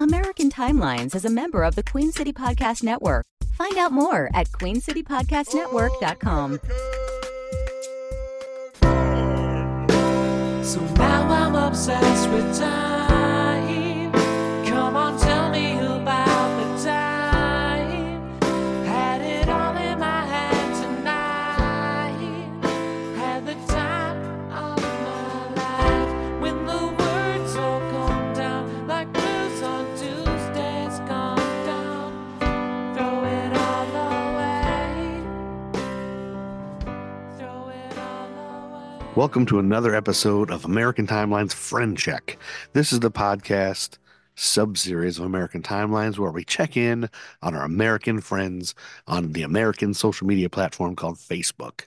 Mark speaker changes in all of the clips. Speaker 1: American Timelines is a member of the Queen City Podcast Network. Find out more at queencitypodcastnetwork.com.
Speaker 2: So now I'm obsessed with time. Come on, tell me about the time. Had it all in my head tonight. Had the time of my life. When the words all come down, like blues on Tuesdays gone down. Throw it all away. Throw it all away.
Speaker 3: Welcome to another episode of American Timeline's Friend Check. This is the podcast sub-series of American Timelines where we check in on our American friends on the American social media platform called Facebook.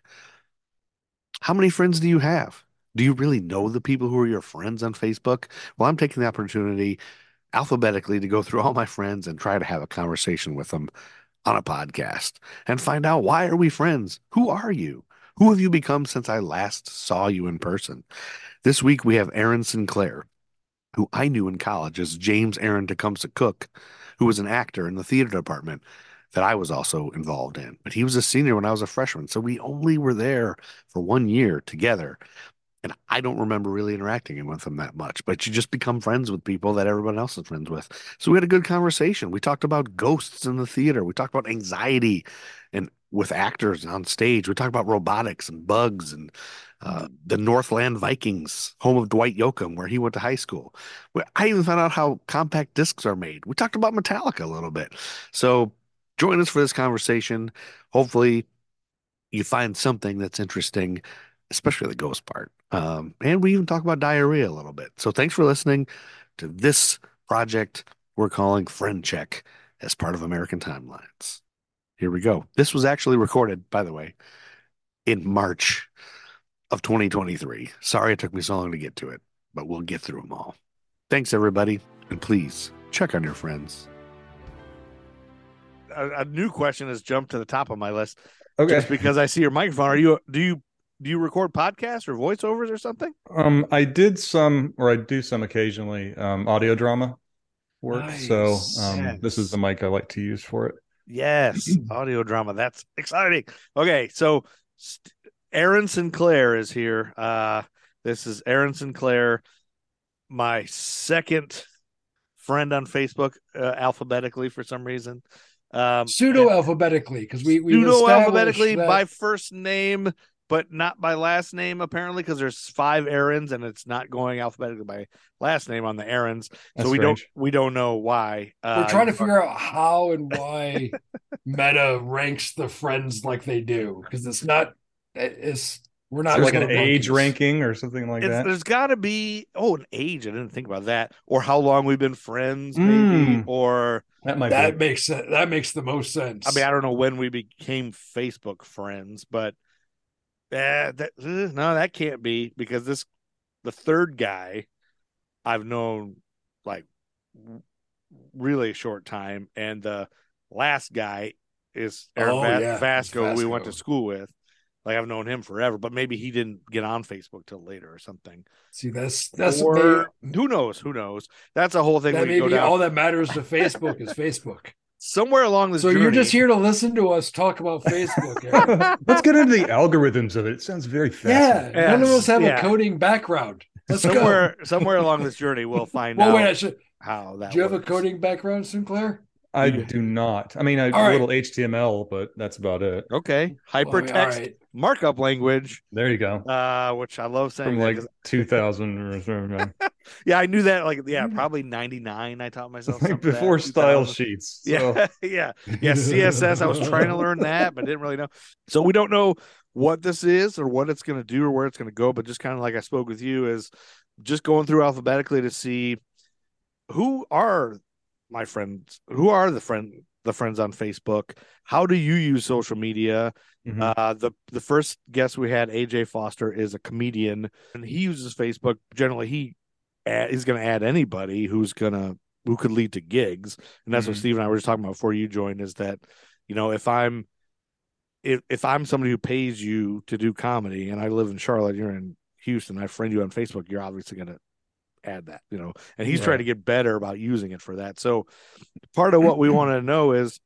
Speaker 3: How many friends do you have? Do you really know the people who are your friends on Facebook? Well, I'm taking the opportunity alphabetically to go through all my friends and try to have a conversation with them on a podcast and find out why are we friends? Who are you? Who have you become since I last saw you in person? This week we have Aaron Sinclair, who I knew in college as James Aaron Tecumseh Cook, who was an actor in the theater department that I was also involved in. But he was a senior when I was a freshman, so we only were there for one year together. And I don't remember really interacting with him that much, but you just become friends with people that everyone else is friends with. So we had a good conversation. We talked about ghosts in the theater. We talked about anxiety and with actors on stage. We talk about robotics and bugs and uh, the Northland Vikings, home of Dwight Yoakam, where he went to high school. We- I even found out how compact discs are made. We talked about Metallica a little bit. So join us for this conversation. Hopefully, you find something that's interesting, especially the ghost part. Um, and we even talk about diarrhea a little bit. So thanks for listening to this project we're calling Friend Check as part of American Timelines. Here we go. This was actually recorded, by the way, in March of 2023. Sorry it took me so long to get to it, but we'll get through them all. Thanks, everybody. And please check on your friends. A, a new question has jumped to the top of my list
Speaker 4: Okay.
Speaker 3: just because I see your microphone. Are you, do you, do you record podcasts or voiceovers or something?
Speaker 4: um, I did some, or I do some occasionally, um, audio drama work. So,
Speaker 3: Nice.
Speaker 4: um, this is the mic I like to use for it.
Speaker 3: Yes, audio drama. That's exciting. Okay, so st- Aaron Sinclair is here. Uh, this is Aaron Sinclair, my second friend on Facebook, uh, alphabetically for some reason. Um,
Speaker 5: pseudo alphabetically because we we
Speaker 3: pseudo alphabetically
Speaker 5: established
Speaker 3: by
Speaker 5: that-
Speaker 3: first name, but not by last name apparently, because there's five Aarons and it's not going alphabetically by last name on the Aarons.
Speaker 4: That's
Speaker 3: so we
Speaker 4: strange.
Speaker 3: don't we don't know why. Uh,
Speaker 5: we're trying to figure out how and why meta ranks the friends like they do because it's not it- it's we're not
Speaker 4: There's like
Speaker 5: slow
Speaker 4: an age
Speaker 5: monkeys.
Speaker 4: ranking or something like
Speaker 3: It's-
Speaker 4: that.
Speaker 3: There's got to be oh an age. I didn't think about that. Or how long we've been friends, maybe.
Speaker 5: Hmm.
Speaker 4: Mm.
Speaker 3: Or
Speaker 4: That might
Speaker 5: that
Speaker 4: be.
Speaker 5: makes sen- that makes the most sense
Speaker 3: I mean, I don't know when we became Facebook friends, but eh, that eh, no, that can't be because this the third guy I've known like w- really short time, and the last guy is Aaron
Speaker 5: Oh,
Speaker 3: Va-
Speaker 5: yeah,
Speaker 3: Vasco, who we went to
Speaker 5: Vasco.
Speaker 3: school with. Like I've known him forever, but maybe he didn't get on Facebook till later or something
Speaker 5: see that's that's what
Speaker 3: or
Speaker 5: they-
Speaker 3: who knows? Who knows? That's a whole thing
Speaker 5: that
Speaker 3: we go
Speaker 5: maybe
Speaker 3: down
Speaker 5: all that matters to facebook is facebook
Speaker 3: somewhere along this
Speaker 5: so
Speaker 3: journey.
Speaker 5: you're just here to listen to us talk about facebook Aaron.
Speaker 4: Let's get into the algorithms of it. It sounds very
Speaker 5: yeah
Speaker 4: fascinating.
Speaker 5: none of us have
Speaker 3: Yeah.
Speaker 5: a coding background let's go
Speaker 3: somewhere somewhere along this journey. We'll find
Speaker 5: well
Speaker 3: out
Speaker 5: wait I should,
Speaker 3: how that.
Speaker 5: do you have a
Speaker 3: works.
Speaker 5: coding background sinclair
Speaker 4: I do not. I mean, I, a
Speaker 5: All right.
Speaker 4: little HTML, but that's about it.
Speaker 3: Okay,
Speaker 5: Well, I mean, all
Speaker 3: hypertext
Speaker 5: right.
Speaker 3: markup language,
Speaker 4: There you go.
Speaker 3: uh, which I love saying.
Speaker 4: From
Speaker 3: that
Speaker 4: like
Speaker 3: 'cause-
Speaker 4: 2000 or something.
Speaker 3: yeah, I knew that. Like, yeah, probably ninety nine. I taught myself
Speaker 4: like
Speaker 3: something like that,
Speaker 4: before style
Speaker 3: 2000.
Speaker 4: sheets. So.
Speaker 3: Yeah, yeah, yeah. CSS. I was trying to learn that, but didn't really know. So we don't know what this is or what it's going to do or where it's going to go. But just kind of like I spoke with you, is just going through alphabetically to see who are my friends, who are the friend, the friends on Facebook. How do you use social media?
Speaker 4: Mhm.
Speaker 3: Uh, the the first guest we had, AJ Foster, is a comedian, and he uses Facebook. Generally, he a- is going to add anybody who's gonna who could lead to gigs, and that's what
Speaker 4: Mhm.
Speaker 3: Steve and I were just talking about before you joined. Is that you know if I'm if if I'm somebody who pays you to do comedy, and I live in Charlotte, you're in Houston, I friend you on Facebook, you're obviously gonna
Speaker 6: add that, you know, and he's
Speaker 4: Right.
Speaker 6: trying to get better about using it for that. So part of what we want to know is,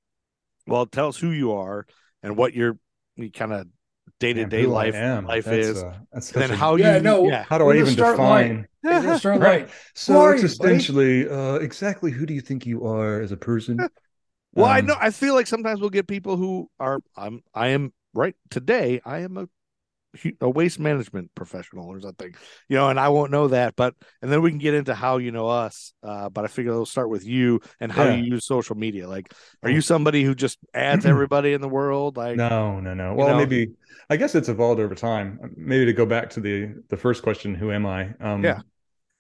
Speaker 6: well, tell us who you are and what your kind of day to day
Speaker 4: Who I
Speaker 6: life
Speaker 4: am.
Speaker 6: life
Speaker 4: That's
Speaker 6: is,
Speaker 4: a- that's
Speaker 6: and
Speaker 4: such
Speaker 6: then
Speaker 4: a-
Speaker 6: how
Speaker 5: Yeah,
Speaker 6: you
Speaker 5: no,
Speaker 6: yeah.
Speaker 4: how do I
Speaker 5: We're gonna
Speaker 4: even
Speaker 5: start light.
Speaker 4: define?
Speaker 5: We're gonna start
Speaker 4: Right.
Speaker 5: light. Who
Speaker 4: So
Speaker 5: are
Speaker 4: it's
Speaker 5: you, buddy?
Speaker 4: essentially uh, exactly who do you think you are as a person?
Speaker 6: Well, I
Speaker 4: Um,
Speaker 6: know I feel like sometimes we'll get people who are I'm I am right today I am a hu- a waste management professional or something, you know, and I won't know that, but and then we can get into how you know us. Uh, but I figure we'll start with you and how
Speaker 4: Yeah.
Speaker 6: you use social media. Like, are you somebody who just adds everybody in the world? Like,
Speaker 4: No, no, no. Well,
Speaker 6: know?
Speaker 4: maybe I guess it's evolved over time. Maybe to go back to the the first question, who am I? Um,
Speaker 6: Yeah.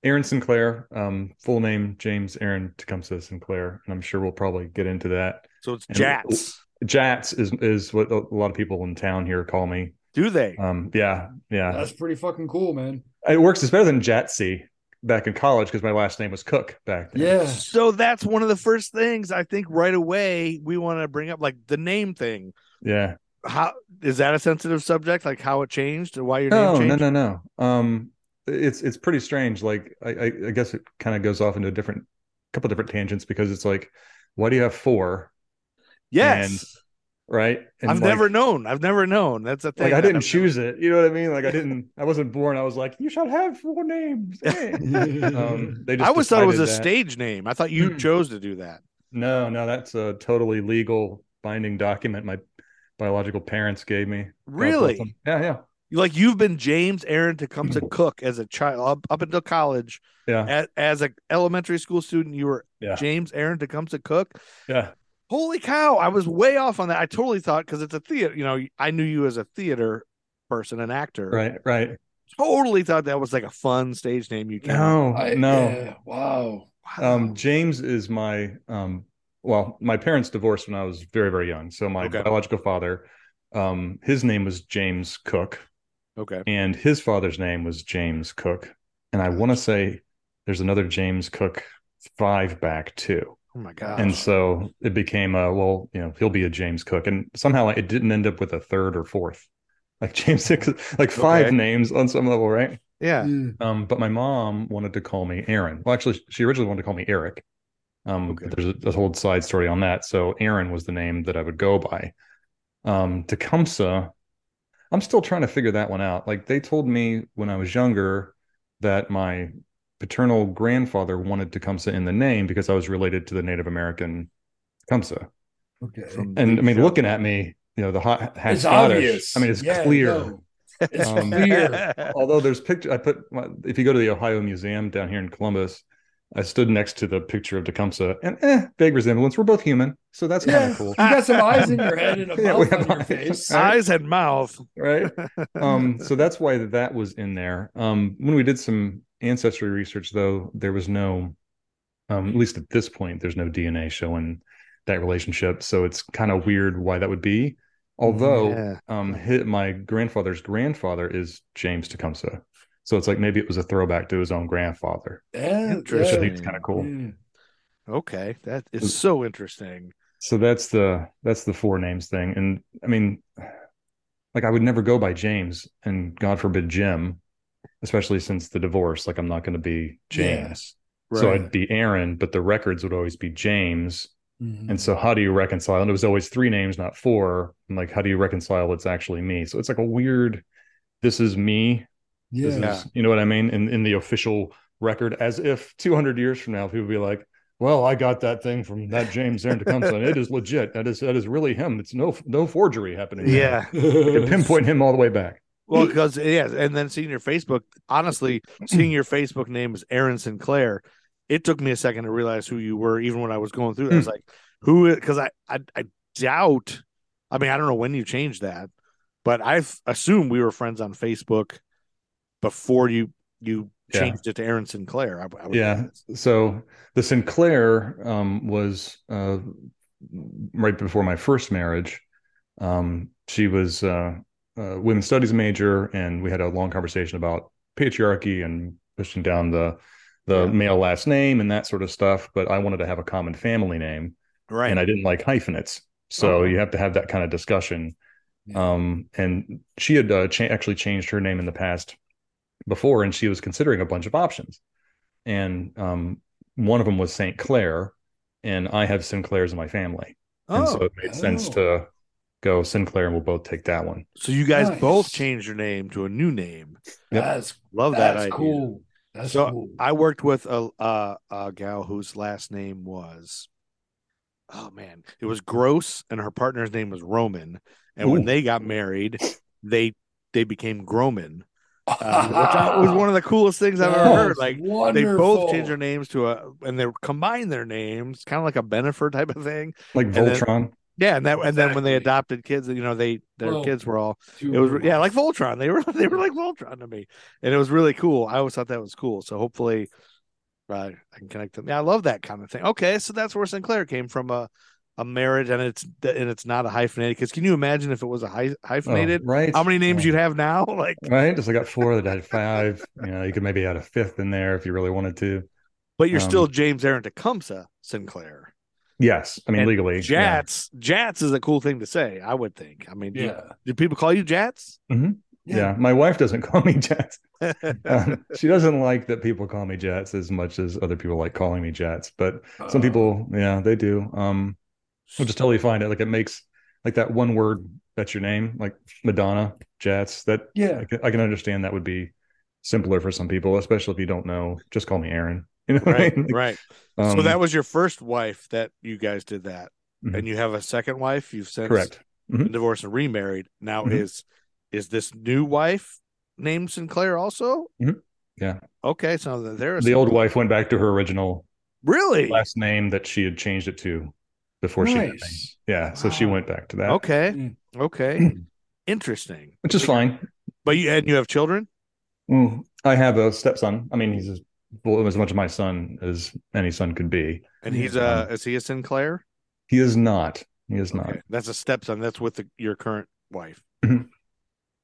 Speaker 4: Aaron Sinclair, um, full name James Aaron Tecumseh Sinclair, and I'm sure we'll probably get into that.
Speaker 6: so it's
Speaker 4: And-
Speaker 6: jats.
Speaker 4: Jats is is what a lot of people in town here call me.
Speaker 6: Do they?
Speaker 4: Um, yeah, yeah.
Speaker 5: That's pretty fucking cool, man.
Speaker 4: It works. It's better than Jatsy back in college because my last name was Cook back then.
Speaker 5: Yeah.
Speaker 6: So that's one of the first things I think right away we want to bring up, like the name thing.
Speaker 4: yeah.
Speaker 6: How is that a sensitive subject? Like how it changed and why your name
Speaker 4: No,
Speaker 6: changed?
Speaker 4: no, no, no. Um, it's it's pretty strange. Like I, I, I guess it kind of goes off into a different couple different tangents because it's like, why do you have four?
Speaker 6: Yes.
Speaker 4: And- Right? And
Speaker 6: I've
Speaker 4: like-
Speaker 6: never known. I've never known. That's a thing.
Speaker 4: Like I
Speaker 6: that
Speaker 4: didn't
Speaker 6: I've
Speaker 4: choose it. You know what I mean? Like I didn't. I wasn't born. I was like, you shall have four names. eh." um, they
Speaker 6: never-
Speaker 4: just
Speaker 6: I always thought it was a
Speaker 4: decided that.
Speaker 6: stage name. I thought you
Speaker 4: Mm.
Speaker 6: chose to do that.
Speaker 4: No, no, that's a totally legal binding document my biological parents gave me. God bless
Speaker 6: Really?
Speaker 4: them. Yeah, yeah,
Speaker 6: Like you've been James Aaron Tecumseh Cook as a child up, up until college.
Speaker 4: Hmm. yeah,
Speaker 6: As, as a elementary school student, you were
Speaker 4: Yeah.
Speaker 6: James Aaron Tecumseh Cook.
Speaker 4: yeah.
Speaker 6: Holy cow! I was way off on that. I totally thought because it's a theater. You know, I knew you as a theater person, an actor.
Speaker 4: Right, right.
Speaker 6: Totally thought that was like a fun stage name. You came up
Speaker 4: No,
Speaker 5: I-
Speaker 4: no.
Speaker 5: yeah, wow.
Speaker 6: with. Wow.
Speaker 4: um james is my um well my parents divorced when i was very very young so my
Speaker 6: Okay.
Speaker 4: biological father um his name was james cook
Speaker 6: okay.
Speaker 4: and his father's name was james cook and i want to say there's another james cook five back too
Speaker 6: Oh my god.
Speaker 4: and so it became a well you know he'll be a james cook and somehow it didn't end up with a third or fourth like james like five
Speaker 6: Okay.
Speaker 4: names on some level right
Speaker 6: yeah.
Speaker 5: Mm.
Speaker 4: um, but my mom wanted to call me Aaron. Well, actually, she originally wanted to call me Eric. Um,
Speaker 6: Okay.
Speaker 4: but there's a, a whole side story on that. So Aaron was the name that I would go by. Um, Tecumseh, I'm still trying to figure that one out. Like they told me when I was younger that my paternal grandfather wanted Tecumseh in the name because I was related to the Native American Tecumseh.
Speaker 5: Okay.
Speaker 6: From
Speaker 4: And I
Speaker 6: Big
Speaker 4: mean,
Speaker 6: Show.
Speaker 4: looking at me, you know, the hot half
Speaker 5: It's
Speaker 4: Scottish.
Speaker 5: obvious.
Speaker 4: I mean, it's
Speaker 5: Yeah,
Speaker 4: clear
Speaker 5: no. It's
Speaker 4: Um,
Speaker 5: clear.
Speaker 4: although there's picture i put my- if you go to the ohio museum down here in columbus i stood next to the picture of tecumseh and eh, vague resemblance we're both human so that's kind
Speaker 5: Yeah,
Speaker 4: of cool
Speaker 5: you got some eyes in your head and a
Speaker 4: Yeah, we
Speaker 5: mouth
Speaker 4: have
Speaker 5: on your
Speaker 4: eyes.
Speaker 5: face.
Speaker 6: Eyes and mouth.
Speaker 4: right um so that's why that was in there um when we did some ancestry research though there was no um at least at this point there's no dna showing that relationship so it's kind of weird why that would be although
Speaker 6: Yeah.
Speaker 4: um hi my grandfather's grandfather is james tecumseh so it's like maybe it was a throwback to his own grandfather
Speaker 5: Yeah,
Speaker 4: which i
Speaker 6: Interesting.
Speaker 4: think is kind of cool
Speaker 5: yeah.
Speaker 6: Okay, that is so interesting.
Speaker 4: so that's the that's the four names thing and i mean like i would never go by james and god forbid jim especially since the divorce like i'm not going to be james so
Speaker 5: Right.
Speaker 4: i'd be aaron but the records would always be james
Speaker 5: Mhm.
Speaker 4: and so how do you reconcile and it was always three names not four and like how do you reconcile it's actually me so it's like a weird this is me
Speaker 5: yeah.
Speaker 4: This is- you know what I mean? In in the official record, as if 200 years from now, people be like, "Well, I got that thing from that James Aaron Tecumseh. and it is legit. That is that is really him. It's no no forgery happening. here."
Speaker 6: Yeah.
Speaker 4: You can pinpoint him all the way back.
Speaker 6: Well, because yeah, and then seeing your Facebook, honestly, seeing your Facebook name is Aaron Sinclair, it took me a second to realize who you were. Even when I was going through, that. I was
Speaker 4: Hmm.
Speaker 6: like, "Who?" Because I, I, I doubt. I mean, I don't know when you changed that, but I f- assume we were friends on Facebook before you you
Speaker 4: Yeah.
Speaker 6: changed it to Aaron Sinclair. I, I would
Speaker 4: Yeah.
Speaker 6: guess.
Speaker 4: So the Sinclair um, was uh, right before my first marriage. Um, she was uh, a women's studies major, and we had a long conversation about patriarchy and pushing down the the
Speaker 6: Yeah.
Speaker 4: male last name and that sort of stuff. But I wanted to have a common family name,
Speaker 6: right.
Speaker 4: and I didn't like hyphenates. So
Speaker 6: Oh.
Speaker 4: you have to have that kind of discussion.
Speaker 5: Yeah.
Speaker 4: Um, and she had uh, cha- actually changed her name in the past before, and she was considering a bunch of options. and um, one of them was St. Clair, and I have Sinclairs in my family, and so
Speaker 6: Oh,
Speaker 4: it made sense
Speaker 5: Oh.
Speaker 4: to go Sinclair, and we'll both take that one.
Speaker 6: so you guys
Speaker 5: Nice.
Speaker 6: both changed your name to a new name.
Speaker 4: Yep.
Speaker 5: That's
Speaker 6: Love that
Speaker 5: that's
Speaker 6: idea.
Speaker 5: cool. That's
Speaker 6: So,
Speaker 5: cool.
Speaker 6: I worked with a, a a gal whose last name was oh man, it was Gross, and her partner's name was Roman. And when
Speaker 4: Ooh.
Speaker 6: they got married, they they became Groman, uh, which I, was one of the coolest things I've ever heard.
Speaker 5: That's
Speaker 6: Like they
Speaker 5: wonderful.
Speaker 6: both changed their names to a, and they combined their names, kind of like a Benefer type of thing.
Speaker 4: Like
Speaker 6: then-
Speaker 4: Voltron,
Speaker 6: Yeah, and that and then when they
Speaker 5: Exactly.
Speaker 6: adopted kids, you know, they their
Speaker 5: Well,
Speaker 6: kids were all
Speaker 5: Two
Speaker 6: it was
Speaker 5: words.
Speaker 6: yeah, like Voltron. They were they were like Voltron to me, and it was really cool. I always thought that was cool. So hopefully, uh, I can connect them. Yeah, I love that kind of thing. Okay, so that's where Sinclair came from a a marriage, and it's and it's not a hyphenated. Because can you imagine if it was a hy-
Speaker 4: Oh,
Speaker 6: hyphenated?
Speaker 4: right?
Speaker 6: How many names
Speaker 4: Yeah.
Speaker 6: you'd have now? Like,
Speaker 4: Right, just I got four that had five. You know, you could maybe add a fifth in there if you really wanted to.
Speaker 6: but you're still
Speaker 4: Um,
Speaker 6: James Aaron Tecumseh Sinclair.
Speaker 4: Yes, I mean
Speaker 6: And
Speaker 4: legally. yeah.
Speaker 6: Jats, Jats is a cool thing to say. I would think. I mean, do,
Speaker 5: Yeah.
Speaker 6: do people call you Jats?
Speaker 4: Yeah. my wife doesn't call me Jets. Um, she doesn't like that people call me Jets as much as other people like calling me Jets. But some
Speaker 5: Uh,
Speaker 4: people, yeah, they do. Um, I'll just tell you, find it. Like it makes like that one word that's your name, like Madonna Jets. That
Speaker 5: Yeah.
Speaker 4: I can, I can understand that would be simpler for some people, especially if you don't know. Just call me Aaron. You know, what I
Speaker 6: right,
Speaker 4: mean?
Speaker 6: right. so
Speaker 4: Um,
Speaker 6: that was your first wife that you guys did that,
Speaker 4: Mhm.
Speaker 6: and you have a second wife. You've since
Speaker 4: correct. Mm-hmm.
Speaker 6: been divorced and remarried. Now
Speaker 4: Mhm.
Speaker 6: is is this new wife named Sinclair also?
Speaker 4: Mhm. Yeah.
Speaker 6: Okay, so th- there is
Speaker 4: The old wife went back to her original
Speaker 6: really
Speaker 4: last name that she had changed it to before she got married.
Speaker 5: nice.
Speaker 4: Yeah, so she
Speaker 5: Wow.
Speaker 4: went back to that.
Speaker 6: okay,
Speaker 5: Mm.
Speaker 6: okay, interesting.
Speaker 4: which is fine.
Speaker 6: But you and you have children.
Speaker 4: Mm, I have a stepson. I mean, he's as, well, as much my son as any son could be.
Speaker 6: And he's
Speaker 4: Yeah.
Speaker 6: uh is he a Sinclair?
Speaker 4: He is not. He is not.
Speaker 6: Okay. That's a stepson. That's with the, your current wife.
Speaker 4: Mhm.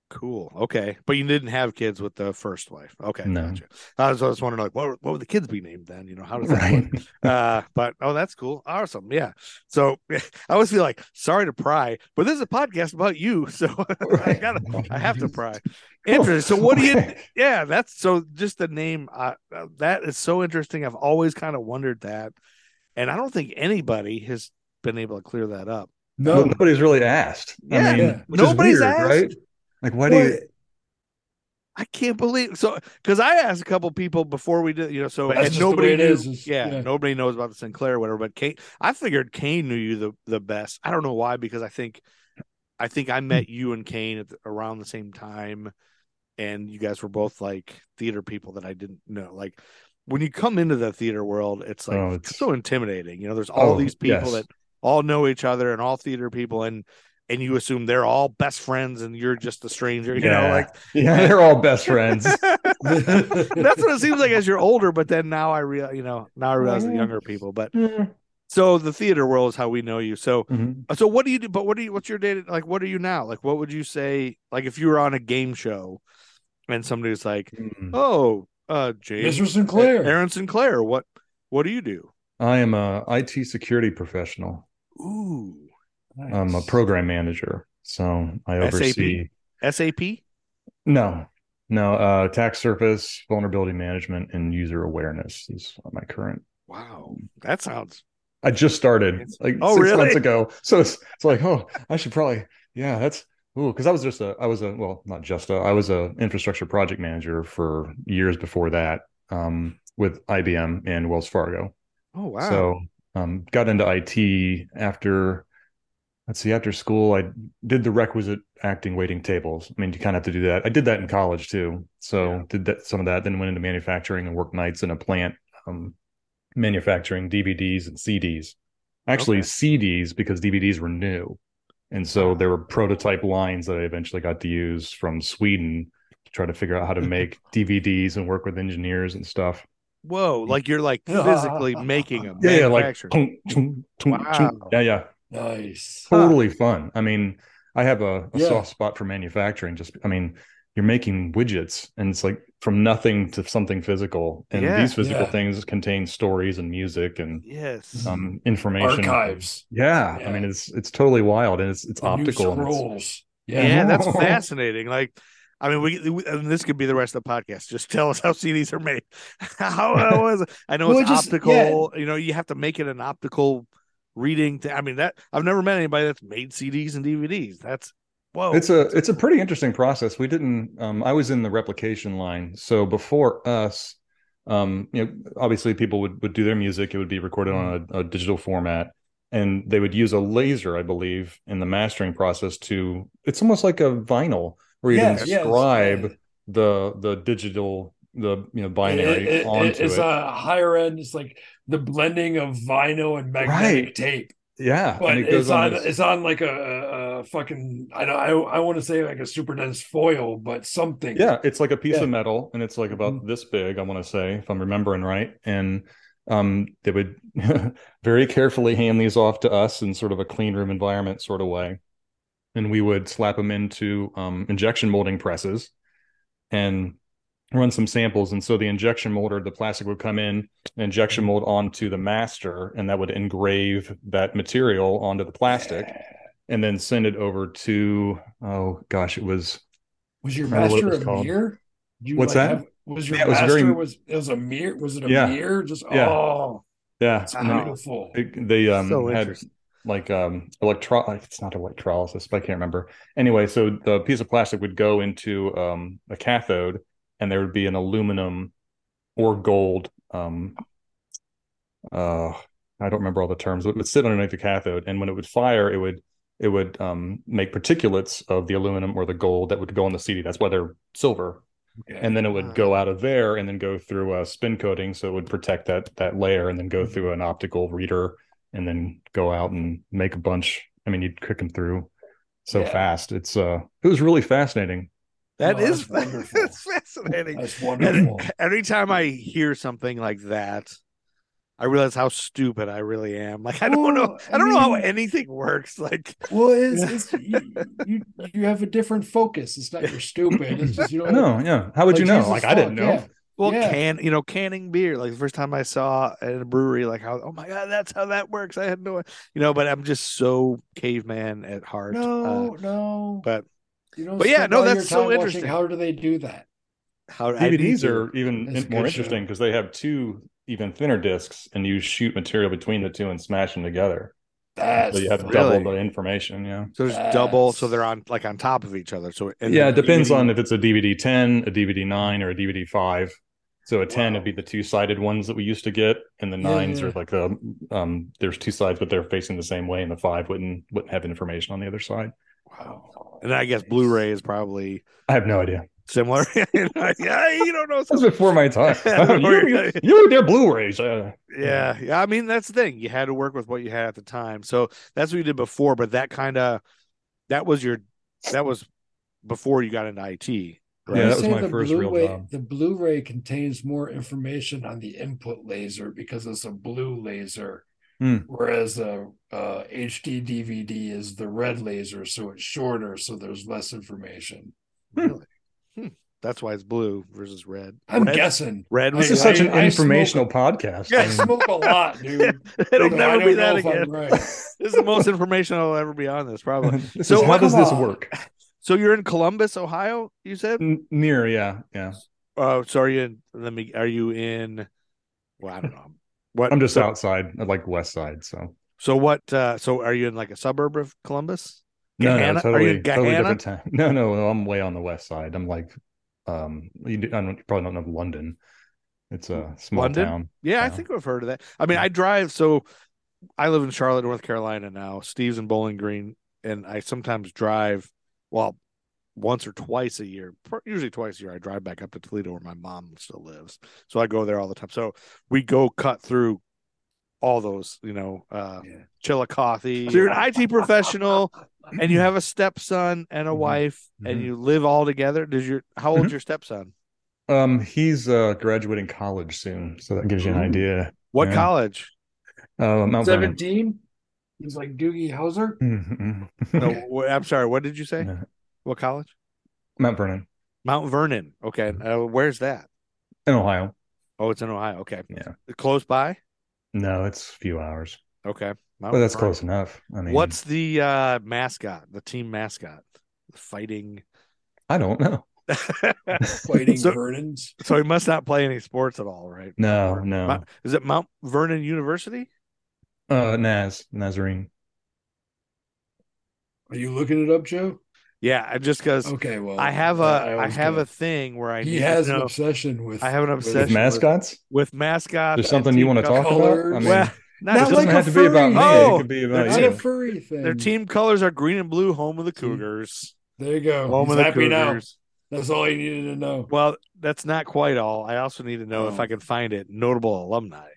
Speaker 6: Cool. Okay, but you didn't have kids with the first wife. Okay,
Speaker 4: No.
Speaker 6: gotcha. I was, I was wondering, like, what were- what would the kids be named then? You know, how does that work?
Speaker 4: Right.
Speaker 6: uh but oh that's cool awesome yeah so i always feel like sorry to pry but this is a podcast about you so i gotta i have to pry interesting so what do you
Speaker 4: Oh, Okay.
Speaker 6: yeah that's so just the name uh, uh, that is so interesting i've always kind of wondered that and i don't think anybody has been able to clear that up
Speaker 4: Well,
Speaker 5: No.
Speaker 4: nobody's really asked.
Speaker 6: Yeah.
Speaker 4: I mean, which is
Speaker 6: Nobody's
Speaker 4: weird,
Speaker 6: asked.
Speaker 4: right? Like, why do you?
Speaker 5: What?
Speaker 6: i can't believe so because i asked a couple people before we did you know so
Speaker 5: That's
Speaker 6: and
Speaker 5: just the way
Speaker 6: nobody
Speaker 5: it
Speaker 6: knew,
Speaker 5: is, is-
Speaker 6: yeah,
Speaker 5: yeah.
Speaker 6: nobody knows about the sinclair or whatever but kane i figured kane knew you the the best i don't know why because i think i think i met you and kane at the, around the same time and you guys were both like theater people that i didn't know like when you come into the theater world it's like
Speaker 4: Oh, it's-
Speaker 6: so intimidating you know there's all
Speaker 4: Oh,
Speaker 6: these people
Speaker 4: yes.
Speaker 6: that all know each other and all theater people and and you assume they're all best friends and you're just a stranger you know
Speaker 4: Yeah.
Speaker 6: like
Speaker 4: Yeah, they're all best friends.
Speaker 6: that's what it seems like as you're older, but then now I real you know, now I realize the
Speaker 4: yeah.
Speaker 6: younger people. But
Speaker 4: Mhm.
Speaker 6: so the theater world is how we know you. So so what do you do? But what do you what's your day to- like what are you now? Like what would you say like if you were on a game show and somebody was like,
Speaker 4: Mhm.
Speaker 6: Oh, uh James
Speaker 5: Mr. Sinclair.
Speaker 6: Aaron Sinclair, what what do you do?
Speaker 4: I am a IT security professional.
Speaker 6: Ooh.
Speaker 4: I'm um, a
Speaker 5: Nice.
Speaker 4: program manager, so I
Speaker 6: SAP?
Speaker 4: oversee.
Speaker 6: SAP?
Speaker 4: No, no. Uh, attack surface, vulnerability management, and user awareness is my current.
Speaker 6: Wow. That sounds
Speaker 4: I just started like
Speaker 6: Oh,
Speaker 4: six
Speaker 6: really?
Speaker 4: months ago, so it's, it's like, oh, I should probably, yeah, that's ooh, because I was just a, I was a, well, not just a, I was a infrastructure project manager for years before that, um, with IBM and Wells Fargo.
Speaker 6: oh wow.
Speaker 4: So um, got into IT after, let's see, after school, I did the requisite acting waiting tables. I mean, you kind of have to do that. I did that in college too. So did that, some of that, then went into manufacturing and worked nights in a plant, um, manufacturing DVDs and CDs. Actually,
Speaker 6: Okay.
Speaker 4: CDs because DVDs were new. And so there were prototype lines that I eventually got to use from Sweden to try to figure out how to make DVDs and work with engineers and stuff.
Speaker 6: Whoa, like you're like physically making them.
Speaker 4: Yeah, yeah, like
Speaker 6: manufacturing.
Speaker 4: tunk, tunk, tunk, tunk.
Speaker 6: Wow.
Speaker 4: yeah, yeah,
Speaker 5: Nice.
Speaker 4: totally fun. I mean, I have a, a
Speaker 5: Yeah.
Speaker 4: soft spot for manufacturing. Just, I mean, you're making widgets, and it's like from nothing to something physical, and
Speaker 6: Yeah.
Speaker 4: these physical
Speaker 5: Yeah.
Speaker 4: things contain stories and music and
Speaker 6: Yes.
Speaker 4: um, information.
Speaker 5: Archives.
Speaker 4: Yeah, I
Speaker 5: Yeah.
Speaker 4: mean, it's it's totally wild, and it's it's
Speaker 5: New
Speaker 4: optical. and it's-
Speaker 5: scrolls.
Speaker 6: Yeah, that's
Speaker 4: Yeah.
Speaker 6: fascinating. Like, I mean, we, we and this could be the rest of the podcast. Just tell us how CDs are made. how, how was it? I know
Speaker 5: Well,
Speaker 6: it's
Speaker 5: just-
Speaker 6: optical. You know, you have to make it an optical reading. Thing. I mean, that I've never met anybody that's made CDs and DVDs. That's whoa.
Speaker 5: Oh.
Speaker 4: It's a it's a pretty interesting process. We didn't. Um, I was in the replication line, so before us, um, you know, obviously people would would do their music. It would be recorded on
Speaker 5: Mm-hmm.
Speaker 4: a, a digital format, and they would use a laser, I believe, in the mastering process to. It's almost like a vinyl where you
Speaker 5: Yes, yes.
Speaker 4: inscribe
Speaker 5: uh,
Speaker 4: the the digital the you know binary
Speaker 5: It- it-
Speaker 4: onto
Speaker 5: it- it's
Speaker 4: it.
Speaker 5: a higher end. It's like the blending of vinyl and magnetic
Speaker 4: Right.
Speaker 5: tape,
Speaker 4: yeah,
Speaker 5: but
Speaker 4: and it goes
Speaker 5: it's on,
Speaker 4: on. this-
Speaker 5: it's on like a, a- a fucking I don't I, I want to say like a super dense foil, but something.
Speaker 4: Yeah, it's like a piece
Speaker 5: Yeah.
Speaker 4: of metal, and it's like about this big. I want to say, if I'm remembering right, and um, they would very carefully hand these off to us in sort of a clean room environment, sort of way, and we would slap them into um, injection molding presses and run some samples. And so the injection molder, the plastic would come in, and injection mold onto the master, and that would engrave that material onto the plastic. And then send it over to oh gosh, it was
Speaker 5: Was your
Speaker 4: I don't know what it
Speaker 5: master
Speaker 4: was
Speaker 5: a
Speaker 4: called.
Speaker 5: mirror? Did you,
Speaker 4: What's that?
Speaker 5: like, have- was your
Speaker 4: Yeah, it was
Speaker 5: master
Speaker 4: very-
Speaker 5: was it was a mirror? Was it a
Speaker 4: Yeah.
Speaker 5: mirror? Just
Speaker 4: Yeah.
Speaker 5: oh,
Speaker 4: yeah,
Speaker 5: it's
Speaker 4: and then-
Speaker 5: beautiful.
Speaker 4: It- they um
Speaker 6: So
Speaker 4: had
Speaker 6: interesting.
Speaker 4: like um electro like, it's not electrolysis but i can't remember anyway so the piece of plastic would go into um a cathode and there would be an aluminum or gold um uh i don't remember all the terms but it would sit underneath the cathode and when it would fire it would it would um make particulates of the aluminum or the gold that would go on the cd that's why they're silver
Speaker 5: Okay.
Speaker 4: and then it
Speaker 6: Ah.
Speaker 4: would go out of there and then go through a spin coating so it would protect that that layer and then go
Speaker 5: Mm-hmm.
Speaker 4: through an optical reader and then go out and make a bunch i mean you'd click them through so
Speaker 5: Yeah.
Speaker 4: fast it's uh it was really fascinating
Speaker 6: That
Speaker 5: No,
Speaker 6: is
Speaker 5: that's wonderful.
Speaker 6: that's fascinating.
Speaker 5: That's
Speaker 6: And
Speaker 5: wonderful.
Speaker 6: every time I hear something like that, I realize how stupid I really am. Like I don't know,
Speaker 5: Well,
Speaker 6: I don't know how
Speaker 5: mean-
Speaker 6: anything works. Like
Speaker 5: Well, it's, it's you, you you have a different focus. It's not you're stupid. It's just you don't.
Speaker 4: no yeah how would
Speaker 5: like,
Speaker 4: you know
Speaker 5: Jesus
Speaker 4: like i didn't
Speaker 5: fuck,
Speaker 4: know
Speaker 5: yeah.
Speaker 6: well,
Speaker 5: Yeah.
Speaker 6: can you know canning beer? Like the first time I saw at a brewery, like how oh my god, that's how that works. I had no, you know. But I'm just so caveman at heart. uh,
Speaker 5: No, no.
Speaker 6: but-
Speaker 5: you don't
Speaker 6: but yeah,
Speaker 5: spend
Speaker 6: no,
Speaker 5: all your
Speaker 6: that's so
Speaker 5: time watching.
Speaker 6: interesting.
Speaker 5: How do they do that?
Speaker 6: how I need
Speaker 4: DVDs
Speaker 6: to-
Speaker 4: are even
Speaker 5: That's
Speaker 4: in- more
Speaker 5: good shit.
Speaker 4: interesting because they have two even thinner discs and you shoot material between the two and smash them together
Speaker 5: That's
Speaker 4: so you have
Speaker 6: Really?
Speaker 4: double the information yeah
Speaker 6: so there's double, so
Speaker 5: That's-
Speaker 6: they're on like on top of each other. So
Speaker 4: yeah, it depends on
Speaker 6: if
Speaker 4: if it's a DVD 10, a DVD 9, or a DVD 5. So a 10 would be the two-sided ones that we used to get, and the
Speaker 5: Yeah,
Speaker 4: nines
Speaker 5: yeah.
Speaker 4: are like the um there's two sides, but they're facing the same way, and the five wouldn't wouldn't have information on the other side.
Speaker 5: wow.
Speaker 6: and I guess
Speaker 5: Nice.
Speaker 6: Blu-ray is probably
Speaker 4: I have no idea.
Speaker 6: similar. You know, yeah, you don't know.
Speaker 4: That's before my time. you, you were there Blu-rays. Uh,
Speaker 6: Yeah, yeah. I mean, that's the thing. You had to work with what you had at the time. So that's what you did before, but that kind of that was your that was before you got into IT.
Speaker 4: Yeah,
Speaker 5: You
Speaker 4: that was
Speaker 5: say
Speaker 4: my
Speaker 5: the
Speaker 4: first real
Speaker 5: Blu-ray,
Speaker 4: job.
Speaker 5: The Blu-ray contains more information on the input laser because it's a blue laser,
Speaker 4: Hmm.
Speaker 5: whereas a, a HD DVD is the red laser, so it's shorter, so there's less information.
Speaker 6: Really. Hmm. That's why it's blue versus red.
Speaker 5: I'm
Speaker 6: red,
Speaker 5: guessing.
Speaker 6: red
Speaker 4: this
Speaker 6: was
Speaker 4: is
Speaker 5: I-
Speaker 4: such an
Speaker 5: I smoke-
Speaker 4: informational podcast.
Speaker 5: I
Speaker 6: Yes.
Speaker 4: I mean,
Speaker 5: smoke a lot, dude.
Speaker 6: it'll
Speaker 5: So I
Speaker 6: never
Speaker 5: don't
Speaker 6: be
Speaker 5: know
Speaker 6: that
Speaker 5: if I'm
Speaker 6: again.
Speaker 5: right.
Speaker 6: This is the most information I'll ever be on this, probably.
Speaker 4: Um, this
Speaker 6: So
Speaker 4: is, how
Speaker 6: what-
Speaker 4: does this
Speaker 5: come on.
Speaker 4: work?
Speaker 6: So you're in Columbus, Ohio, you said?
Speaker 4: N- near, yeah, yeah.
Speaker 6: Oh, so are you in let me are you in well, I don't know. What
Speaker 4: I'm just
Speaker 6: so,
Speaker 4: outside, I like West Side. So
Speaker 6: So what uh so are you in like a suburb of Columbus?
Speaker 4: no,
Speaker 6: Gahanna?
Speaker 4: no,
Speaker 6: Are
Speaker 4: totally,
Speaker 6: you in
Speaker 4: totally
Speaker 6: Gahanna?
Speaker 4: different time. No, no, no, I'm way on the west side. I'm like, um, you, do, I don't, you probably don't know London. It's a small
Speaker 6: London?
Speaker 4: town.
Speaker 6: Yeah, I
Speaker 4: Yeah.
Speaker 6: think I've heard of that. I mean, I drive, so I live in Charlotte, North Carolina now. Steve's in Bowling Green, and I sometimes drive, well, once or twice a year, pr- usually twice a year. I drive back up to Toledo where my mom still lives. So I go there all the time. So we go cut through all those, you know, uh,
Speaker 5: Yeah.
Speaker 6: Chillicothe. So you're an IT professional and you have a stepson and a
Speaker 4: Mhm.
Speaker 6: wife and
Speaker 4: Mhm.
Speaker 6: you live all together. Does your, how old's your stepson?
Speaker 4: Um, he's uh graduating college soon, so that gives you an
Speaker 5: Ooh.
Speaker 4: idea.
Speaker 6: What
Speaker 4: Yeah.
Speaker 6: college?
Speaker 4: Uh, Mount Vernon.
Speaker 5: Seventeen. He's like Doogie Howser.
Speaker 4: Mhm.
Speaker 6: No, wh- I'm sorry. What did you say?
Speaker 4: Yeah.
Speaker 6: What college?
Speaker 4: Mount Vernon
Speaker 6: Mount Vernon. Okay.
Speaker 4: Mm-hmm.
Speaker 6: Uh, where's that?
Speaker 4: in Ohio.
Speaker 6: Oh, it's in Ohio. Okay.
Speaker 4: Yeah.
Speaker 6: Close by?
Speaker 4: No, it's a few hours,
Speaker 6: Okay. Mount
Speaker 4: but that's
Speaker 6: Vernon.
Speaker 4: close enough. I mean,
Speaker 6: What's the uh, mascot, the team mascot? The fighting.
Speaker 4: I don't know.
Speaker 5: fighting
Speaker 6: So-
Speaker 5: Vernon's.
Speaker 6: so he must not play any sports at all, right?
Speaker 4: No,
Speaker 6: Or
Speaker 4: no.
Speaker 6: Mount- is it Mount Vernon University?
Speaker 4: Uh, Naz Nazarene.
Speaker 5: Are you looking it up, Joe?
Speaker 6: Yeah, I just because
Speaker 5: Okay,
Speaker 4: Oh,
Speaker 5: well,
Speaker 6: I have a
Speaker 5: that
Speaker 6: I,
Speaker 5: always
Speaker 6: have
Speaker 5: do.
Speaker 6: a thing where I
Speaker 5: He
Speaker 6: need to
Speaker 5: has an
Speaker 6: know-
Speaker 5: obsession with.
Speaker 6: I have an
Speaker 5: with-
Speaker 4: With
Speaker 6: obsession. Session was-
Speaker 4: mascots?
Speaker 6: with mascots.
Speaker 4: There's
Speaker 6: and
Speaker 4: something you
Speaker 6: team
Speaker 4: want to talk
Speaker 6: colors.
Speaker 4: about? I
Speaker 5: colors.
Speaker 4: mean,
Speaker 6: well, not
Speaker 4: it
Speaker 5: Not
Speaker 6: just
Speaker 4: doesn't
Speaker 5: like a
Speaker 4: have to be about me.
Speaker 6: furry.
Speaker 4: It could be
Speaker 5: Not
Speaker 4: about
Speaker 6: They're
Speaker 5: a
Speaker 4: you.
Speaker 5: furry thing.
Speaker 6: their team colors are green and blue. Home of the Cougars.
Speaker 5: There you
Speaker 4: Oh,
Speaker 5: go.
Speaker 6: Home
Speaker 5: He's
Speaker 6: of the
Speaker 5: happy now.
Speaker 6: Cougars.
Speaker 5: That's all he needed to know.
Speaker 6: Well, that's not quite all. I also need to know if
Speaker 5: Oh.
Speaker 6: I can find it. Notable alumni,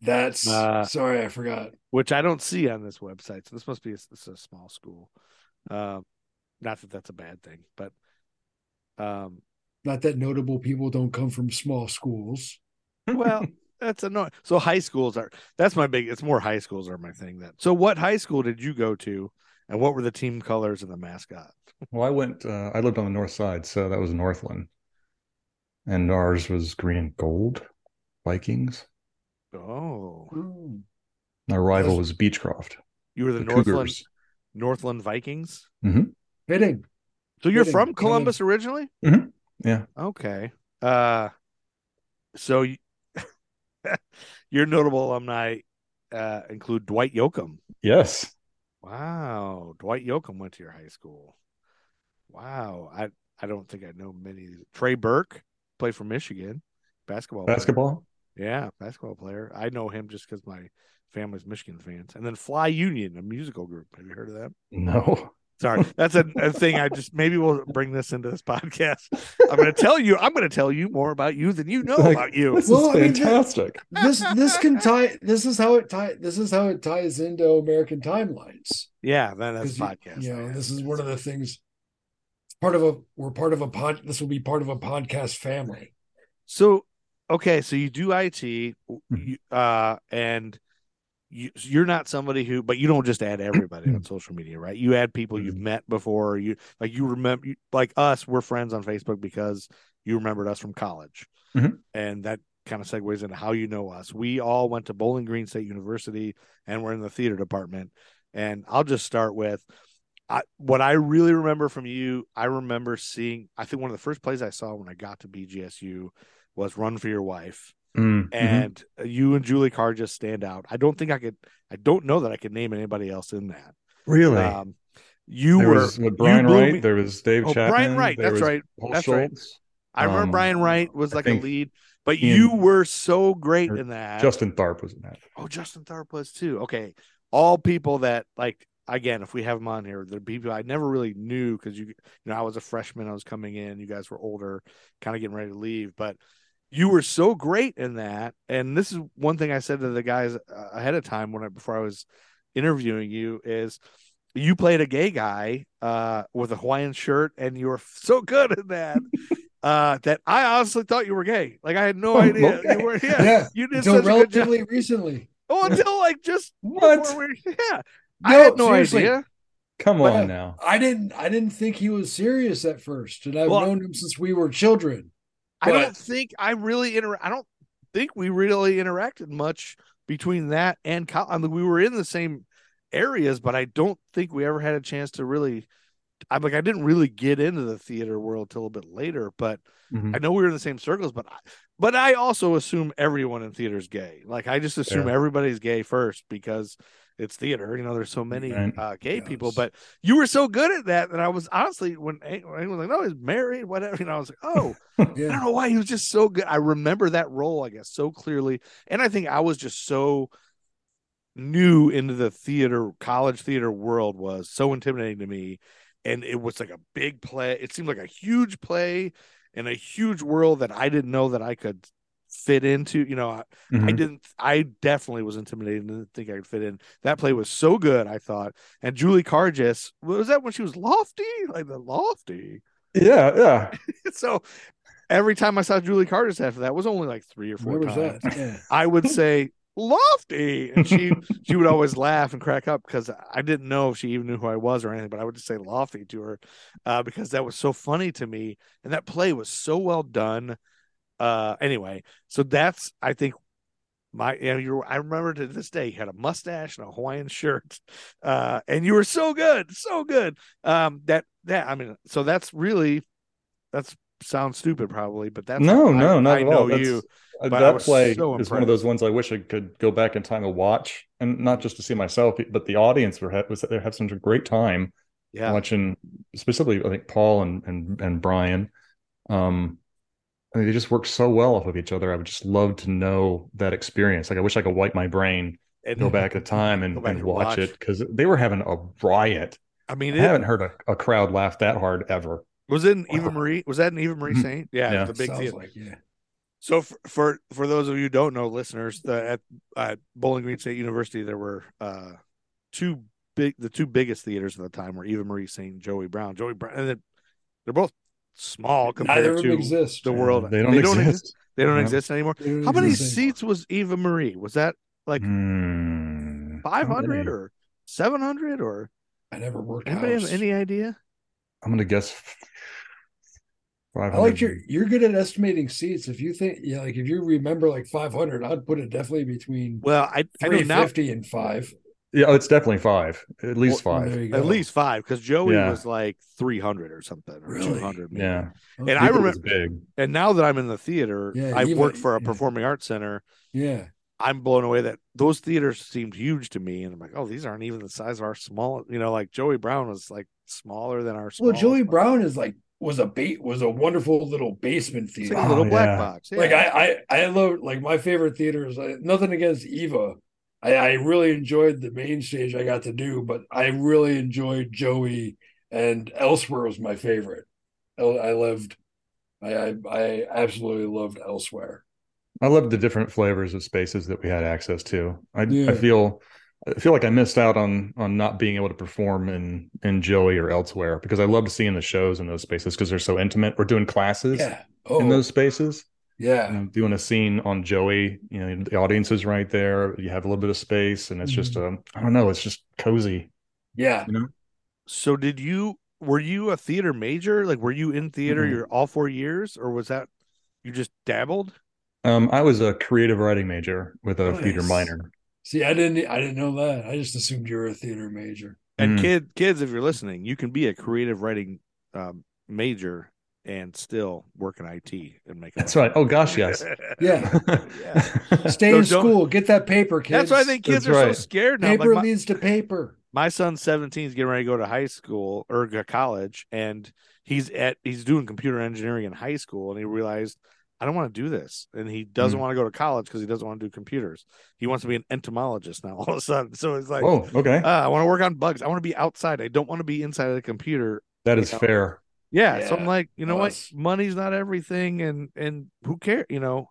Speaker 5: That's
Speaker 6: Uh,
Speaker 5: sorry, I forgot.
Speaker 6: which I don't see on this website. So this must be a, this is a small school. Um, not that that's a bad thing, but um,
Speaker 5: Not that notable people don't come from small schools.
Speaker 6: well, that's annoying. So high schools are that's my big. It's more high schools are my thing. That so what high school did you go to, and what were the team colors and the mascot?
Speaker 4: Well, I went. Uh, I lived on the north side, so that was Northland, and ours was green and gold, Vikings.
Speaker 6: Oh,
Speaker 4: Our rival
Speaker 5: Those-
Speaker 4: was Beechcroft,
Speaker 6: you were the,
Speaker 4: the
Speaker 6: Northland
Speaker 4: Cougars.
Speaker 6: Northland Vikings.
Speaker 5: Hitting.
Speaker 6: So you're
Speaker 5: Kidding,
Speaker 6: from
Speaker 5: kidding.
Speaker 6: Columbus originally?
Speaker 4: Mhm. Yeah.
Speaker 6: Okay. Uh, so y- your notable alumni uh, include Dwight Yoakam.
Speaker 4: Yes,
Speaker 6: Wow, Dwight Yoakam went to your high school. Wow, I I don't think I know many. Trey Burke played for Michigan, basketball. player.
Speaker 4: basketball.
Speaker 6: Yeah, basketball player. I know him just because my family's Michigan fans. And then Fly Union, a musical group. Have you heard of them?
Speaker 4: No,
Speaker 6: Sorry, that's a, a thing. I just maybe we'll bring this into this podcast. I'm going to tell you. I'm going to tell you more about you than you know
Speaker 4: Like-
Speaker 6: about you.
Speaker 4: this
Speaker 5: Well,
Speaker 4: is
Speaker 5: I mean, the-
Speaker 4: fantastic.
Speaker 5: This this can tie. This is how it tie. This is how it ties into American timelines.
Speaker 6: Yeah, then that's
Speaker 5: 'Cause you-
Speaker 6: podcast.
Speaker 5: You know, this is one of the things. Part of a we're part of a pod. This will be part of a podcast family.
Speaker 6: So, okay, so you do IT, you, uh, and you, you're not somebody who, but you don't just add everybody on social media, right? You add people you've met before. You like you remember, you, like us, we're friends on Facebook because you remembered us from college,
Speaker 4: Mhm.
Speaker 6: and that kind of segues into how you know us. We all went to Bowling Green State University, and we're in the theater department. And I'll just start with. I, what I really remember from you, I remember seeing. I think one of the first plays I saw when I got to BGSU was "Run for Your Wife,"
Speaker 4: Mm, mhm.
Speaker 6: Mm-hmm. and you and Julie Carr just stand out. I don't think I could. I don't know that I could name anybody else in that.
Speaker 4: really,
Speaker 6: Um, you
Speaker 4: there
Speaker 6: were
Speaker 4: was what, Brian
Speaker 6: you blew
Speaker 4: Wright.
Speaker 6: me-
Speaker 4: There was Dave
Speaker 6: oh,
Speaker 4: Chapman.
Speaker 6: Brian Wright.
Speaker 4: there
Speaker 6: That's
Speaker 4: was
Speaker 6: right.
Speaker 4: Paul
Speaker 6: That's right.
Speaker 4: Schultz.
Speaker 6: I remember
Speaker 4: um,
Speaker 6: Brian Wright was
Speaker 4: I
Speaker 6: like
Speaker 4: think
Speaker 6: a lead, but
Speaker 4: Ian-
Speaker 6: you were so great
Speaker 4: or
Speaker 6: in that.
Speaker 4: Justin Tharp was in that.
Speaker 6: Oh, Justin Tharp was too. Okay. All people that like again, if we have them on here, the people I never really knew because you you know, I was a freshman, I was coming in, you guys were older, kind of getting ready to leave, but you were so great in that. And this is one thing I said to the guys uh, ahead of time when I before I was interviewing you is you played a gay guy uh with a Hawaiian shirt and you were so good in that. Uh, that I honestly thought you were gay. Like I had no
Speaker 4: Oh,
Speaker 6: idea
Speaker 4: okay.
Speaker 6: you were. Yeah,
Speaker 5: Yeah,
Speaker 6: you did
Speaker 5: until
Speaker 6: such a good job.
Speaker 5: relatively recently.
Speaker 6: Oh, until like just
Speaker 4: What?
Speaker 6: before we- yeah, I had no
Speaker 5: seriously.
Speaker 6: idea.
Speaker 4: Come
Speaker 5: But-
Speaker 4: on now.
Speaker 5: I didn't. I didn't think he was serious at first, and I've
Speaker 6: Well-
Speaker 5: known him since we were children.
Speaker 6: I
Speaker 5: But-
Speaker 6: don't think I really inter. I don't think we really interacted much between that and college. I mean, we were in the same areas, but I don't think we ever had a chance to really. I'm like I didn't really get into the theater world till a bit later, but
Speaker 4: Mhm.
Speaker 6: I know we were in the same circles. But I, but I also assume everyone in theater is gay. Like I just assume
Speaker 4: Yeah.
Speaker 6: everybody's gay first because it's theater. You know, there's so many
Speaker 4: Right.
Speaker 6: uh, gay people,
Speaker 5: Yes.
Speaker 6: but you were so good at that that I was honestly when A- when he was like, no, he's married, whatever. You know, I was like, oh, I
Speaker 5: Yeah,
Speaker 6: don't know why he was just so good. I remember that role, I guess, so clearly, and I think I was just so new into the theater, college theater world was so intimidating to me, and it was like a big play. It seemed like a huge play and a huge world that I didn't know that I could fit into. You know, I, I
Speaker 4: Mhm.
Speaker 6: didn't. I definitely was intimidated and didn't think I could fit in. That play was so good, I thought. And Julie Cargis was that when she was lofty, like the lofty.
Speaker 4: Yeah, yeah.
Speaker 6: so every time I saw Julie Cargis after that it was only like three or four
Speaker 5: where was
Speaker 6: times.
Speaker 5: that? Yeah.
Speaker 6: I would say lofty, and she she would always laugh and crack up because I didn't know if she even knew who I was or anything. But I would just say lofty to her uh, because that was so funny to me, and that play was so well done. Uh, anyway, so that's I think my you know, you're, I remember to this day you had a mustache and a Hawaiian shirt, uh, and you were so good, so good. Um, that that I mean, so that's really that's sound stupid probably, but that's
Speaker 4: no,
Speaker 6: how I-
Speaker 4: no, not
Speaker 6: I
Speaker 4: at
Speaker 6: know
Speaker 4: all. That's-
Speaker 6: you.
Speaker 4: uh,
Speaker 6: but I
Speaker 4: that
Speaker 6: was
Speaker 4: play
Speaker 6: so
Speaker 4: is one of those ones I wish I could go back in time and watch, and not just to see myself, but the audience were ha- was there have such a great time
Speaker 6: Yeah,
Speaker 4: watching, specifically I think Paul and and and Brian. Um, I mean, they just work so well off of each other. I would just love to know that experience. Like I wish I could wipe my brain,
Speaker 6: and
Speaker 4: go back in time, and,
Speaker 6: Go back
Speaker 4: and
Speaker 6: and
Speaker 4: watch
Speaker 6: watch.
Speaker 4: it because they were having a riot.
Speaker 6: I mean,
Speaker 4: I
Speaker 6: it,
Speaker 4: haven't heard a, a crowd laugh that hard ever.
Speaker 6: was it an Eva Marie? Was that an Eva Marie
Speaker 4: Mhm.
Speaker 6: Saint? Yeah,
Speaker 4: Yeah.
Speaker 6: the big
Speaker 5: Sounds
Speaker 6: theater.
Speaker 5: like, yeah.
Speaker 6: So for, for for those of you who don't know, listeners, the, at at Bowling Green State University, there were uh, two big, the two biggest theaters at the time were Eva Marie Saint, and Joey Brown, Joey Brown, and they're, they're both small compared
Speaker 5: Neither of
Speaker 6: to
Speaker 5: them exist.
Speaker 6: the world.
Speaker 4: They don't exist.
Speaker 6: They don't
Speaker 4: Yeah.
Speaker 6: exist anymore.
Speaker 5: They don't
Speaker 6: How many
Speaker 5: exist.
Speaker 6: seats was Eva Marie? Was that like
Speaker 4: Hmm.
Speaker 6: five hundred
Speaker 4: Probably.
Speaker 6: or seven hundred or
Speaker 5: I never worked
Speaker 6: anybody
Speaker 5: house.
Speaker 6: have any idea?
Speaker 4: I'm gonna guess five
Speaker 5: I like your you're good at estimating seats. If you think yeah, like if you remember like 500, I'd put it definitely between
Speaker 6: Well, I I know now
Speaker 5: 350 and five.
Speaker 4: Yeah, oh, it's definitely five. At least
Speaker 5: Well,
Speaker 4: five.
Speaker 5: there you go.
Speaker 6: at least five because Joey
Speaker 4: Yeah.
Speaker 6: was like three hunded or something or
Speaker 5: Really?
Speaker 6: two hundred.
Speaker 4: Yeah.
Speaker 6: and
Speaker 5: Okay.
Speaker 6: I
Speaker 4: It
Speaker 6: remember-
Speaker 4: was big.
Speaker 6: And now that I'm in the theater,
Speaker 5: Yeah,
Speaker 6: I
Speaker 5: Eva-
Speaker 6: work for a
Speaker 5: yeah.
Speaker 6: performing arts center.
Speaker 5: yeah,
Speaker 6: I'm blown away that those theaters seemed huge to me, and I'm like, oh, these aren't even the size of our small. You know, like Joey Brown was like smaller than our.
Speaker 5: well,
Speaker 6: smallest
Speaker 5: Joey
Speaker 6: box.
Speaker 5: Brown is like was a bait was a wonderful little basement
Speaker 6: It's
Speaker 5: theater.
Speaker 6: like a little
Speaker 4: Oh,
Speaker 6: black
Speaker 4: yeah.
Speaker 6: box.
Speaker 5: Like
Speaker 6: yeah.
Speaker 5: I, I, I love like my favorite theaters. I, nothing against Eva, I, I really enjoyed the main stage I got to do, but I really enjoyed Joey and Elsewhere was my favorite. I, I loved, I, I, I absolutely loved Elsewhere.
Speaker 4: I love the different flavors of spaces that we had access to. I,
Speaker 5: Yeah.
Speaker 4: I feel I feel like I missed out on on not being able to perform in in Joey or elsewhere because I loved seeing the shows in those spaces because they're so intimate. We're doing classes
Speaker 5: Yeah. Oh,
Speaker 4: in those spaces.
Speaker 5: yeah.
Speaker 4: you know, doing a scene on Joey, you know, the audience is right there. You have a little bit of space, and it's just
Speaker 5: Mm-hmm.
Speaker 4: um, I don't know, it's just cozy.
Speaker 5: Yeah.
Speaker 6: So did you? Were you a theater major? Like, were you in theater
Speaker 4: Mhm.
Speaker 6: your all four years, or was that you just dabbled?
Speaker 4: Um, I was a creative writing major with
Speaker 6: Oh,
Speaker 4: a theater
Speaker 5: Nice.
Speaker 4: minor.
Speaker 5: See, I didn't, I didn't know that. I just assumed you were a theater major.
Speaker 6: And
Speaker 4: Mm.
Speaker 6: kid, kids, if you're listening, you can be a creative writing um, major and still work in IT and make. a
Speaker 4: That's
Speaker 6: living.
Speaker 4: right. Oh gosh, yes.
Speaker 5: Yeah. Stay
Speaker 6: So
Speaker 5: in
Speaker 6: don't-
Speaker 5: school, get that paper, kids.
Speaker 6: That's why I think kids
Speaker 4: That's
Speaker 6: are so
Speaker 4: right.
Speaker 6: scared now.
Speaker 5: paper
Speaker 6: Like my,
Speaker 5: leads to paper.
Speaker 6: my son's 17 is getting ready to go to high school or go- college, and he's at he's doing computer engineering in high school, and he realized I don't want to do this, and he
Speaker 4: Hmm.
Speaker 6: doesn't want to go to college because he doesn't want to do computers. He wants to be an entomologist now. All of a sudden, so it's like,
Speaker 4: oh, okay.
Speaker 6: "Ah, I want to work on bugs. I want to be outside. I don't want to be inside of the computer
Speaker 4: that is
Speaker 6: you know,
Speaker 4: fair.
Speaker 6: yeah, so
Speaker 5: Yeah.
Speaker 6: I'm like, you know
Speaker 5: Well,
Speaker 6: what?
Speaker 5: that's-
Speaker 6: Money's not everything, and and who cares, you know?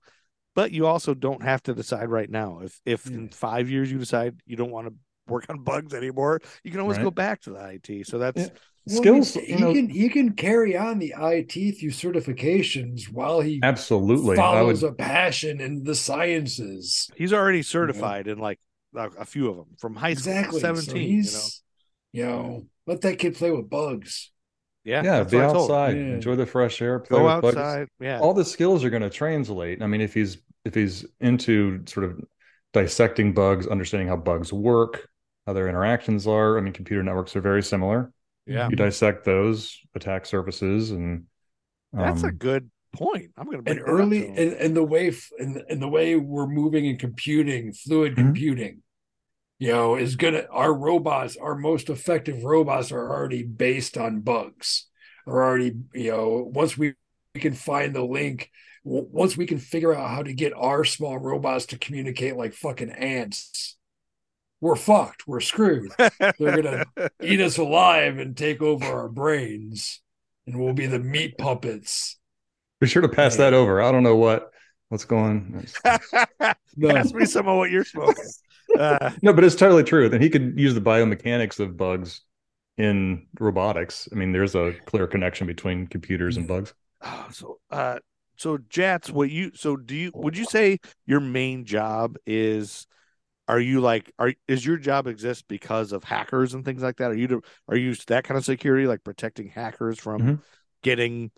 Speaker 6: But you also don't have to decide right now. If if in
Speaker 5: Yeah.
Speaker 6: five years you decide you don't want to work on bugs anymore, you can always
Speaker 4: Right.
Speaker 6: go back to the IT. So that's
Speaker 5: Well,
Speaker 4: Skills,
Speaker 5: He,
Speaker 4: you
Speaker 5: he
Speaker 4: know,
Speaker 5: can he can carry on the IT through certifications while he
Speaker 4: absolutely. I would.
Speaker 5: follows a passion in the sciences.
Speaker 6: he's already certified in like a, a few of them from high school,
Speaker 5: Exactly. So
Speaker 6: seventeen. you know,
Speaker 5: he's, you know, let that kid play with bugs.
Speaker 6: yeah,
Speaker 4: yeah,
Speaker 6: that's
Speaker 4: be
Speaker 6: what I told him.
Speaker 4: outside,
Speaker 5: Yeah.
Speaker 4: enjoy the fresh air, play
Speaker 6: Go
Speaker 4: with bugs.
Speaker 6: outside. Yeah,
Speaker 4: All the skills are going to translate. I mean, if he's if he's into sort of dissecting bugs, understanding how bugs work, how their interactions are. I mean, computer networks are very similar.
Speaker 6: yeah.
Speaker 4: You dissect those attack surfaces, and
Speaker 6: That's a
Speaker 4: um,
Speaker 6: good point. I'm gonna bring
Speaker 5: And
Speaker 6: that up to
Speaker 5: early
Speaker 6: him.
Speaker 5: and, and the way f- and, and the way we're moving and computing, fluid
Speaker 4: Mhm.
Speaker 5: computing, you know, is gonna our robots, our most effective robots are already based on bugs. Are already, you know, once we, we can find the link, w- once we can figure out how to get our small robots to communicate like fucking ants, we're fucked. We're screwed. They're gonna eat us alive and take over our brains, and we'll be the meat puppets.
Speaker 4: be sure to pass
Speaker 5: Yeah.
Speaker 4: that over. I don't know what what's going.
Speaker 5: No,
Speaker 6: Ask me some of what you're smoking. Uh,
Speaker 4: No, but it's totally true. Then he could use the biomechanics of bugs in robotics. I mean, there's a clear connection between computers and bugs.
Speaker 6: Oh, so uh so Jats, what you so do you would you say your main job is are you like are is your job exist because of hackers and things like that? Are you to, are you that kind of security like protecting hackers from
Speaker 4: Mhm.
Speaker 6: getting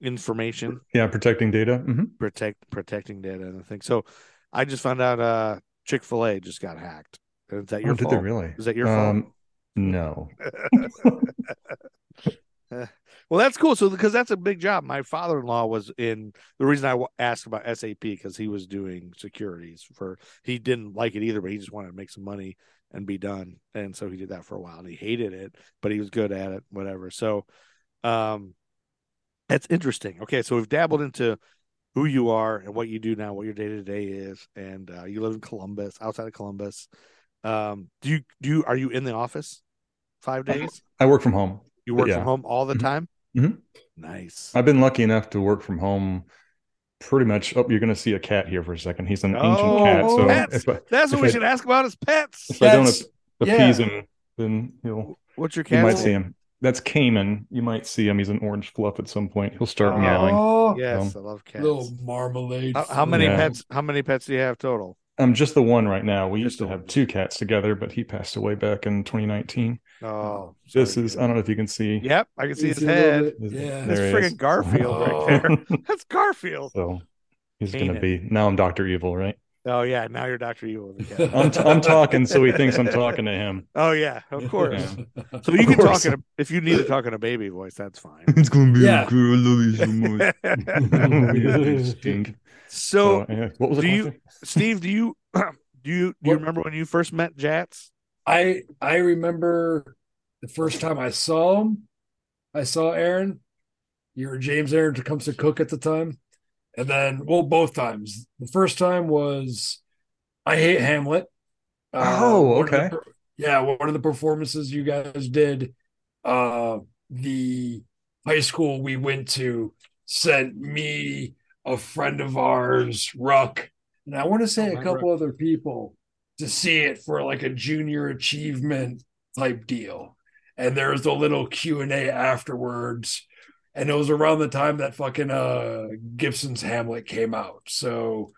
Speaker 6: information,
Speaker 4: Yeah, protecting data. Mhm.
Speaker 6: protect protecting data and things. So I just found out uh Chick-fil-A just got hacked. Is that your
Speaker 4: Oh, did Um,
Speaker 6: fault?
Speaker 4: they really?
Speaker 6: Is that your
Speaker 4: No.
Speaker 6: fault? Well, that's cool. So because that's a big job. My father-in-law was in the reason I wa- asked about SAP because he was doing securities for he didn't like it either, but he just wanted to make some money and be done. And so he did that for a while and he hated it, but he was good at it, whatever. So um that's interesting. Okay, so we've dabbled into who you are and what you do now, what your day to day is, and uh, you live in Columbus, outside of Columbus. Um, do you do you, are you in the office five
Speaker 4: I-
Speaker 6: days?
Speaker 4: I work from home.
Speaker 6: You work
Speaker 4: yeah.
Speaker 6: from home all the
Speaker 4: Mhm.
Speaker 6: time.
Speaker 4: Mhm.
Speaker 6: Nice.
Speaker 4: I've been lucky enough to work from home pretty much. Oh, you're going to see a cat here for a second. He's an ancient
Speaker 6: Oh,
Speaker 4: cat. So
Speaker 6: pets.
Speaker 4: if I,
Speaker 6: That's what
Speaker 4: if
Speaker 6: we
Speaker 4: I-
Speaker 6: should ask about is pets.
Speaker 4: if I don't
Speaker 5: That's-
Speaker 4: appease him, then he'll,
Speaker 6: What's your
Speaker 4: you
Speaker 6: cat's
Speaker 4: might see
Speaker 6: name?
Speaker 4: him. That's Cayman. You might see him. He's an orange fluff at some point. He'll start meowing. Um,
Speaker 5: Oh,
Speaker 6: Yes, I love cats.
Speaker 5: little marmalade.
Speaker 6: How, how many
Speaker 4: Yeah.
Speaker 6: pets? How many pets do you have total?
Speaker 4: I'm just the one right now. We
Speaker 6: Just
Speaker 4: used to
Speaker 6: the
Speaker 4: have
Speaker 6: one.
Speaker 4: two cats together, but he passed away back in 2020.
Speaker 6: Oh,
Speaker 4: This
Speaker 6: sorry,
Speaker 4: is,
Speaker 6: dude.
Speaker 4: I don't know if you can see.
Speaker 6: Yep, I can see
Speaker 5: You
Speaker 6: his
Speaker 5: a little
Speaker 6: head.
Speaker 5: bit-
Speaker 4: His-
Speaker 5: Yeah.
Speaker 6: That's
Speaker 4: There he is.
Speaker 6: friggin' Garfield
Speaker 5: Oh.
Speaker 6: right there. That's Garfield.
Speaker 4: so he's going to
Speaker 6: Cayman.
Speaker 4: be, now I'm Dr. Evil, right?
Speaker 6: Oh yeah, now you're Doctor Evil. with a cat.
Speaker 4: I'm, t- I'm talking, so he thinks I'm talking to him.
Speaker 6: Oh yeah, of course. So
Speaker 4: Of
Speaker 6: you can
Speaker 4: course.
Speaker 6: talk in a, if you need to talk in a baby voice, that's fine.
Speaker 4: It's going to
Speaker 5: be Yeah.
Speaker 4: girl. I love you so
Speaker 6: so,
Speaker 4: what was
Speaker 6: do
Speaker 4: it?
Speaker 6: you- Steve, do you do you do you
Speaker 5: What-
Speaker 6: remember when you first met Jats?
Speaker 5: I I remember the first time I saw him. I saw Aaron. You were James Aaron to comes to cook at the time, and then well, both times. The first time was I hate Hamlet. Uh,
Speaker 4: Oh,
Speaker 5: one of the
Speaker 4: okay.
Speaker 5: per- yeah, one of the performances you guys did. Uh, the high school we went to sent me a friend of ours, Ruck, and I want to
Speaker 4: Oh,
Speaker 5: say a couple other people to see it for like a junior achievement type deal. And there was a little Q and A afterwards, and it was around the time that fucking uh Gibson's Hamlet came out. So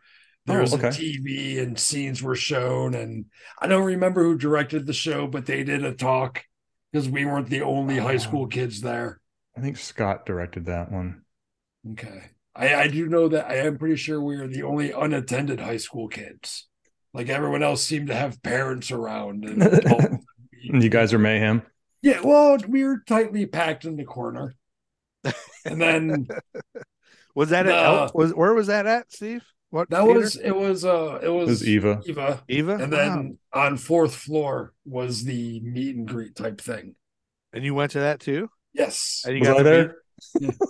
Speaker 5: there
Speaker 4: Oh,
Speaker 5: was
Speaker 4: okay.
Speaker 5: a TV and scenes were shown, and I don't remember who directed the show, but they did a talk because we weren't the only
Speaker 4: Ah.
Speaker 5: high school kids there.
Speaker 4: I think Scott directed that one.
Speaker 5: Okay. I, I do know that I am pretty sure we are the only unattended high school kids. Like everyone else seemed to have parents around. And adults.
Speaker 4: You guys are mayhem.
Speaker 5: yeah, well, we were tightly packed in the corner. And then
Speaker 6: Was that at El-
Speaker 5: Nah.
Speaker 6: was where was that at, Steve? What
Speaker 5: that
Speaker 6: theater?
Speaker 5: was it was uh it
Speaker 4: It
Speaker 5: was,
Speaker 4: was Eva. Uh-huh.
Speaker 5: Eva.
Speaker 6: Eva?
Speaker 5: And
Speaker 6: Wow.
Speaker 5: then on fourth floor was the meet and greet type thing.
Speaker 6: and you went to that too?
Speaker 5: Yes.
Speaker 6: And you
Speaker 4: Was
Speaker 6: got
Speaker 4: I
Speaker 6: to meet-
Speaker 4: there?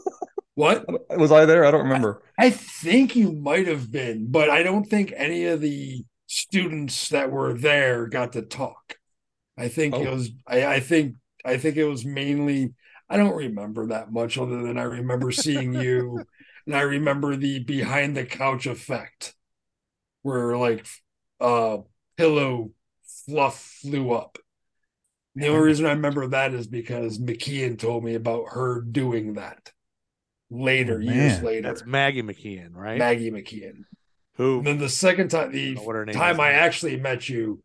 Speaker 5: What?
Speaker 4: Was I there? I don't remember.
Speaker 5: I think you might have been, but I don't think any of the students that were there got to talk. I think it
Speaker 4: Oh.
Speaker 5: was I, I think I think it was mainly I don't remember that much other than I remember seeing you and I remember the behind the couch effect where like uh pillow fluff flew up. The only reason I remember that is because McKeon told me about her doing that later,
Speaker 4: Oh,
Speaker 5: years
Speaker 4: man.
Speaker 5: later.
Speaker 6: That's Maggie McKeon, right?
Speaker 5: Maggie McKeon.
Speaker 6: Who
Speaker 5: And then the second time,
Speaker 6: I
Speaker 5: the
Speaker 6: don't know what her name
Speaker 5: time
Speaker 6: is.
Speaker 5: I actually met you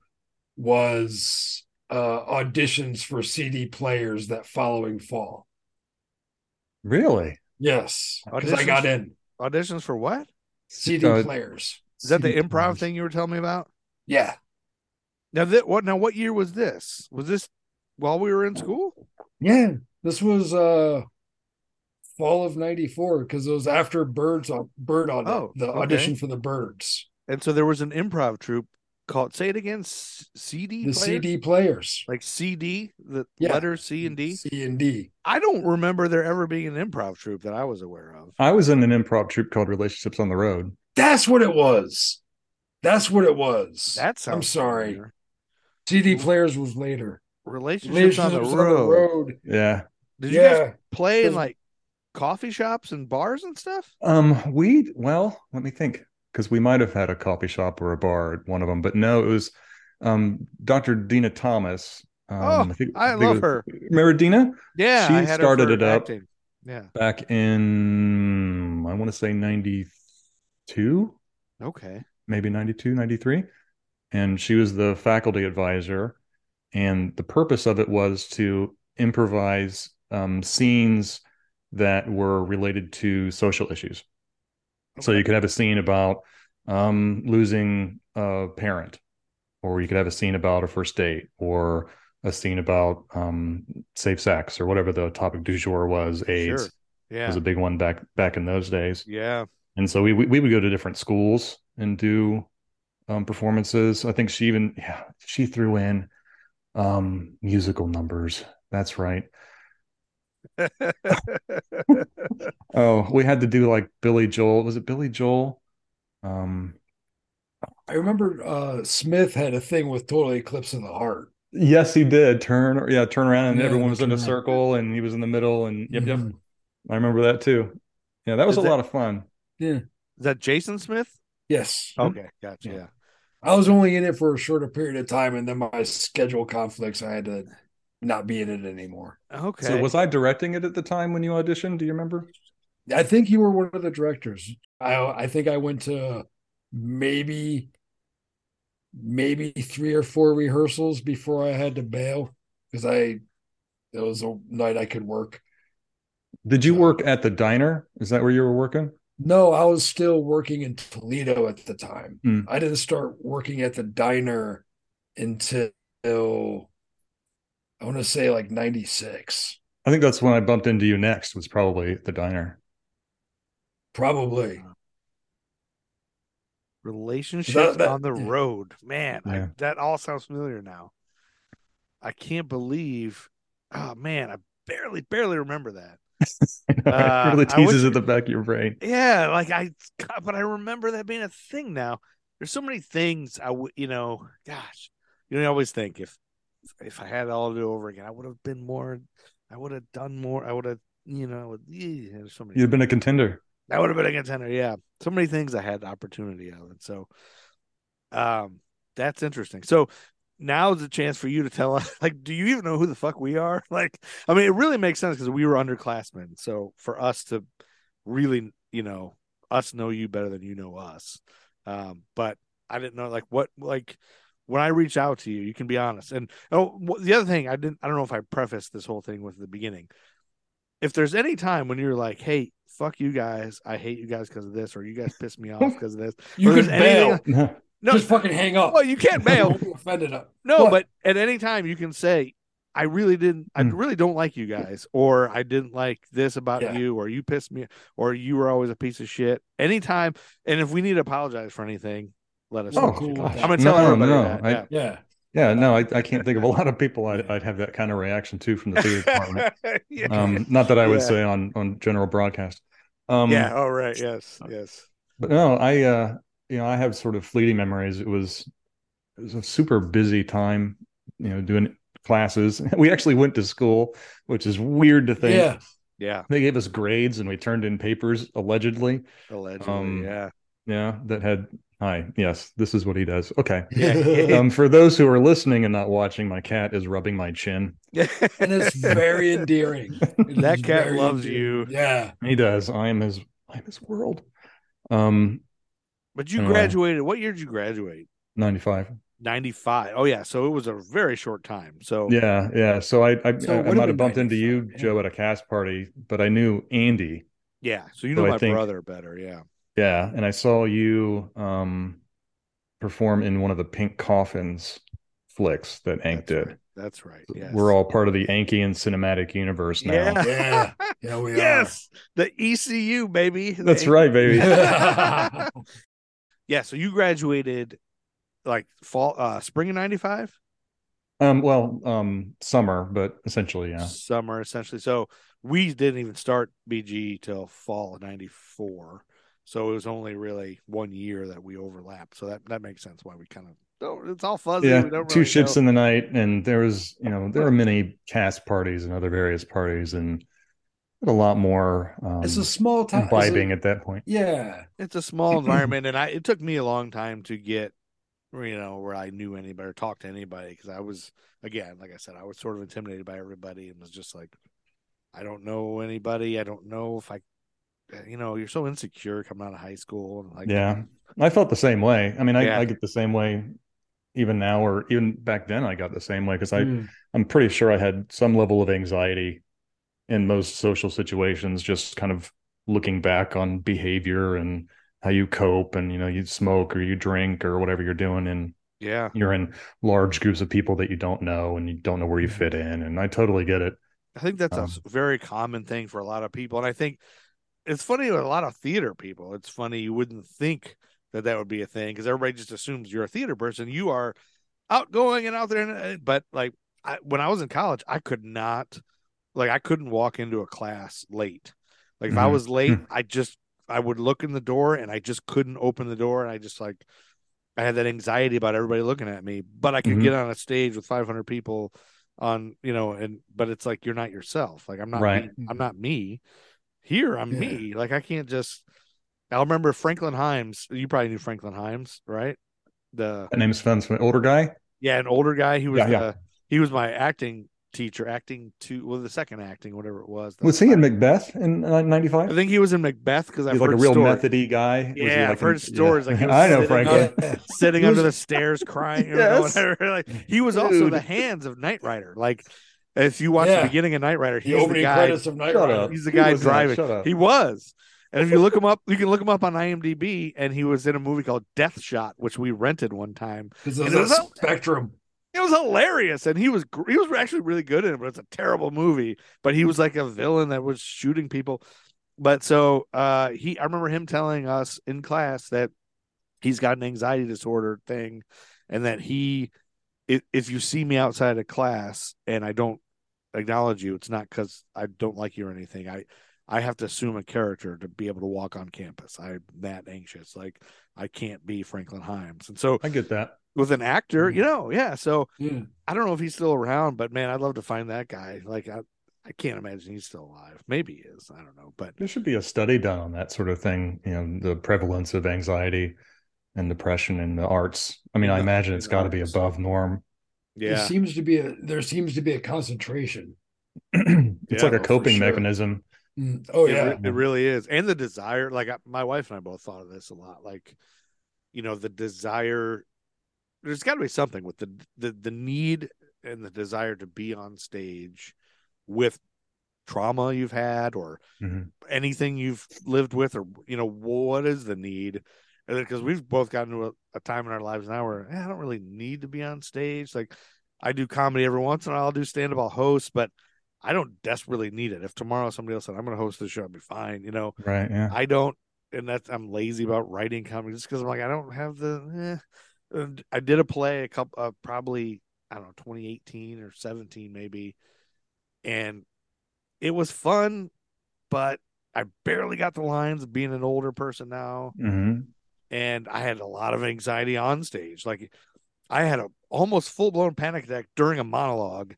Speaker 5: was uh, auditions for CD players that following fall.
Speaker 4: Really?
Speaker 5: Yes, because I
Speaker 6: Auditions? Oh.
Speaker 5: got in
Speaker 6: auditions for what?
Speaker 5: CD
Speaker 4: Uh,
Speaker 5: players.
Speaker 6: Is that the
Speaker 4: CD
Speaker 6: improv
Speaker 4: players.
Speaker 6: thing you were telling me about?
Speaker 5: Yeah,
Speaker 6: Now that what now what year was this? Was this while we were in school?
Speaker 5: yeah. This was uh, fall of '94 because it was after Birds on Bird on
Speaker 6: Oh,
Speaker 5: the
Speaker 6: okay.
Speaker 5: audition for the Birds,
Speaker 6: And so there was an improv troupe called say it again C- CD
Speaker 5: the
Speaker 6: player?
Speaker 5: CD players,
Speaker 6: like CD the
Speaker 5: Yeah.
Speaker 6: letter C and D.
Speaker 5: C and D.
Speaker 6: I don't remember there ever being an improv troupe that I was aware of.
Speaker 4: I was in an improv troupe called Relationships on the Road.
Speaker 5: That's what it was. That's what it was.
Speaker 6: That sounds
Speaker 5: I'm sorry.
Speaker 6: familiar.
Speaker 5: CD players was later.
Speaker 6: Relationships, on, the road.
Speaker 5: road.
Speaker 4: Yeah.
Speaker 6: Did you guys
Speaker 5: yeah,
Speaker 6: play in
Speaker 5: Does-
Speaker 6: like coffee shops and bars and stuff?
Speaker 4: Um, we well, let me think, because we might have had a coffee shop or a bar at one of them, but no, it was um Dr. Dina Thomas. Um,
Speaker 6: Oh,
Speaker 4: think,
Speaker 6: I
Speaker 4: think it
Speaker 6: love
Speaker 4: was-
Speaker 6: her.
Speaker 4: Remember Dina?
Speaker 6: Yeah,
Speaker 4: She
Speaker 6: I had her
Speaker 4: started
Speaker 6: for
Speaker 4: it up.
Speaker 6: acting. Yeah.
Speaker 4: Back in I want to say 92,
Speaker 6: Okay.
Speaker 4: maybe 92, 93. And she was the faculty advisor. And the purpose of it was to improvise um, scenes that were related to social issues. So you could have a scene about um, losing a parent, or you could have a scene about a first date, or a scene about um, safe sex or whatever the topic du jour was. AIDS
Speaker 6: Sure. Yeah.
Speaker 4: was a big one back back in those days.
Speaker 6: yeah.
Speaker 4: and so we we we would go to different schools and do um performances i think she even yeah she threw in um musical numbers that's right oh we had to do like billy joel was it billy joel um
Speaker 5: I remember uh, Smith had a thing with Total Eclipse of the Heart.
Speaker 4: yes he did turn yeah turn around Mm-hmm. and
Speaker 5: Yeah,
Speaker 4: everyone was in a
Speaker 5: turn around.
Speaker 4: circle and he was in the middle and yep yep i remember that too yeah that was
Speaker 6: Is
Speaker 4: a
Speaker 6: it-
Speaker 4: lot of fun
Speaker 6: Is that Jason Smith?
Speaker 5: Yes.
Speaker 6: Okay, gotcha.
Speaker 4: Yeah.
Speaker 6: Yeah.
Speaker 5: I was only in it for a shorter period of time, and then my schedule conflicts. I had to not be in it anymore.
Speaker 6: Okay.
Speaker 4: so was i directing it at the time when you auditioned do you remember
Speaker 5: I think you were one of the directors. I I think I went to maybe maybe three or four rehearsals before I had to bail because I it was a night I could work.
Speaker 4: Did you
Speaker 5: So-
Speaker 4: work at the diner? Is that where you were working?
Speaker 5: No, I was still working in Toledo at the time.
Speaker 4: Hmm.
Speaker 5: I didn't start working at the diner until I want to say like 96,
Speaker 4: I think that's when I bumped into you next was probably at the diner.
Speaker 5: probably.
Speaker 6: relationships
Speaker 5: that-
Speaker 6: on the road? Man, I,
Speaker 4: Yeah.
Speaker 6: that all sounds familiar now. I can't believe. Oh man, I barely barely remember that.
Speaker 4: it really
Speaker 6: I wish-
Speaker 4: teases at the back of your brain.
Speaker 6: Yeah, like I, God, but I remember that being a thing. Now there's so many things I would, you know, gosh, you know, I always think if if I had it all to do over again, I would have been more, I would have done more, I would have, you know, yeah, there's so many.
Speaker 4: You'd been a contender.
Speaker 6: That would have been a contender. Yeah. So many things I had the opportunity of. And so um that's interesting. So now is a chance for you to tell us like, do you even know who the fuck we are? Like, I mean, it really makes sense because we were underclassmen. So for us to really, you know, us know you better than you know us. Um, but I didn't know like what like when I reach out to you, you can be honest. And oh, wh- the other thing I didn't I don't know if I prefaced this whole thing with the beginning if there's any time when you're like, hey, fuck you guys, I hate you guys because of this, or you guys piss me off because of this.
Speaker 5: You
Speaker 6: or
Speaker 5: could
Speaker 6: there's anything
Speaker 5: bail.
Speaker 6: like-
Speaker 4: No.
Speaker 6: no,
Speaker 5: Just fucking hang up.
Speaker 6: well, you can't bail.
Speaker 5: Don't be offended up.
Speaker 6: No,
Speaker 5: What?
Speaker 6: but at any time you can say, I really didn't, I
Speaker 4: Mm.
Speaker 6: really don't like you guys, or I didn't like this about
Speaker 5: Yeah.
Speaker 6: you, or you pissed me, or you were always a piece of shit. Anytime, and if we need to apologize for anything, let us.
Speaker 5: Oh,
Speaker 6: know.
Speaker 5: cool.
Speaker 6: I'm gonna tell
Speaker 4: No,
Speaker 6: everybody
Speaker 4: no,
Speaker 6: that.
Speaker 4: I-
Speaker 6: yeah.
Speaker 5: Yeah.
Speaker 4: Yeah, no, I, I can't think of a lot of people I'd, I'd have that kind of reaction to from the theater department.
Speaker 6: yeah.
Speaker 4: Um, not that I would
Speaker 6: Yeah.
Speaker 4: say on on general broadcast. Um,
Speaker 6: yeah. All right. Yes. Yes.
Speaker 4: But no, I uh you know, I have sort of fleeting memories. It was it was a super busy time, you know, doing classes. We actually went to school, which is weird to think.
Speaker 5: Yeah.
Speaker 6: Yeah.
Speaker 4: They gave us grades and we turned in papers allegedly.
Speaker 6: Allegedly.
Speaker 4: Um,
Speaker 6: yeah.
Speaker 4: Yeah, that had hi. Yes, this is what he does. Okay.
Speaker 6: Yeah.
Speaker 4: Um, for those who are listening and not watching, my cat is rubbing my chin.
Speaker 5: and it's very endearing. It
Speaker 6: That
Speaker 5: is
Speaker 6: cat
Speaker 5: very
Speaker 6: loves
Speaker 5: endearing.
Speaker 6: you.
Speaker 5: Yeah.
Speaker 4: He does. I am his. I am his world. Um,
Speaker 6: But you
Speaker 4: Anyway.
Speaker 6: graduated. What year did you graduate?
Speaker 4: ninety-five.
Speaker 6: 95. Oh, yeah. So it was a very short time. So,
Speaker 4: Yeah, yeah. So I, I,
Speaker 5: So
Speaker 4: I
Speaker 5: it would've
Speaker 4: might
Speaker 5: been
Speaker 4: have bumped into you,
Speaker 5: 95, yeah.
Speaker 4: Joe, at a cast party, but I knew Andy.
Speaker 6: yeah. So you
Speaker 4: So
Speaker 6: know
Speaker 4: I
Speaker 6: my
Speaker 4: think-
Speaker 6: brother better. Yeah.
Speaker 4: Yeah, and I saw you um perform in one of the Pink Coffins flicks that Ank
Speaker 6: That's
Speaker 4: did.
Speaker 6: right. That's right. Yes.
Speaker 4: We're all part of the Ankian cinematic universe now.
Speaker 6: Yeah.
Speaker 5: Yeah. Yeah, we
Speaker 6: yes. The ECU, baby. The
Speaker 4: That's
Speaker 6: A-
Speaker 4: right, baby.
Speaker 5: are.
Speaker 6: Yeah. So you graduated like fall, uh, spring of 95,
Speaker 4: Um, well, um, summer, but essentially, yeah.
Speaker 6: summer essentially. So we didn't even start BG till fall of 94. So it was only really one year that we overlapped. So that, that makes sense why we kind of don't, it's all fuzzy.
Speaker 4: Yeah,
Speaker 6: We don't
Speaker 4: two
Speaker 6: really
Speaker 4: ships
Speaker 6: know.
Speaker 4: in the night, and there was, you know, there were many cast parties and other various parties, and a lot more um,
Speaker 5: It's a small town. it's a-
Speaker 4: imbibing at that point.
Speaker 5: Yeah.
Speaker 6: it's a small environment and i it took me a long time to get you know where i knew anybody or talked to anybody because i was again like i said i was sort of intimidated by everybody and was just like i don't know anybody i don't know if i you know you're so insecure coming out of high school and like
Speaker 4: Yeah, I felt the same way. I mean, I,
Speaker 6: Yeah.
Speaker 4: I get the same way even now, or even back then, I got the same way because I,
Speaker 5: Mm.
Speaker 4: I'm pretty sure I had some level of anxiety in most social situations, just kind of looking back on behavior and how you cope and you know you smoke or you drink or whatever you're doing and
Speaker 6: Yeah.
Speaker 4: you're in large groups of people that you don't know and you don't know where you fit in and i totally get it
Speaker 6: I think that's a
Speaker 4: Um,
Speaker 6: s- very common thing for a lot of people. And I think it's funny with a lot of theater people. It's funny you wouldn't think that that would be a thing because everybody just assumes you're a theater person. You are outgoing and out there. And, uh, but like I, when I was in college, I could not, like, I couldn't walk into a class late. Like, if I
Speaker 4: Mhm.
Speaker 6: was late,
Speaker 4: Hmm.
Speaker 6: I just, I would look in the door and I just couldn't open the door. And I just like, I had that anxiety about everybody looking at me, but I could
Speaker 4: Mhm.
Speaker 6: get on a stage with 500 people on, you know, and but it's like you're not yourself. Like I'm not,
Speaker 4: Right.
Speaker 6: me- I'm not me. Here I'm
Speaker 5: Yeah.
Speaker 6: me. Like I can't just. I remember Franklin Himes. You probably knew Franklin Himes, right? The
Speaker 4: that name's Spence, an older guy
Speaker 6: yeah, an older guy. He was
Speaker 4: Yeah, yeah.
Speaker 6: the- he was my acting teacher, acting two, well, the second acting, whatever it was.
Speaker 4: was he in
Speaker 6: I
Speaker 4: macbeth in uh,
Speaker 6: I
Speaker 4: 95
Speaker 6: think he was in Macbeth because I've
Speaker 4: he's like
Speaker 6: heard
Speaker 4: a real
Speaker 6: stories.
Speaker 4: methody guy Was he
Speaker 6: Yeah,
Speaker 4: like
Speaker 6: I've heard
Speaker 4: an-
Speaker 6: stories like he was
Speaker 4: i know
Speaker 6: sitting
Speaker 4: franklin
Speaker 6: on sitting
Speaker 4: He
Speaker 6: under the
Speaker 4: was-
Speaker 6: stairs crying. You
Speaker 4: Yes.
Speaker 6: know, and I realized- he was also the
Speaker 4: Dude.
Speaker 6: hands of Knight Rider. Like if you watch
Speaker 5: Yeah.
Speaker 6: the beginning of Knight Rider,
Speaker 5: The
Speaker 6: he's the
Speaker 5: opening
Speaker 6: guy.
Speaker 5: credits of Night
Speaker 4: Shut
Speaker 5: Rider.
Speaker 4: up.
Speaker 6: He's the
Speaker 4: He
Speaker 6: guy
Speaker 4: was in it.
Speaker 6: driving.
Speaker 4: Shut up.
Speaker 6: He was. And if you look him up, you can look him up on IMDb, and he was in a movie called Death Shot, which we rented one time.
Speaker 5: Because
Speaker 6: And
Speaker 5: it's
Speaker 6: it
Speaker 5: a
Speaker 6: was out-
Speaker 5: spectrum.
Speaker 6: It was hilarious, and he was gr- he was actually really good in it, but it's a terrible movie. But he was like a villain that was shooting people. But so uh, he, I remember him telling us in class that he's got an anxiety disorder thing, and that he, if, if you see me outside of class and I don't acknowledge you, it's not because I don't like you or anything. I I have to assume a character to be able to walk on campus. I'm that anxious. Like I can't be Franklin Himes. And so
Speaker 4: i get that
Speaker 6: with an actor, you know, yeah. So
Speaker 5: Yeah.
Speaker 6: I don't know if he's still around, but man, I'd love to find that guy. Like I, I can't imagine he's still alive. Maybe he is. I don't know. But
Speaker 4: There should be a study done on that sort of thing, you know, the prevalence of anxiety and depression in the arts. I mean, I
Speaker 6: Yeah,
Speaker 4: imagine
Speaker 6: in
Speaker 4: it's
Speaker 6: the
Speaker 4: got to be
Speaker 6: arts.
Speaker 4: above norm.
Speaker 5: There seems to be a there seems to be a concentration.
Speaker 4: It's like
Speaker 6: Yeah,
Speaker 4: a
Speaker 6: for
Speaker 4: coping
Speaker 6: sure.
Speaker 4: mechanism.
Speaker 5: Mm. Oh
Speaker 6: it,
Speaker 5: yeah.
Speaker 6: re- it really is. And the desire, like I, my wife and I both thought of this a lot. Like, you know, the desire. There's got to be something with the the the need and the desire to be on stage with trauma you've had or
Speaker 5: Mm-hmm.
Speaker 4: Mhm.
Speaker 6: anything you've lived with or you know what is the need and because we've both gotten to a, a time in our lives now where "Eh, i don't really need to be on stage like i do comedy every once in a while i'll do stand-up i'll host but i don't desperately need it if tomorrow somebody else said i'm going to host this show i'll be fine you know
Speaker 4: Right. Yeah.
Speaker 6: i don't and that's i'm lazy about writing comedy just because i'm like i don't have the eh. And i did a play a couple uh, probably i don't know 2018 or 17 maybe and it was fun but i barely got the lines being an older person now
Speaker 4: hmm
Speaker 6: and i had a lot of anxiety on stage like i had a almost full-blown panic attack during a monologue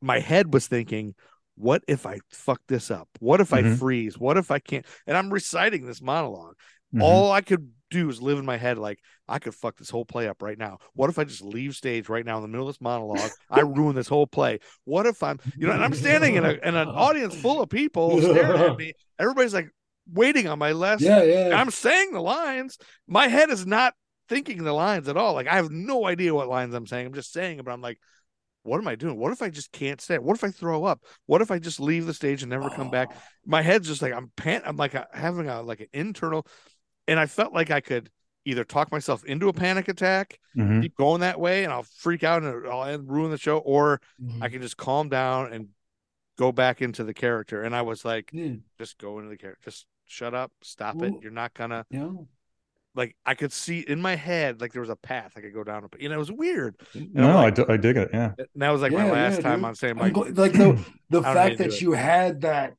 Speaker 6: my head was thinking what if i fuck this up what if i
Speaker 4: Mhm.
Speaker 6: freeze what if i can't and i'm reciting this monologue
Speaker 4: Mm-hmm.
Speaker 6: all I could do is live in my head like I could fuck this whole play up right now. What if I just leave stage right now in the middle of this monologue? I ruin this whole play. What if I'm you know and I'm standing in a in an audience full of people staring at me. Everybody's like waiting on my last
Speaker 5: Yeah, yeah.
Speaker 6: I'm saying the lines. My head is not thinking the lines at all. Like I have no idea what lines I'm saying. I'm just saying it, but I'm like, what am I doing? What if I just can't say it? What if I throw up? What if I just leave the stage and never come back? My head's just like I'm pant. I'm like uh, having a like an internal, and I felt like I could either talk myself into a panic attack,
Speaker 4: Mhm.
Speaker 6: keep going that way, and I'll freak out and I'll end, ruin the show, or
Speaker 5: Mhm.
Speaker 6: I can just calm down and go back into the character. And I was like,
Speaker 5: yeah.
Speaker 6: just go into the character. Just shut up. Stop it.
Speaker 5: Well-
Speaker 6: You're not gonna
Speaker 5: Yeah.
Speaker 6: like I could see in my head like there was a path I could go down, and it was weird.
Speaker 4: No,
Speaker 6: like-
Speaker 4: I, d- I dig it. Yeah.
Speaker 6: And that was like my
Speaker 5: Yeah,
Speaker 6: last
Speaker 5: yeah,
Speaker 6: time
Speaker 5: dude.
Speaker 6: on saying like,
Speaker 5: I'm gl- like the the
Speaker 6: I don't need to
Speaker 5: fact
Speaker 6: do
Speaker 5: that
Speaker 6: it.
Speaker 5: you had that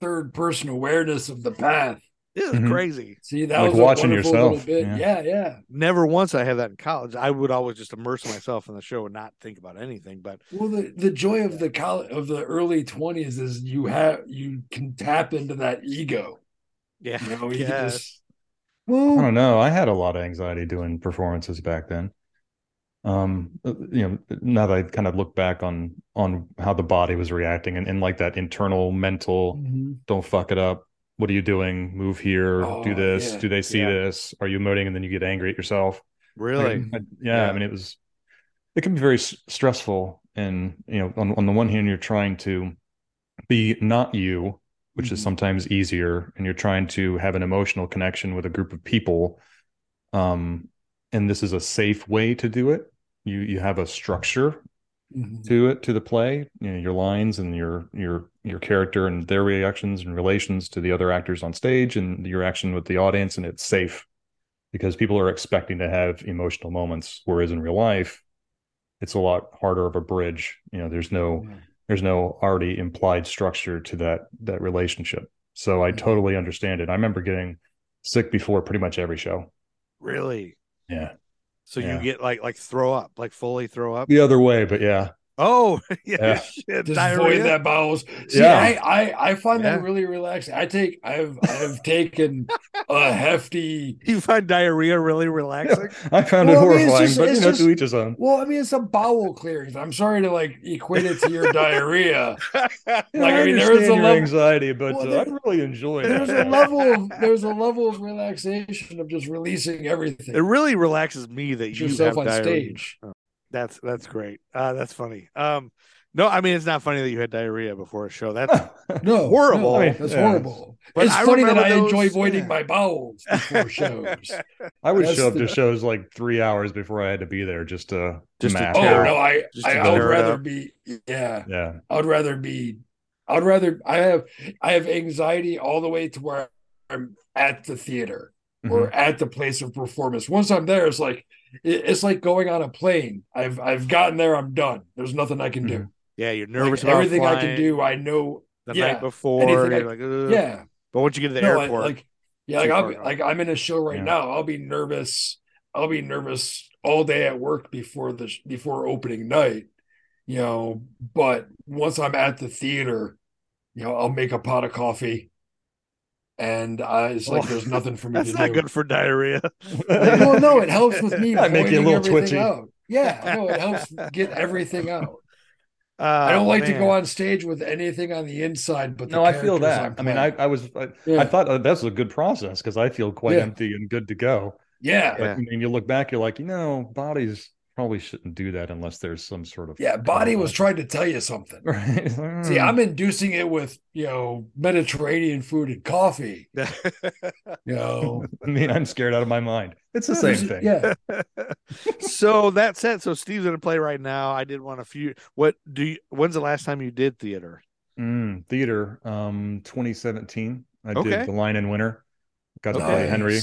Speaker 5: third person awareness of the path.
Speaker 6: this is
Speaker 4: Mhm.
Speaker 6: crazy.
Speaker 5: See, that
Speaker 4: Like
Speaker 5: was a
Speaker 4: watching
Speaker 5: wonderful
Speaker 4: yourself,
Speaker 5: little bit. Yeah, yeah.
Speaker 6: Never once I had that in college. I would always just immerse myself in the show and not think about anything. But
Speaker 5: Well, the, the joy of the college of the early twenties is you have you can tap into that ego.
Speaker 6: yeah,
Speaker 5: You know, you can
Speaker 6: yes.
Speaker 5: just
Speaker 4: I
Speaker 5: well,
Speaker 4: don't know. I had a lot of anxiety doing performances back then. Um, uh, you know, now that I kind of look back on on how the body was reacting and, and like that internal mental
Speaker 5: mhm.
Speaker 4: don't fuck it up. What are you doing? Move here.
Speaker 5: Oh,
Speaker 4: do this.
Speaker 5: yeah.
Speaker 4: Do they see
Speaker 6: Yeah.
Speaker 4: this? Are you emoting? And then you get angry at yourself.
Speaker 6: really,
Speaker 4: Like, I- yeah,
Speaker 6: Yeah.
Speaker 4: I mean, it was. It can be very s- stressful, and you know, on on the one hand, you're trying to be not you, which is
Speaker 5: Mhm.
Speaker 4: sometimes easier, and you're trying to have an emotional connection with a group of people, um, and this is a safe way to do it. You you have a structure
Speaker 5: Mhm.
Speaker 4: to it to the play you know your lines and your your your character and their reactions and relations to the other actors on stage and your action with the audience and it's safe because people are expecting to have emotional moments whereas in real life it's a lot harder of a bridge you know there's no
Speaker 5: Yeah.
Speaker 4: there's no already implied structure to that that relationship so i
Speaker 5: Mhm.
Speaker 4: totally understand it i remember getting sick before pretty much every show
Speaker 6: Really?
Speaker 4: yeah
Speaker 6: So
Speaker 4: Yeah.
Speaker 6: you get like like throw up, like fully throw up.
Speaker 4: the other way but yeah
Speaker 6: Oh, yeah,
Speaker 4: Yeah.
Speaker 6: shit,
Speaker 5: Just
Speaker 6: diarrhea.
Speaker 5: void that bowels. See,
Speaker 4: Yeah.
Speaker 5: I, I I find
Speaker 6: Yeah.
Speaker 5: that really relaxing. I take I've I've taken a hefty.
Speaker 6: You find diarrhea really relaxing?
Speaker 4: i found it
Speaker 5: Well, I mean, it's
Speaker 4: horrifying
Speaker 5: just-
Speaker 4: but you
Speaker 5: it's
Speaker 4: know
Speaker 5: just-
Speaker 4: to each his own
Speaker 5: Well, I mean, it's a bowel clearance. I'm sorry to like equate it to your diarrhea.
Speaker 4: Yeah,
Speaker 5: Like,
Speaker 4: I,
Speaker 5: I mean, there
Speaker 4: understand
Speaker 5: is a
Speaker 4: your
Speaker 5: level-
Speaker 4: anxiety, but
Speaker 5: Well,
Speaker 4: uh,
Speaker 5: there-
Speaker 4: I really enjoy it.
Speaker 5: There's a level of there's a level of relaxation of just releasing everything.
Speaker 6: it really relaxes me that you
Speaker 5: yourself
Speaker 6: have
Speaker 5: on
Speaker 6: diarrhea.
Speaker 5: stage.
Speaker 6: That's that's great. Uh, that's funny. Um, no, I mean it's not funny that you had diarrhea before a show. That's
Speaker 5: No,
Speaker 6: Horrible.
Speaker 5: no,
Speaker 4: I mean,
Speaker 5: that's
Speaker 4: yeah.
Speaker 5: horrible.
Speaker 6: But
Speaker 5: it's
Speaker 6: I
Speaker 5: funny that
Speaker 6: remember
Speaker 5: I
Speaker 6: those-
Speaker 5: enjoy voiding
Speaker 6: yeah.
Speaker 5: my bowels before shows.
Speaker 4: I would
Speaker 5: That's
Speaker 4: show up
Speaker 5: the-
Speaker 4: to shows like three hours before I had to be there just to Oh,
Speaker 6: Just to
Speaker 4: mash
Speaker 5: Oh
Speaker 6: Yeah.
Speaker 4: it
Speaker 5: no,
Speaker 4: up.
Speaker 5: I
Speaker 6: Just to
Speaker 5: I, I would
Speaker 6: clear it
Speaker 5: rather
Speaker 6: up.
Speaker 5: be yeah.
Speaker 4: Yeah,
Speaker 5: I would rather be. I'd rather I have I have anxiety all the way to where I'm at the theater
Speaker 4: Mm-hmm.
Speaker 5: or
Speaker 6: Mm-hmm.
Speaker 5: at the place of performance. Once I'm there, it's like it- it's like going on a plane. I've I've gotten there. I'm done. There's nothing I can do.
Speaker 6: yeah, you're
Speaker 5: Like,
Speaker 6: Mm-hmm. nervous about
Speaker 5: everything I
Speaker 6: flying
Speaker 5: can do, I know.
Speaker 6: the
Speaker 5: yeah,
Speaker 6: night before.
Speaker 5: anything I-
Speaker 6: You're like, Ugh.
Speaker 5: Yeah.
Speaker 6: But once you get to the
Speaker 5: No, I-
Speaker 6: airport,
Speaker 5: like yeah,
Speaker 6: too
Speaker 5: like
Speaker 6: far
Speaker 5: I'm
Speaker 6: gone.
Speaker 5: like I'm in a show right
Speaker 4: Yeah.
Speaker 5: now. I'll be nervous. I'll be nervous all day at work before the sh- before opening night, you know. But once I'm at the theater, you know, I'll make a pot of coffee, and I, it's like
Speaker 6: Oh,
Speaker 5: there's nothing for me
Speaker 6: that's
Speaker 5: to
Speaker 6: not
Speaker 5: do.
Speaker 6: good for diarrhea.
Speaker 5: Like, well, no, it helps with me.
Speaker 4: I make you a
Speaker 5: voiding
Speaker 4: little
Speaker 5: everything
Speaker 4: twitchy.
Speaker 5: Out. Yeah, no, it helps get everything out. I
Speaker 6: Oh,
Speaker 5: don't like to
Speaker 6: man.
Speaker 5: go on stage with anything on the inside, but the
Speaker 4: no, I feel
Speaker 5: characters
Speaker 4: that.
Speaker 5: I'm
Speaker 4: I mean, I,
Speaker 5: playing.
Speaker 4: I was, I, I
Speaker 5: Yeah.
Speaker 4: thought uh, that's a good process because I feel quite
Speaker 5: Yeah.
Speaker 4: empty and good to go.
Speaker 5: yeah,
Speaker 4: But I mean, you look back, you're like, you know, bodies probably shouldn't do that unless there's some sort of
Speaker 5: yeah. Body
Speaker 4: compromise.
Speaker 5: was trying to tell you something.
Speaker 4: Right?
Speaker 5: See, I'm inducing it with you know Mediterranean food and coffee. You know,
Speaker 4: I mean, I'm scared out of my mind. It's the same thing.
Speaker 5: Yeah,
Speaker 6: so that's it. So Steve's gonna play right now. I did want a few. What do you? When's the last time you did theater?
Speaker 4: Mm, theater, um, 2017. I
Speaker 6: Okay.
Speaker 4: did The Lion in Winter. Got to play
Speaker 5: Nice.
Speaker 4: Henry.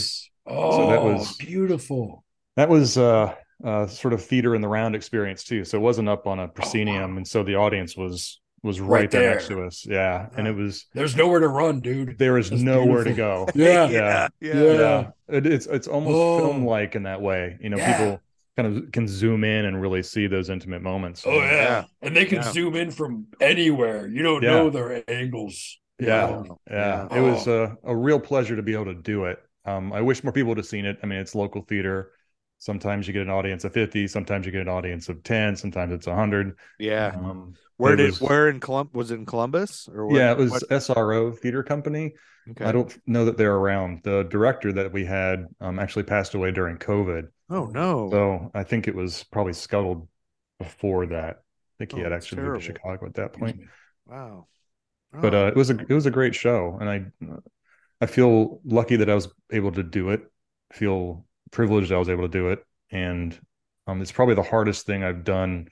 Speaker 5: Oh,
Speaker 4: that was-
Speaker 5: beautiful.
Speaker 4: That was uh, uh, sort of theater in the round experience too. So it wasn't up on a proscenium, and so the audience was was right,
Speaker 5: Oh, Right
Speaker 4: there, next
Speaker 5: there.
Speaker 4: to us. Yeah, and it was
Speaker 5: There's nowhere to run, dude.
Speaker 4: there is
Speaker 5: That's
Speaker 4: nowhere to go.
Speaker 5: beautiful. Yeah,
Speaker 4: Yeah.
Speaker 6: yeah.
Speaker 5: Yeah.
Speaker 4: It, it's it's almost
Speaker 5: Oh.
Speaker 4: film like in that way. You know,
Speaker 5: Yeah.
Speaker 4: people kind of can zoom in and really see those intimate moments.
Speaker 5: Oh yeah.
Speaker 6: Yeah.
Speaker 5: and they can
Speaker 6: Yeah.
Speaker 5: zoom in from anywhere. You don't
Speaker 4: Yeah.
Speaker 5: know their angles.
Speaker 4: Yeah.
Speaker 5: Wow.
Speaker 4: Yeah,
Speaker 5: Yeah.
Speaker 4: it was
Speaker 5: Oh.
Speaker 4: a, a real pleasure to be able to do it. Um, I wish more people would have seen it. I mean, it's local theater. Sometimes you get an audience of 50, sometimes you get an audience of 10, sometimes it's 100.
Speaker 6: Yeah.
Speaker 4: Um,
Speaker 6: Where
Speaker 4: it
Speaker 6: did?
Speaker 4: was-
Speaker 6: where in Colum? Was it in Columbus or? Where,
Speaker 4: yeah, it was
Speaker 6: what-
Speaker 4: SRO Theater Company.
Speaker 6: okay.
Speaker 4: I don't know that they're around. The director that we had um, actually passed away during COVID.
Speaker 6: Oh no.
Speaker 4: So I think it was probably scuttled before that. I think he
Speaker 6: Oh,
Speaker 4: had
Speaker 6: that's
Speaker 4: actually moved to
Speaker 6: terrible.
Speaker 4: Chicago at that point.
Speaker 6: wow.
Speaker 4: but
Speaker 6: Oh,
Speaker 4: uh, it was a it was a great show, and I I feel lucky that I was able to do it. I feel privileged that I was able to do it, and um, it's probably the hardest thing I've done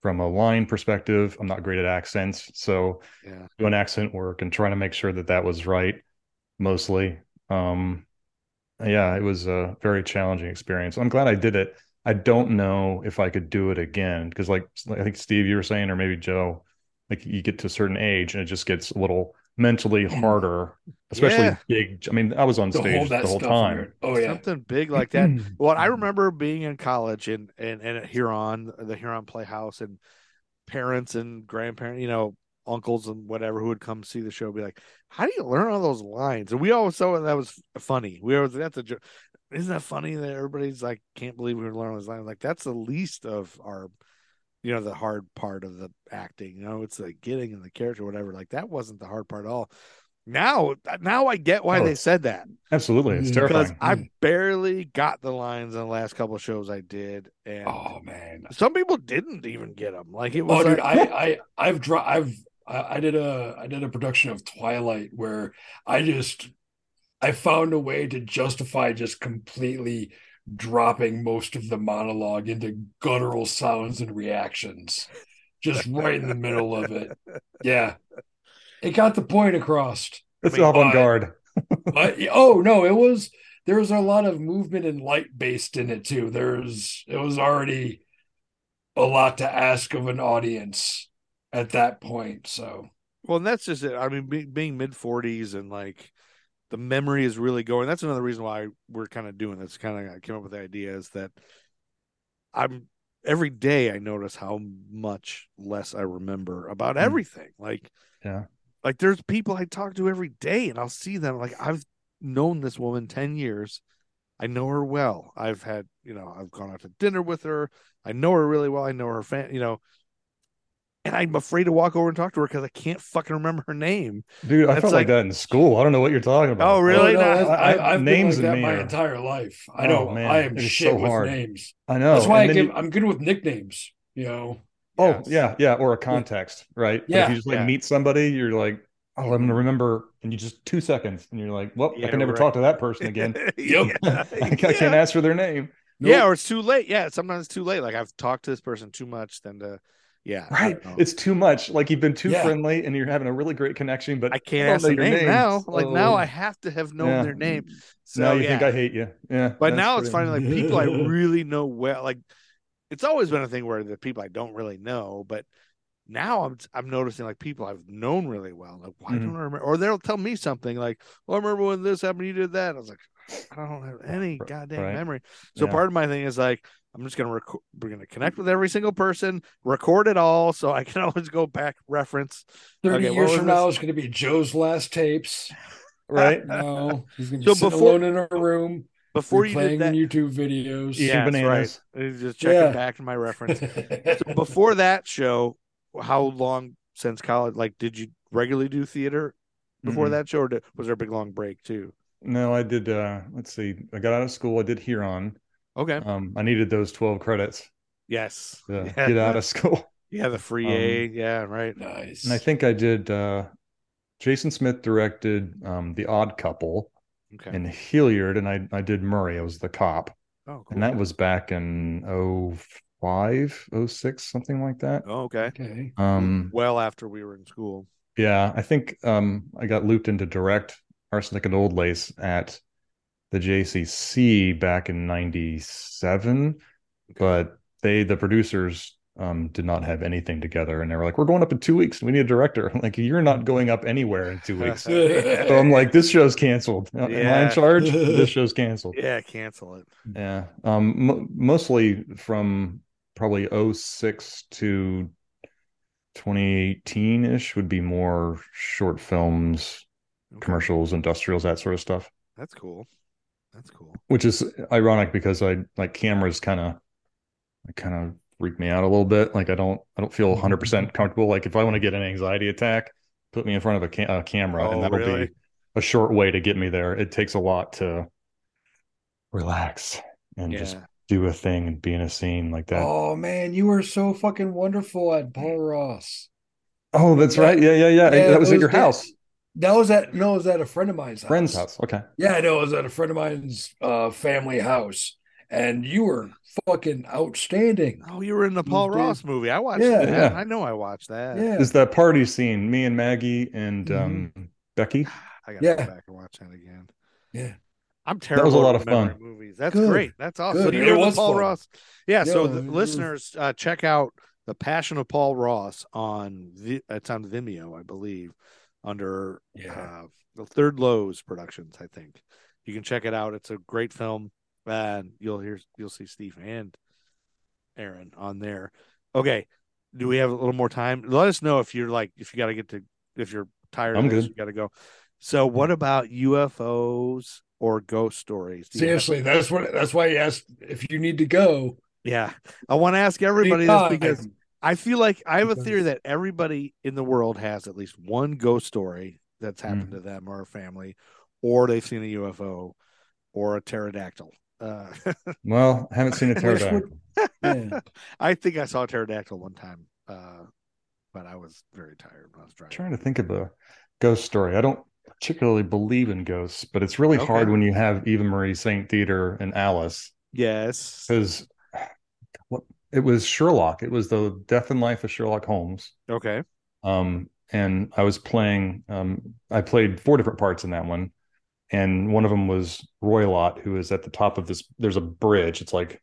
Speaker 4: from a line perspective. I'm not great at accents, so
Speaker 6: yeah.
Speaker 4: doing accent work and trying to make sure that that was right mostly. Um, yeah, it was a very challenging experience. I'm glad I did it. I don't know if I could do it again because, like, like I think Steve, you were saying, or maybe Joe, like you get to a certain age and it just gets a little mentally harder, especially
Speaker 6: Yeah.
Speaker 4: big. I mean, I was on
Speaker 5: To
Speaker 4: stage
Speaker 5: hold
Speaker 4: the
Speaker 5: that
Speaker 4: whole
Speaker 5: stuff.
Speaker 4: time.
Speaker 5: Time. Oh yeah.
Speaker 6: Something big like that. Well, I remember being in college and and and at Huron, the Huron Playhouse, and parents and grandparents, you know, uncles and whatever who would come see the show, be like, "How do you learn all those lines?" And we always thought that was funny. We always that's a jo- isn't that funny that everybody's like, "Can't believe we were learning all those lines." Like that's the least of our, you know, the hard part of the acting. You know, it's the getting and the character, whatever. Like that wasn't the hard part at all. Now, uh, now I get why
Speaker 4: Oh,
Speaker 6: they said that
Speaker 4: Absolutely. It's
Speaker 5: Mm.
Speaker 4: terrifying.
Speaker 6: because I barely got the lines on the last couple shows I did, and
Speaker 5: Oh man.
Speaker 6: some people didn't even get them. Like it was,
Speaker 5: Oh, dude,
Speaker 6: like-
Speaker 5: I, I, I've dro- I've, I, I did a, I did a production of Twilight where I just, I found a way to justify just completely dropping most of the monologue into guttural sounds and reactions, just right in the middle of it. Yeah, it got the point across.
Speaker 4: It's
Speaker 6: mean,
Speaker 4: avant garde.
Speaker 5: But oh no, it was there was a lot of movement and light based in it too. There's it was already a lot to ask of an audience at that point. So
Speaker 6: Well, and that's just it. I mean, be, being mid forties and like the memory is really going. That's another reason why we're kind of doing this. Kind of, I came up with the idea is that I'm every day I notice how much less I remember about
Speaker 4: Mm.
Speaker 6: everything. Like,
Speaker 4: Yeah.
Speaker 6: like there's people I talk to every day, and I'll see them. Like, I've known this woman ten years. I know her well. I've had, you know, I've gone out to dinner with her. I know her really well. I know her fan, you know. And I'm afraid to walk over and talk to her because I can't fucking remember her name.
Speaker 4: Dude, I
Speaker 6: That's
Speaker 4: felt like,
Speaker 6: like-
Speaker 4: that in school. I don't know what you're talking about.
Speaker 6: Oh, really?
Speaker 5: No,
Speaker 6: Not-
Speaker 5: no,
Speaker 4: I-
Speaker 5: I,
Speaker 4: I-
Speaker 5: I, have
Speaker 4: names
Speaker 5: been like
Speaker 4: in
Speaker 5: that
Speaker 4: me
Speaker 5: my
Speaker 4: are-
Speaker 5: entire life. I
Speaker 4: Oh,
Speaker 5: don't.
Speaker 4: man,
Speaker 5: I am
Speaker 4: it is
Speaker 5: shit
Speaker 4: so
Speaker 5: with
Speaker 4: hard.
Speaker 5: names.
Speaker 4: I know.
Speaker 5: That's why I
Speaker 4: And then
Speaker 5: give.
Speaker 4: you-
Speaker 5: I'm good with nicknames. You know.
Speaker 4: Oh, yeah, yeah, or a context, right? But if
Speaker 5: Yeah.
Speaker 4: you just like
Speaker 6: Yeah.
Speaker 4: meet somebody, you're like, oh, I'm gonna remember, and you just two seconds, and you're like, well, I
Speaker 6: Yeah,
Speaker 4: can never
Speaker 6: right.
Speaker 4: talk to that person again.
Speaker 6: Yep.
Speaker 4: I,
Speaker 6: yeah.
Speaker 4: can't ask for their name.
Speaker 6: Yeah, or it's too late. Yeah, sometimes it's too late. Like I've talked to this person too much than to yeah. I
Speaker 4: Right?
Speaker 6: don't know.
Speaker 4: It's too much. Like you've been too
Speaker 5: Yeah.
Speaker 4: friendly, and you're having a really great connection, but
Speaker 6: I can't
Speaker 4: don't
Speaker 6: ask
Speaker 4: know
Speaker 6: their
Speaker 4: your
Speaker 6: name,
Speaker 4: name,
Speaker 6: now. Like now
Speaker 4: so-
Speaker 6: I have to have known
Speaker 4: Yeah.
Speaker 6: their name. So
Speaker 4: now you
Speaker 6: yeah.
Speaker 4: think I hate you. Yeah.
Speaker 6: but
Speaker 4: that's
Speaker 6: now it's
Speaker 4: pretty-
Speaker 6: finally like people I really know well. Like it's always been a thing where the people I don't really know, but now I'm I'm noticing like people I've known really well. Like why
Speaker 4: Mhm.
Speaker 6: don't I remember? Or they'll tell me something like, "Well, I remember when this happened, you did that." I was like, I don't have any
Speaker 4: R-
Speaker 6: goddamn
Speaker 4: right.
Speaker 6: memory. So
Speaker 4: Yeah.
Speaker 6: part of my thing is like, I'm just gonna record. We're gonna connect with every single person, record it all, so I can always go back reference.
Speaker 5: 30
Speaker 6: Okay, what
Speaker 5: years
Speaker 6: was
Speaker 5: from
Speaker 6: this?
Speaker 5: now, it's going to be Joe's last tapes.
Speaker 4: right.
Speaker 5: No, he's going to
Speaker 6: So
Speaker 5: be sitting
Speaker 6: before-
Speaker 5: alone in a room,
Speaker 6: Before you
Speaker 5: replaying
Speaker 6: did that.
Speaker 5: YouTube videos.
Speaker 4: Eating
Speaker 6: Yeah, that's
Speaker 4: bananas.
Speaker 6: right. It's Just checking
Speaker 5: Yeah.
Speaker 6: back to my reference. so before that show, how long since college? Like, did you regularly do theater before
Speaker 4: Mhm.
Speaker 6: that show, or did, was there a big long break too?
Speaker 4: No, I did. uh Let's see. I got out of school. I did Huron.
Speaker 6: Okay.
Speaker 4: Um, I needed those 12 credits
Speaker 6: Yes.
Speaker 4: to
Speaker 6: yeah.
Speaker 4: get out of school.
Speaker 6: Yeah, the free
Speaker 4: Um,
Speaker 6: A. Yeah, right.
Speaker 5: nice.
Speaker 4: And I think I did. uh Jason Smith directed um The Odd Couple
Speaker 6: Okay.
Speaker 4: in Hilliard, and I I did Murray. I was the cop,
Speaker 6: oh, cool.
Speaker 4: and that was back in 05, 06, something like that.
Speaker 6: Oh, okay.
Speaker 5: okay.
Speaker 4: Um,
Speaker 6: well after we were in school.
Speaker 4: yeah, I think um I got looped into direct Arsenic and Old Lace at the JCC back in '97, but they the producers. Um, did not have anything together, and they were like, "We're going up in two weeks. We need a director." I'm like, "You're not going up anywhere in two weeks." So I'm like, this show's canceled. Am I
Speaker 6: Yeah.
Speaker 4: in charge? this show's canceled.
Speaker 6: Yeah, cancel it.
Speaker 4: Yeah. Um, mo mostly from probably 06 to 2018 ish would be more short films,
Speaker 6: Okay.
Speaker 4: commercials, industrials, that sort of stuff,
Speaker 6: That's cool. That's cool.
Speaker 4: which is ironic because I like cameras kind of, kind of freak me out a little bit. Like I don't, I don't feel 100% comfortable. Like if I want to get an anxiety attack, put me in front of a, ca- a camera
Speaker 6: Oh,
Speaker 4: and that'll
Speaker 6: really?
Speaker 4: be a short way to get me there. It takes a lot to relax and
Speaker 6: yeah.
Speaker 4: just do a thing and be in a scene like that. Oh,
Speaker 5: oh, man, you were so fucking wonderful at Paul Ross.
Speaker 4: Oh, that's
Speaker 5: yeah.
Speaker 4: right. Yeah, yeah, yeah.
Speaker 5: Yeah,
Speaker 4: that was at
Speaker 5: those-
Speaker 4: your house,
Speaker 5: That was at, no, it was at a friend of mine's
Speaker 4: friend's house. Okay.
Speaker 5: Yeah, I know. It was at a friend of mine's uh, family house, and you were fucking outstanding.
Speaker 6: Oh, you were in the
Speaker 5: You
Speaker 6: Paul
Speaker 5: did.
Speaker 6: Ross movie. I watched
Speaker 5: Yeah.
Speaker 6: that.
Speaker 4: Yeah.
Speaker 6: I know I watched that.
Speaker 5: Yeah.
Speaker 4: Is that party scene? Me and Maggie and
Speaker 5: Mhm.
Speaker 4: um, Becky.
Speaker 6: I gotta
Speaker 5: Yeah.
Speaker 6: go back and watch that again.
Speaker 5: Yeah.
Speaker 6: I'm terrible.
Speaker 4: That was a lot
Speaker 6: at
Speaker 4: of fun.
Speaker 6: remembering Movies. That's
Speaker 5: Good.
Speaker 6: great. That's awesome.
Speaker 5: Good.
Speaker 6: You
Speaker 5: It
Speaker 6: were the
Speaker 5: was
Speaker 6: Paul
Speaker 5: fun.
Speaker 6: Ross. Yeah. So
Speaker 5: Yeah,
Speaker 6: the
Speaker 5: it was-
Speaker 6: listeners, uh, check out the Passion of Paul Ross on Vi- it's on Vimeo, I believe, under
Speaker 5: Yeah.
Speaker 6: uh, the Third Lowe's Productions. I think you can check it out. It's a great film, and you'll hear you'll see Steve and Aaron on there. Okay, do we have a little more time? Let us know if you're like if you got to get to if you're tired.
Speaker 4: I'm
Speaker 6: of this,
Speaker 4: good.
Speaker 6: You got to go. So, what about UFOs or ghost stories? Do you have-
Speaker 5: Seriously, that's what. That's why you asked if you need to go.
Speaker 6: yeah, I want to ask everybody this because
Speaker 5: Because-
Speaker 6: I feel like I have a theory
Speaker 5: Because-
Speaker 6: that everybody in the world has at least one ghost story that's
Speaker 5: Mm.
Speaker 6: happened to them or a family, or they've seen a UFO or a pterodactyl. Uh,
Speaker 4: Well, I haven't seen a
Speaker 5: Which
Speaker 4: pterodactyl.
Speaker 5: Yeah.
Speaker 6: I think I saw a pterodactyl one time, uh, but I was very tired when I was
Speaker 4: I'm
Speaker 6: driving.
Speaker 4: trying to think of a ghost story. I don't particularly believe in ghosts, but it's really
Speaker 6: Okay.
Speaker 4: hard when you have Eva Marie Saint Theater and Alice
Speaker 6: Yes.
Speaker 4: because it was Sherlock. It was the Death and Life of Sherlock Holmes.
Speaker 6: Okay.
Speaker 4: Um, and I was playing. Um, I played four different parts in that one, and one of them was Roylott, who is at the top of this. There's a bridge. It's like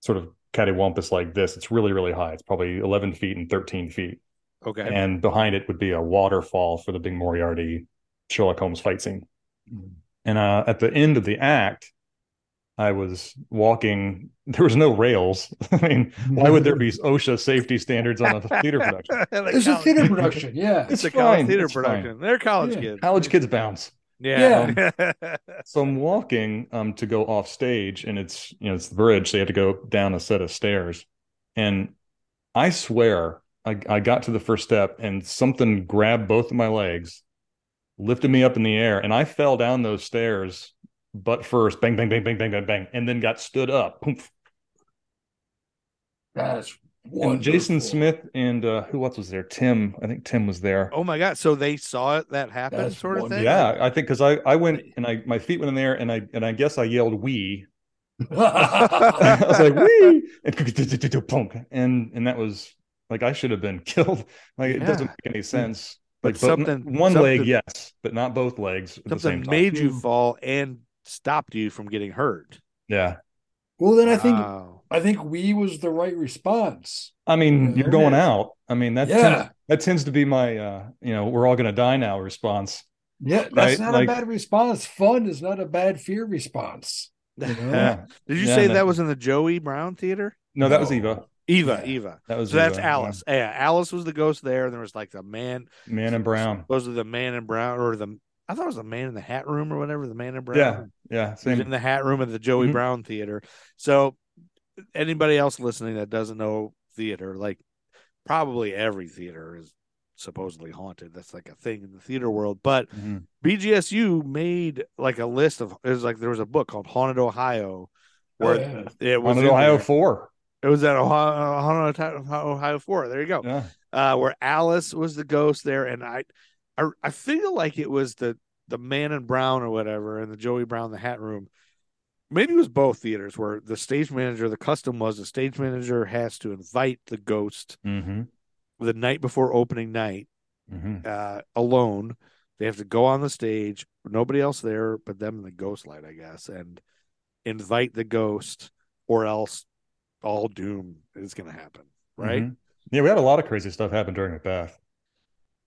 Speaker 4: sort of cattywampus like this. It's really really high. It's probably 11 feet and 13 feet.
Speaker 6: Okay.
Speaker 4: And behind it would be a waterfall for the big Moriarty Sherlock Holmes fight scene.
Speaker 6: Mm.
Speaker 4: And uh, at the end of the act, I was walking. There was no rails. I mean, why would there be OSHA safety standards on a theater production?
Speaker 6: Like
Speaker 5: It's a
Speaker 6: college-
Speaker 5: theater production. Yeah.
Speaker 6: It's, a
Speaker 4: It's
Speaker 6: college
Speaker 4: fine,
Speaker 6: theater
Speaker 4: it's fine.
Speaker 6: production. They're college
Speaker 5: Yeah.
Speaker 6: kids.
Speaker 4: College kids bounce.
Speaker 6: Yeah.
Speaker 4: So I'm walking um, to go off stage, and it's you know it's the bridge, so you have to go down a set of stairs. And I swear, I, I got to the first step, and something grabbed both of my legs, lifted me up in the air, and I fell down those stairs butt first, bang, bang, bang, bang, bang, bang, bang, and then got stood up. Poof,
Speaker 5: That's
Speaker 4: And Jason
Speaker 5: wonderful.
Speaker 4: Smith and uh, who else was there? Tim. I think Tim was there.
Speaker 6: oh my god. So they saw it that happen,
Speaker 5: That's
Speaker 6: sort of thing.
Speaker 5: wonderful.
Speaker 4: yeah, I think because I, I went and I my feet went in there and I and I guess I yelled "we." I was like "we" and punk and and that was like I should have been killed. Like it
Speaker 6: Yeah.
Speaker 4: doesn't make any sense.
Speaker 6: But
Speaker 4: Like both-
Speaker 6: something-
Speaker 4: one leg,
Speaker 6: something-
Speaker 4: yes, but not both legs at the same
Speaker 6: Something
Speaker 4: time.
Speaker 6: made you fall and stopped you from getting hurt. Uh,
Speaker 4: yeah,
Speaker 5: well, then I think
Speaker 6: Wow.
Speaker 5: I think we was the right response.
Speaker 4: I mean you're going
Speaker 5: Yeah.
Speaker 4: out. I mean that
Speaker 5: Yeah.
Speaker 4: tends, that tends to be my uh, you know we're all gonna die now response.
Speaker 5: Yeah, that's
Speaker 4: Right,
Speaker 5: not
Speaker 4: like-
Speaker 5: a bad response. Fun is not a bad fear response. You know?
Speaker 4: Yeah.
Speaker 6: Did you
Speaker 4: Yeah,
Speaker 6: say
Speaker 4: no.
Speaker 6: that was in the Joey Brown Theater?
Speaker 4: No, that was
Speaker 5: No.
Speaker 4: Eva.
Speaker 6: Eva,
Speaker 5: Yeah.
Speaker 6: Eva.
Speaker 4: That was
Speaker 6: So that's
Speaker 4: Eva.
Speaker 6: Alice. Yeah. Alice was the ghost there, and there was like the man.
Speaker 4: Yeah. Man and Brown.
Speaker 6: Those are the man in brown, or the I thought it was the man in the hat room, or whatever. The man in brown.
Speaker 4: Yeah, yeah,
Speaker 6: He was
Speaker 4: same.
Speaker 6: in the hat room at the Joey
Speaker 4: Mhm.
Speaker 6: Brown Theater. So, anybody else listening that doesn't know theater, like probably every theater is supposedly haunted. That's like a thing in the theater world. But
Speaker 4: Mhm.
Speaker 6: BGSU made like a list of it was like there was a book called Haunted Ohio,
Speaker 5: Oh,
Speaker 6: where
Speaker 5: yeah.
Speaker 6: it was
Speaker 4: on an
Speaker 6: in
Speaker 4: Ohio
Speaker 6: there.
Speaker 4: four.
Speaker 6: It was at Ohio, Ohio, Ohio Four. There you go.
Speaker 4: Yeah.
Speaker 6: Uh, where Alice was the ghost there, and I, I, I feel like it was the the Man in Brown or whatever, and the Joey Brown the Hat Room. Maybe it was both theaters where the stage manager. The custom was the stage manager has to invite the ghost
Speaker 4: Mm-hmm.
Speaker 6: the night before opening night
Speaker 4: Mm-hmm.
Speaker 6: uh, alone. They have to go on the stage, nobody else there but them and the ghost light, I guess, and invite the ghost, or else all doom is going to happen, right?
Speaker 4: Mhm. Yeah, we had a lot of crazy stuff happen during Macbeth.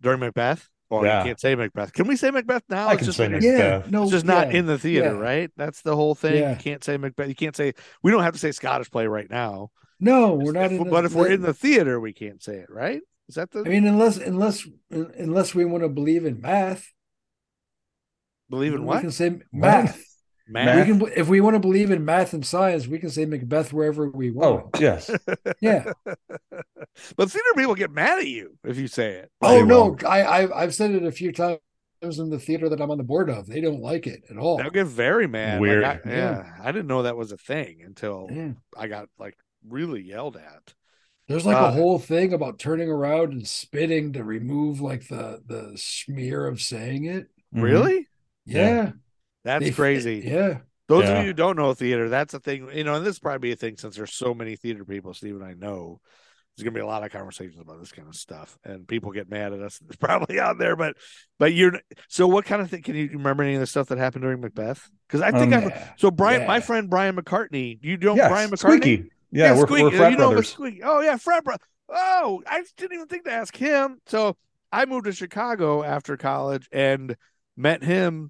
Speaker 6: During Macbeth. Oh,
Speaker 4: Yeah.
Speaker 6: you can't say Macbeth. Can we say Macbeth now?
Speaker 4: I
Speaker 6: It's
Speaker 4: can
Speaker 6: just
Speaker 4: say
Speaker 6: when you're-
Speaker 4: Macbeth.
Speaker 5: Yeah, no,
Speaker 6: It's just not
Speaker 5: yeah,
Speaker 6: in the theater,
Speaker 5: yeah.
Speaker 6: right? That's the whole thing.
Speaker 5: Yeah.
Speaker 6: You can't say Macbeth. You can't say. We don't have to say Scottish play right now.
Speaker 5: No, we're
Speaker 6: If-
Speaker 5: not. in the,
Speaker 6: but if we're in the theater, we can't say it, right? Is that the
Speaker 5: I mean, unless unless unless we want to believe in math,
Speaker 6: believe in
Speaker 5: we
Speaker 6: what?
Speaker 5: can say
Speaker 4: Math.
Speaker 5: math.
Speaker 4: Math.
Speaker 5: We can if we want to believe in math and science, we can say Macbeth wherever we
Speaker 4: Oh,
Speaker 5: want.
Speaker 4: yes.
Speaker 5: Yeah.
Speaker 6: but theater people get mad at you if you say it.
Speaker 5: Oh
Speaker 4: They
Speaker 5: no,
Speaker 4: won't.
Speaker 5: I, I I've said it a few times in the theater that I'm on the board of. They don't like it at all.
Speaker 6: They'll get very mad. Like,
Speaker 4: Weird.
Speaker 6: I-
Speaker 5: Yeah.
Speaker 6: yeah, I didn't know that was a thing until
Speaker 5: Yeah.
Speaker 6: I got like really yelled at.
Speaker 4: Mm-hmm.
Speaker 5: There's like
Speaker 6: Uh,
Speaker 5: a whole thing about turning around and spitting to remove like the the smear of saying it.
Speaker 4: Mm-hmm.
Speaker 6: Really?
Speaker 5: Yeah,
Speaker 4: Yeah.
Speaker 6: That's
Speaker 5: They-
Speaker 6: crazy.
Speaker 5: Yeah,
Speaker 6: Those
Speaker 4: Yeah.
Speaker 6: of you who don't know theater, that's a thing. You know, and this is probably a thing since there's so many theater people. Steve and I know there's gonna be a lot of conversations about this kind of stuff, and people get mad at us. It's probably out there, but but you're so what kind of thing? Can you remember any of the stuff that happened during Macbeth? Because I think
Speaker 4: Um,
Speaker 6: I
Speaker 5: yeah.
Speaker 6: so Brian, my
Speaker 5: yeah.
Speaker 6: friend Brian McCartney. You don't
Speaker 4: Yes.
Speaker 6: Brian McCartney.
Speaker 4: Squeaky. Yeah, we're,
Speaker 6: Squeak,
Speaker 4: we're
Speaker 6: uh,
Speaker 4: frat
Speaker 6: you know him as
Speaker 4: brothers.
Speaker 6: Squeak. Oh yeah, frat brother. Oh, I just didn't even think to ask him. So I moved to Chicago after college and met him,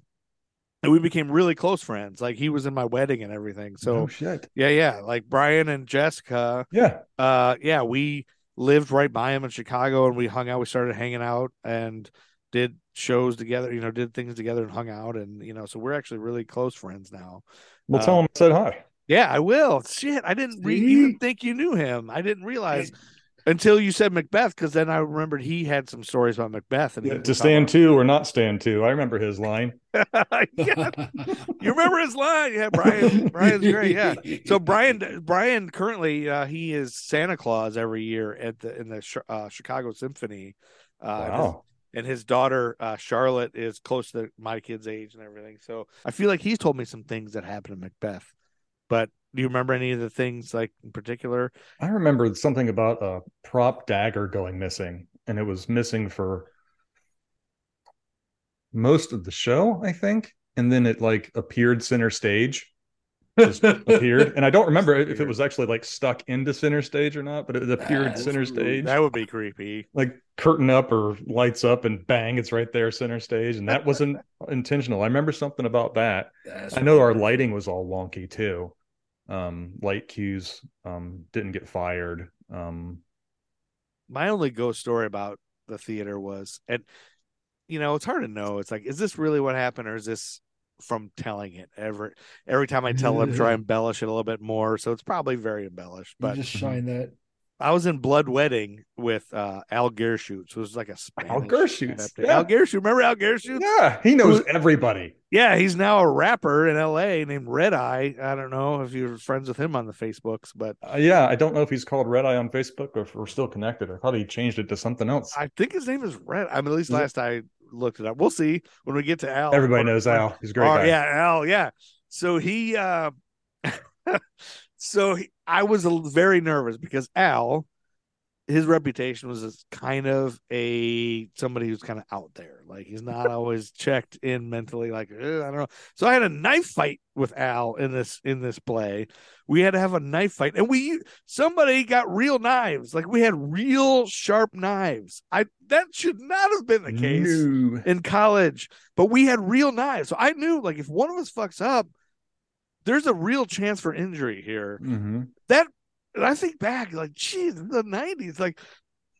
Speaker 6: and we became really close friends. Like he was in my wedding and everything. So
Speaker 4: oh, shit.
Speaker 6: yeah, yeah. Like Brian and Jessica.
Speaker 4: Yeah.
Speaker 6: Uh, yeah, we lived right by him in Chicago, and we hung out. We started hanging out and did shows together. You know, did things together and hung out, and you know, so we're actually really close friends now.
Speaker 4: Well,
Speaker 6: Uh,
Speaker 4: tell him I said hi.
Speaker 6: Yeah, I will. Shit, I didn't re- even
Speaker 5: See?
Speaker 6: think you knew him. I didn't realize until you said Macbeth, because then I remembered he had some stories about Macbeth. And he
Speaker 4: Yeah,
Speaker 6: was
Speaker 4: to
Speaker 6: talking
Speaker 4: stand two or not stand two. I remember his line.
Speaker 6: about- Yeah, you remember his line? Yeah, Brian. Brian's great. Yeah. So Brian, Brian currently uh, he is Santa Claus every year at the in the Chi- uh, Chicago Symphony. Uh, and his-
Speaker 4: wow.
Speaker 6: and his daughter uh, Charlotte is close to my kid's age and everything. So I feel like he's told me some things that happened in Macbeth, but Do you remember any of the things like in particular?
Speaker 4: I remembered something about a prop dagger going missing, and it was missing for most of the show, I think. And then it like appeared center stage, just appeared. And I don't remember if it was actually like stuck into center stage or not, but it appeared
Speaker 5: That's
Speaker 4: center
Speaker 5: rude.
Speaker 4: stage,
Speaker 6: Ah, That would be creepy.
Speaker 4: like curtain up or lights up, and bang, it's right there center stage. And that wasn't intentional. I remember something about that.
Speaker 5: That's
Speaker 4: I know our
Speaker 5: weird.
Speaker 4: lighting was all wonky too. Um, light cues um, didn't get fired. Um,
Speaker 6: my only ghost story about the theater was and you know it's hard to know it's like is this really what happened or is this from telling it ever every time i tell them try to embellish it a little bit more so it's probably very embellished
Speaker 5: You
Speaker 6: but
Speaker 5: just shine that.
Speaker 6: i was in blood wedding with uh al gershutz who was like a Spanish
Speaker 4: Gershutz,
Speaker 6: adaptation.
Speaker 4: yeah.
Speaker 6: al gershutz remember al gershutz
Speaker 4: yeah, he knows everybody.
Speaker 6: yeah, he's now a rapper in LA named Red Eye. I don't know if you're friends with him on the Facebooks, but
Speaker 4: Uh, yeah, I don't know if he's called Red Eye on Facebook or if we're still connected. I thought he changed it to something else.
Speaker 6: I think his name is Red. I mean, at least
Speaker 4: Is it-
Speaker 6: last I looked it up. We'll see when we get to Al.
Speaker 4: Everybody
Speaker 6: When-
Speaker 4: knows
Speaker 6: when-
Speaker 4: Al. He's a great
Speaker 6: Oh,
Speaker 4: guy.
Speaker 6: yeah, Al, yeah. So he uh so he, I was a l- very nervous because Al his reputation was as kind of a somebody who's kind of out there. Like he's not always checked in mentally like "Eh, I don't know. So I had a knife fight with Al in this in this play. We had to have a knife fight and we somebody got real knives. Like we had real sharp knives. I that should not have been the case
Speaker 4: No.
Speaker 6: in college, but we had real knives. So I knew like if one of us fucks up, there's a real chance for injury here.
Speaker 4: Mhm.
Speaker 6: And I think back, like, geez, in the nineties, like,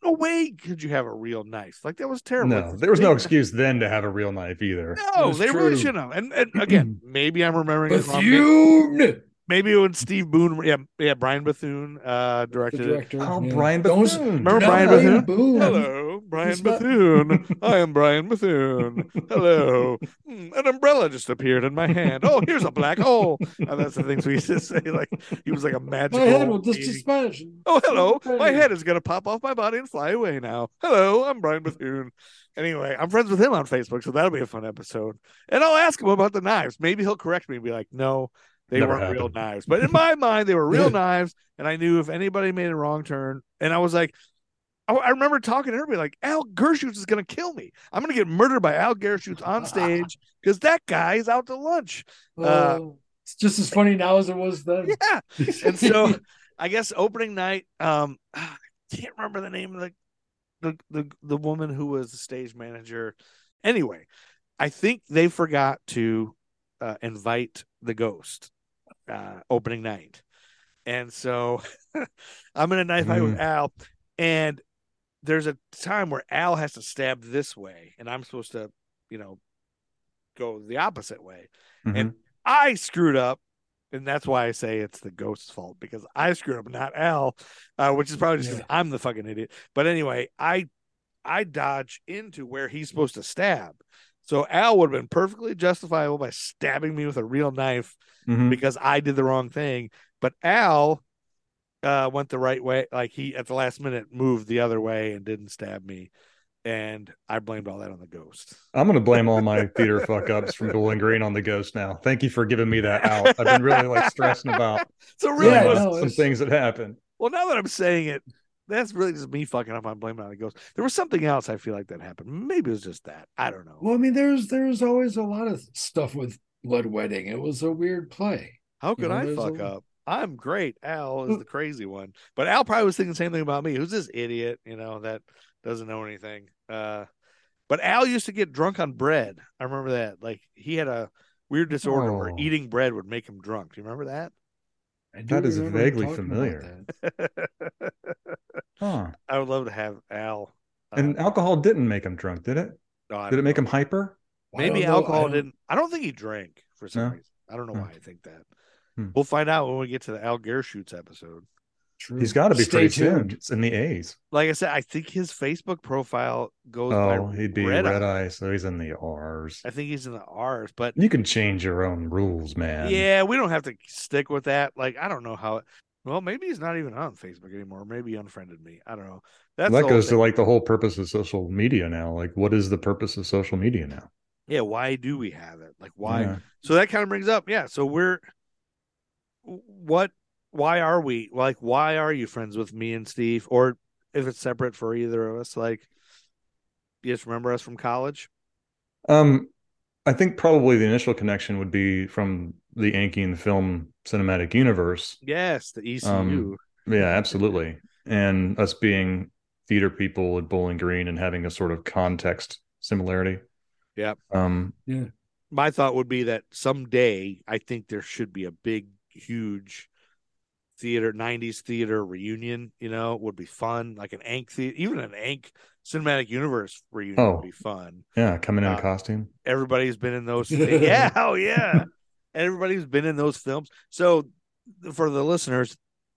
Speaker 6: no way could you have a real knife. Like that was terrible.
Speaker 4: No,
Speaker 6: It's
Speaker 4: there was
Speaker 6: big-
Speaker 4: no excuse then to have a real knife either.
Speaker 6: No,
Speaker 4: That's
Speaker 6: they really
Speaker 4: true.
Speaker 6: shouldn't have. And, and again, maybe I'm remembering it wrong.
Speaker 5: Bethune,
Speaker 6: Maybe when Steve Boone, yeah, yeah, Brian Bethune uh,
Speaker 5: the
Speaker 6: directed it.
Speaker 5: director.
Speaker 4: Oh,
Speaker 5: yeah.
Speaker 4: Brian
Speaker 5: Don't-
Speaker 4: Bethune.
Speaker 6: Remember
Speaker 5: Not
Speaker 6: Brian
Speaker 5: Brian
Speaker 6: Bethune?
Speaker 5: Boone.
Speaker 6: Hello, Brian
Speaker 5: He's not-
Speaker 6: Bethune. I am Brian Bethune. Hello. Mm, An umbrella just appeared in my hand. Oh, here's a black hole. And that's the things we used to say. Like he was like a magical.
Speaker 5: My head will just
Speaker 6: being.
Speaker 5: Spanish.
Speaker 6: Oh, hello. My head is going to pop off my body and fly away now. Hello, I'm Brian Bethune. Anyway, I'm friends with him on Facebook, so that'll be a fun episode. And I'll ask him about the knives. Maybe he'll correct me and be like, no, they
Speaker 4: Never
Speaker 6: weren't real
Speaker 4: happened.
Speaker 6: knives. But in my mind, they were real knives. And I knew if anybody made a wrong turn, and I was like, I- I remember talking to everybody like Al Gershutz is going to kill me. I'm going to get murdered by Al Gershutz on stage because that guy is out to lunch. uh,
Speaker 5: Oh, it's just as funny now as it was then.
Speaker 6: Yeah. and so I guess opening night, um, I can't remember the name of the, the the the woman who was the stage manager. Anyway, I think they forgot to uh, invite the ghost uh, opening night, and so I'm in a knife fight with
Speaker 4: Mm.
Speaker 6: Al, and there's a time where Al has to stab this way, and I'm supposed to, you know, go the opposite way.
Speaker 4: Mhm.
Speaker 6: And I screwed up, and that's why I say it's the ghost's fault because I screwed up, not Al, uh, which is probably just because
Speaker 5: Yeah.
Speaker 6: I'm the fucking idiot. But anyway, I I dodge into where he's supposed to stab, so Al would have been perfectly justifiable by stabbing me with a real knife
Speaker 5: Mm.
Speaker 4: Mhm.
Speaker 6: because I did the wrong thing. But Al uh, went the right way, like he at the last minute moved the other way and didn't stab me, and I blamed all that on the ghost.
Speaker 4: I'm gonna blame all my theater fuck ups from Bowling Green on the ghost now. Thank you for giving me that out. I've been really like stressing about
Speaker 6: So it really
Speaker 5: Yeah,
Speaker 6: was
Speaker 5: no,
Speaker 4: some
Speaker 5: it's-
Speaker 4: things that happened.
Speaker 6: Well, now that I'm saying it, that's really just me fucking up on blaming it on the ghost. There was something else I feel like that happened. Maybe it was just that. I don't know.
Speaker 5: Well, I mean, there's there's always a lot of stuff with Blood Wedding. It was a weird play.
Speaker 6: How could
Speaker 5: know,
Speaker 6: I
Speaker 5: there's
Speaker 6: fuck
Speaker 5: a-
Speaker 6: up? I'm great. Al is
Speaker 5: Who-
Speaker 6: the crazy one. But Al probably was thinking the same thing about me. Who's this idiot, you know, that doesn't know anything? Uh but Al used to get drunk on bread. I remember that. Like he had a weird disorder where
Speaker 4: Oh.
Speaker 6: eating bread would make him drunk. Do you remember that?
Speaker 5: I do
Speaker 4: That is
Speaker 5: remember him
Speaker 4: vaguely
Speaker 5: talking about
Speaker 4: familiar.
Speaker 5: that.
Speaker 4: Huh.
Speaker 6: I would love to have Al. uh,
Speaker 4: And alcohol didn't make him drunk, did it?
Speaker 6: no, I
Speaker 4: Did it
Speaker 6: don't
Speaker 4: make
Speaker 6: know.
Speaker 4: him hyper?
Speaker 5: I don't
Speaker 6: Maybe
Speaker 5: know, I
Speaker 6: alcohol
Speaker 5: don't-
Speaker 6: didn't. I don't think he drank for some
Speaker 4: No?
Speaker 6: reason. I don't know
Speaker 4: Hmm.
Speaker 6: why I think that.
Speaker 4: Hmm.
Speaker 6: We'll find out when we get to the Al Gershutz episode.
Speaker 5: True.
Speaker 4: He's got to be
Speaker 5: Stay
Speaker 4: pretty
Speaker 5: tuned.
Speaker 4: soon. It's in the A's.
Speaker 6: Like I said, I think his Facebook profile goes
Speaker 4: Oh,
Speaker 6: by
Speaker 4: he'd be
Speaker 6: Red,
Speaker 4: red,
Speaker 6: Eye.
Speaker 4: eye, so he's in the R's.
Speaker 6: I think he's in the R's, but
Speaker 4: You can change your own rules, man.
Speaker 6: yeah, we don't have to stick with that. Like I don't know how. Well, maybe he's not even on Facebook anymore. Maybe he unfriended me. I don't know. That's the
Speaker 4: that
Speaker 6: whole
Speaker 4: goes to
Speaker 6: thing.
Speaker 4: like the whole purpose of social media now. Like, what is the purpose of social media now?
Speaker 6: yeah. Why do we have it? Like why?
Speaker 4: Yeah.
Speaker 6: So that kind of brings up yeah. So we're what why are we like why are you friends with me and Steve or if it's separate for either of us like you just remember us from college?
Speaker 4: Um, I think probably the initial connection would be from the Yankee and film cinematic universe.
Speaker 6: Yes, the E ECU.
Speaker 4: Um, Yeah, absolutely. And us being theater people at Bowling Green and having a sort of context similarity.
Speaker 6: Yep.
Speaker 4: Um,
Speaker 6: my thought would be that someday I think there should be a big, huge theater, 90s theater reunion. You know, it would be fun. Like an Ank theater, even an Ank cinematic universe reunion
Speaker 4: Oh.
Speaker 6: would be fun.
Speaker 4: yeah, coming in
Speaker 6: Uh,
Speaker 4: in costume.
Speaker 6: Everybody's been in those. yeah. Oh, yeah. Everybody's been in those films. So for the listeners,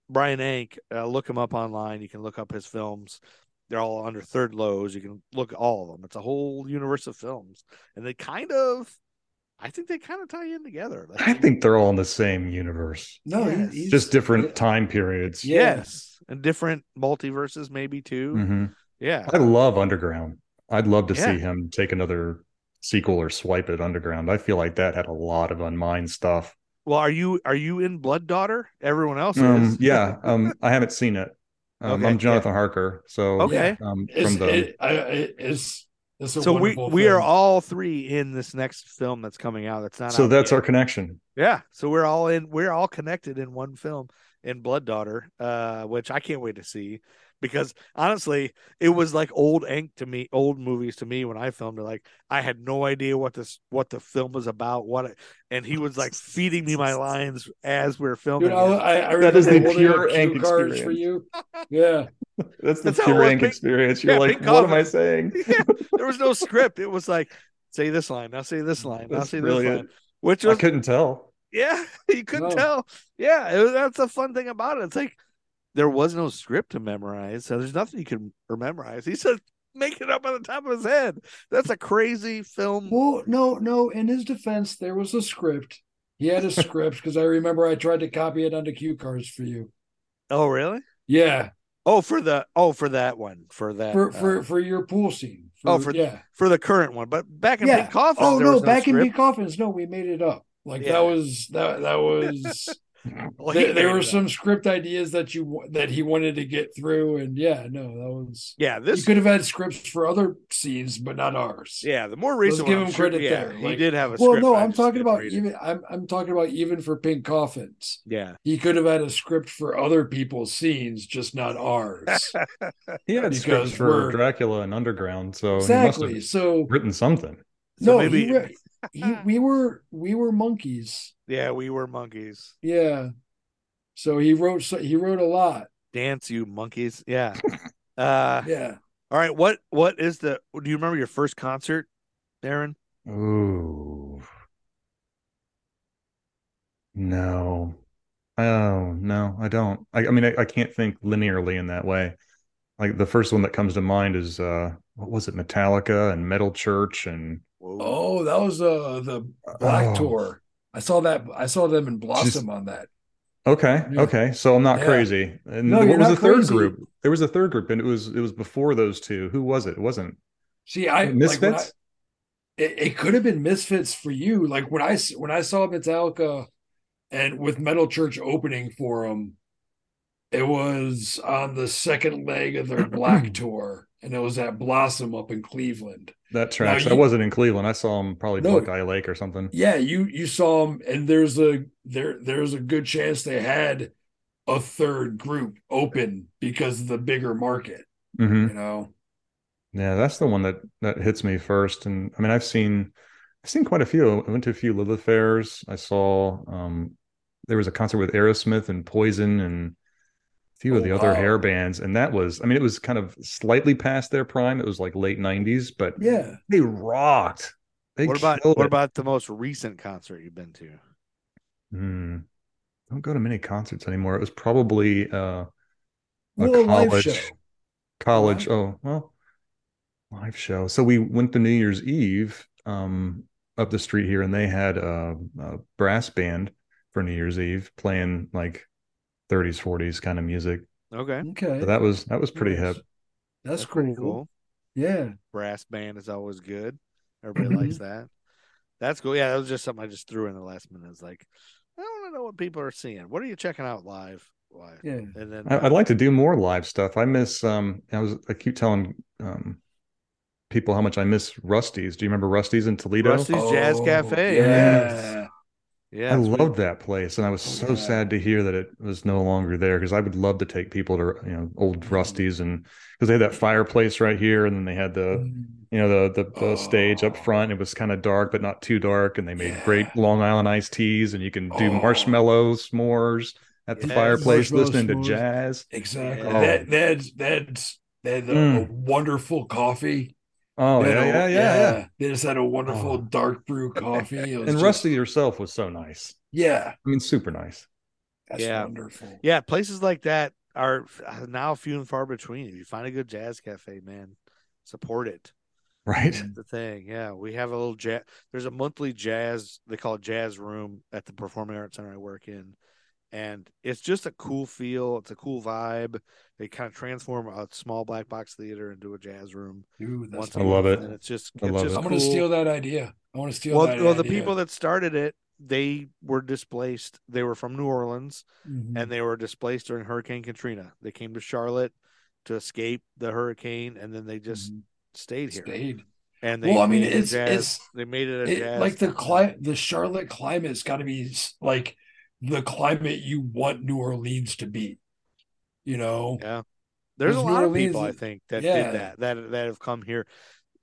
Speaker 6: Brian Ank, uh, look him up online. You can look up his films. They're all under third lows. You can look at all of them. It's a whole universe of films. And they kind of, I think they kind of tie in together.
Speaker 4: I think they're all in the same universe,
Speaker 5: No, he-
Speaker 6: Yes.
Speaker 5: he's
Speaker 4: just different time periods.
Speaker 5: Yeah.
Speaker 6: Yes. And different multiverses, maybe too.
Speaker 4: Mhm.
Speaker 6: Yeah.
Speaker 4: I love Underground. I'd love to
Speaker 6: Yeah.
Speaker 4: see him take another sequel or swipe at Underground. I feel like that had a lot of unmined stuff.
Speaker 6: Well, are you are you in Blood Daughter? Everyone else
Speaker 4: Um,
Speaker 6: is.
Speaker 4: yeah, um, I haven't seen it. Um,
Speaker 6: Okay,
Speaker 4: I'm Jonathan Harker. So
Speaker 6: Okay.
Speaker 4: um,
Speaker 5: It's,
Speaker 4: from the
Speaker 5: it, I, it, it's, it's a
Speaker 6: So we
Speaker 5: wonderful
Speaker 6: we are
Speaker 5: film.
Speaker 6: all three in this next film that's coming out. That's not
Speaker 4: so
Speaker 6: out
Speaker 4: that's
Speaker 6: yet.
Speaker 4: our connection.
Speaker 6: Yeah. So we're all in we're all connected in one film in Blood Daughter, uh, which I can't wait to see because honestly, it was like old ink to me, old movies to me when I filmed it. Like I had no idea what this what the film was about, what it, and he was like feeding me my lines as we are filming.
Speaker 5: Dude, I,
Speaker 6: it.
Speaker 5: I, I
Speaker 4: That is the
Speaker 5: remember holding
Speaker 4: pure
Speaker 5: up cue
Speaker 4: Ank
Speaker 5: cards
Speaker 4: experience.
Speaker 5: for you. Yeah.
Speaker 4: That's the
Speaker 6: That's how it
Speaker 4: pure
Speaker 6: was,
Speaker 4: Ank
Speaker 6: big-
Speaker 4: experience.
Speaker 6: yeah,
Speaker 4: You're like,
Speaker 6: big
Speaker 4: what am I
Speaker 6: confidence."
Speaker 4: saying?
Speaker 6: Yeah, there was no script. It was like say this line, now say this line, now
Speaker 4: That's
Speaker 6: say this
Speaker 4: brilliant.
Speaker 6: line, which
Speaker 4: I
Speaker 6: was
Speaker 4: couldn't tell.
Speaker 6: Yeah, you couldn't
Speaker 5: No.
Speaker 6: tell. Yeah, it was, that's the fun thing about it. It's like there was no script to memorize, so there's nothing you can memorize. He said, "Make it up on the top of his head." That's a crazy film.
Speaker 5: Well, no, no. In his defense, there was a script. He had a script because I remember I tried to copy it onto cue cards for you.
Speaker 6: Oh, really?
Speaker 5: Yeah,
Speaker 6: Oh, for the oh for that one for that
Speaker 5: for
Speaker 6: uh,
Speaker 5: for for your pool scene.
Speaker 6: Oh, for-
Speaker 5: yeah,
Speaker 6: for the current one. But back in
Speaker 5: Yeah.
Speaker 6: Big Coffins,
Speaker 5: Oh
Speaker 6: there
Speaker 5: no,
Speaker 6: was
Speaker 5: back in
Speaker 6: script.
Speaker 5: Big Coffins, no, we made it up. Like
Speaker 6: Yeah.
Speaker 5: that was that that was
Speaker 6: Well, he
Speaker 5: there, there
Speaker 6: made
Speaker 5: were
Speaker 6: it up.
Speaker 5: some script ideas that you wa- that he wanted to get through, and yeah, no, that was
Speaker 6: Yeah,
Speaker 5: you
Speaker 6: this.
Speaker 5: could have had scripts for other scenes, but not ours.
Speaker 6: Yeah, the more recent
Speaker 5: give
Speaker 6: one, I'm
Speaker 5: him
Speaker 6: sure-
Speaker 5: credit
Speaker 6: yeah,
Speaker 5: there,
Speaker 6: He
Speaker 5: like-
Speaker 6: did have a
Speaker 5: Well,
Speaker 6: script.
Speaker 5: no,
Speaker 6: I
Speaker 5: I'm
Speaker 6: just
Speaker 5: talking
Speaker 6: didn't
Speaker 5: about
Speaker 6: read it.
Speaker 5: even I'm I'm talking about even for Pink Coffins.
Speaker 6: Yeah,
Speaker 5: he could have had a script for other people's scenes, just not ours.
Speaker 6: Oh,
Speaker 4: Yeah, it's scripts
Speaker 5: Because
Speaker 4: for
Speaker 5: we're-
Speaker 4: Dracula and Underground. So he
Speaker 5: exactly.
Speaker 4: must
Speaker 5: So
Speaker 4: have written something.
Speaker 6: So
Speaker 5: no,
Speaker 6: maybe-
Speaker 5: he, re- he, we were we were monkeys.
Speaker 6: yeah, we were monkeys.
Speaker 5: Yeah. So he wrote so he wrote a lot.
Speaker 6: Dance, you monkeys. Yeah. Uh,
Speaker 5: Yeah.
Speaker 6: All right, what what is the? Do you remember your first concert, Darren?
Speaker 4: Ooh. No. Oh, no, I don't. I, I mean, I, I can't think linearly in that way. Like the first one that comes to mind is uh what was it, Metallica and Metal Church and
Speaker 6: Whoa.
Speaker 5: Oh, that was uh the Black
Speaker 4: Oh,
Speaker 5: Tour. I saw that. I saw them in Blossom on that.
Speaker 4: Okay,
Speaker 5: Yeah.
Speaker 4: okay. So I'm not
Speaker 5: Yeah.
Speaker 4: crazy. And
Speaker 5: No,
Speaker 4: what
Speaker 5: you're
Speaker 4: was
Speaker 5: not
Speaker 4: the third
Speaker 5: crazy.
Speaker 4: group? There was a third group, and it was it was before those two. Who was it? It wasn't
Speaker 5: See, I like, when
Speaker 4: Misfits?
Speaker 5: I- it, it could have been misfits for you like when i s- when i saw metallica and with metal church opening for them it was on the second leg of their black tour and it was at blossom up in cleveland
Speaker 4: That tracks. I
Speaker 5: you-
Speaker 4: wasn't in Cleveland. I saw him probably
Speaker 5: No.
Speaker 4: Buckeye Lake or something.
Speaker 5: yeah you you saw them and there's a there there's a good chance they had a third group open because of the bigger market
Speaker 4: hmm
Speaker 5: you know
Speaker 4: Yeah, that's the one that that hits me first. And I mean, I've seen I've seen quite a few. I went to a few Lilith fairs. I saw um there was a concert with Aerosmith and Poison and a few of
Speaker 5: Oh,
Speaker 4: the other
Speaker 5: wow.
Speaker 4: hair bands. And that was, I mean, it was kind of slightly past their prime. It was like late 90s, but
Speaker 5: yeah
Speaker 4: they rocked. They
Speaker 6: What about
Speaker 4: killed
Speaker 6: what
Speaker 4: it.
Speaker 6: about the most recent concert you've been to?
Speaker 4: Hmm. Don't go to many concerts anymore. It was probably uh a
Speaker 5: Well, a live
Speaker 4: college
Speaker 5: show.
Speaker 4: college oh well live show so we went to new year's eve um up the street here and they had a, a brass band for new year's eve playing like 30s 40s kind of music
Speaker 6: Okay,
Speaker 5: okay
Speaker 4: so that was that was pretty
Speaker 5: Nice.
Speaker 4: hip
Speaker 5: that's,
Speaker 6: pretty
Speaker 5: cool. yeah
Speaker 6: Brass band is always
Speaker 5: Mm-hmm.
Speaker 6: good. Everybody likes that. That's cool. Yeah, that was just something I just threw in the last minute. It's like I want to know what people are seeing. What are you checking out live? Live,
Speaker 5: Yeah.
Speaker 6: and then
Speaker 4: I- I'd like to do more live stuff. I miss. Um, I was. I keep telling um, people how much I miss Rusty's. Do you remember Rusty's in Toledo?
Speaker 6: Rusty's Jazz Cafe.
Speaker 5: Oh, Yeah. Oh,
Speaker 6: yeah,
Speaker 4: I
Speaker 6: it's
Speaker 4: loved
Speaker 6: been-
Speaker 4: that place, and I was so
Speaker 5: yeah.
Speaker 4: sad to hear that it was no longer there because I would love to take people to you know old Rusty's and because they had that fireplace right here, and then they had the you know the the, the stage up
Speaker 5: Mm. Oh.
Speaker 4: front. It was kind of dark, but not too dark, and they made
Speaker 5: Yeah.
Speaker 4: great Long Island iced teas, and you can do
Speaker 5: Oh.
Speaker 4: marshmallow s'mores at the
Speaker 6: Yes.
Speaker 4: fireplace,
Speaker 5: Marshmallow
Speaker 4: listening
Speaker 5: s'mores.
Speaker 4: to jazz.
Speaker 5: Exactly.
Speaker 6: Yeah.
Speaker 5: That that's that's that's a
Speaker 4: Mm.
Speaker 5: wonderful coffee.
Speaker 4: Oh
Speaker 5: They
Speaker 4: yeah,
Speaker 5: had a-
Speaker 4: yeah, yeah, yeah.
Speaker 5: They just had a wonderful
Speaker 4: Oh.
Speaker 5: dark brew coffee. It was
Speaker 4: And
Speaker 5: just-
Speaker 4: Rusty herself was so nice.
Speaker 5: Yeah.
Speaker 4: I mean, super nice.
Speaker 5: That's
Speaker 6: Yeah.
Speaker 5: wonderful.
Speaker 6: Yeah, places like that are f- uh, now few and far between. If you find a good jazz cafe, man, support it.
Speaker 4: Right?
Speaker 5: Mm.
Speaker 6: That's the thing. Yeah, we have a little jazz. There's a monthly jazz. They call it jazz room at the performing arts center I work in, and it's just a cool feel. It's a cool vibe. They kind of transform a small black box theater into a jazz room.
Speaker 5: Dude, that's
Speaker 6: once a
Speaker 4: I love
Speaker 6: month,
Speaker 4: it.
Speaker 6: And it's just.
Speaker 4: I
Speaker 6: it's
Speaker 4: love
Speaker 6: just
Speaker 4: it.
Speaker 5: I'm gonna
Speaker 6: cool.
Speaker 5: steal that idea. I want to steal
Speaker 6: Well,
Speaker 5: that
Speaker 6: well, the
Speaker 5: idea.
Speaker 6: people that started it, they were displaced. They were from New Orleans
Speaker 5: Mhm.
Speaker 6: and they were displaced during Hurricane Katrina. They came to Charlotte to escape the hurricane, and then they just
Speaker 5: Mhm.
Speaker 6: stayed here.
Speaker 5: stayed.
Speaker 6: And they
Speaker 5: Well, I mean,
Speaker 6: made it a
Speaker 5: it's
Speaker 6: jazz-
Speaker 5: it's
Speaker 6: they made it a
Speaker 5: it-
Speaker 6: jazz.
Speaker 5: like the climate, the Charlotte climate's got to be s- like the climate you want New Orleans to be. You know,
Speaker 6: yeah. There's a
Speaker 5: New
Speaker 6: lot of people I
Speaker 5: Orleans-
Speaker 6: think that
Speaker 5: yeah.
Speaker 6: did that that that have come here.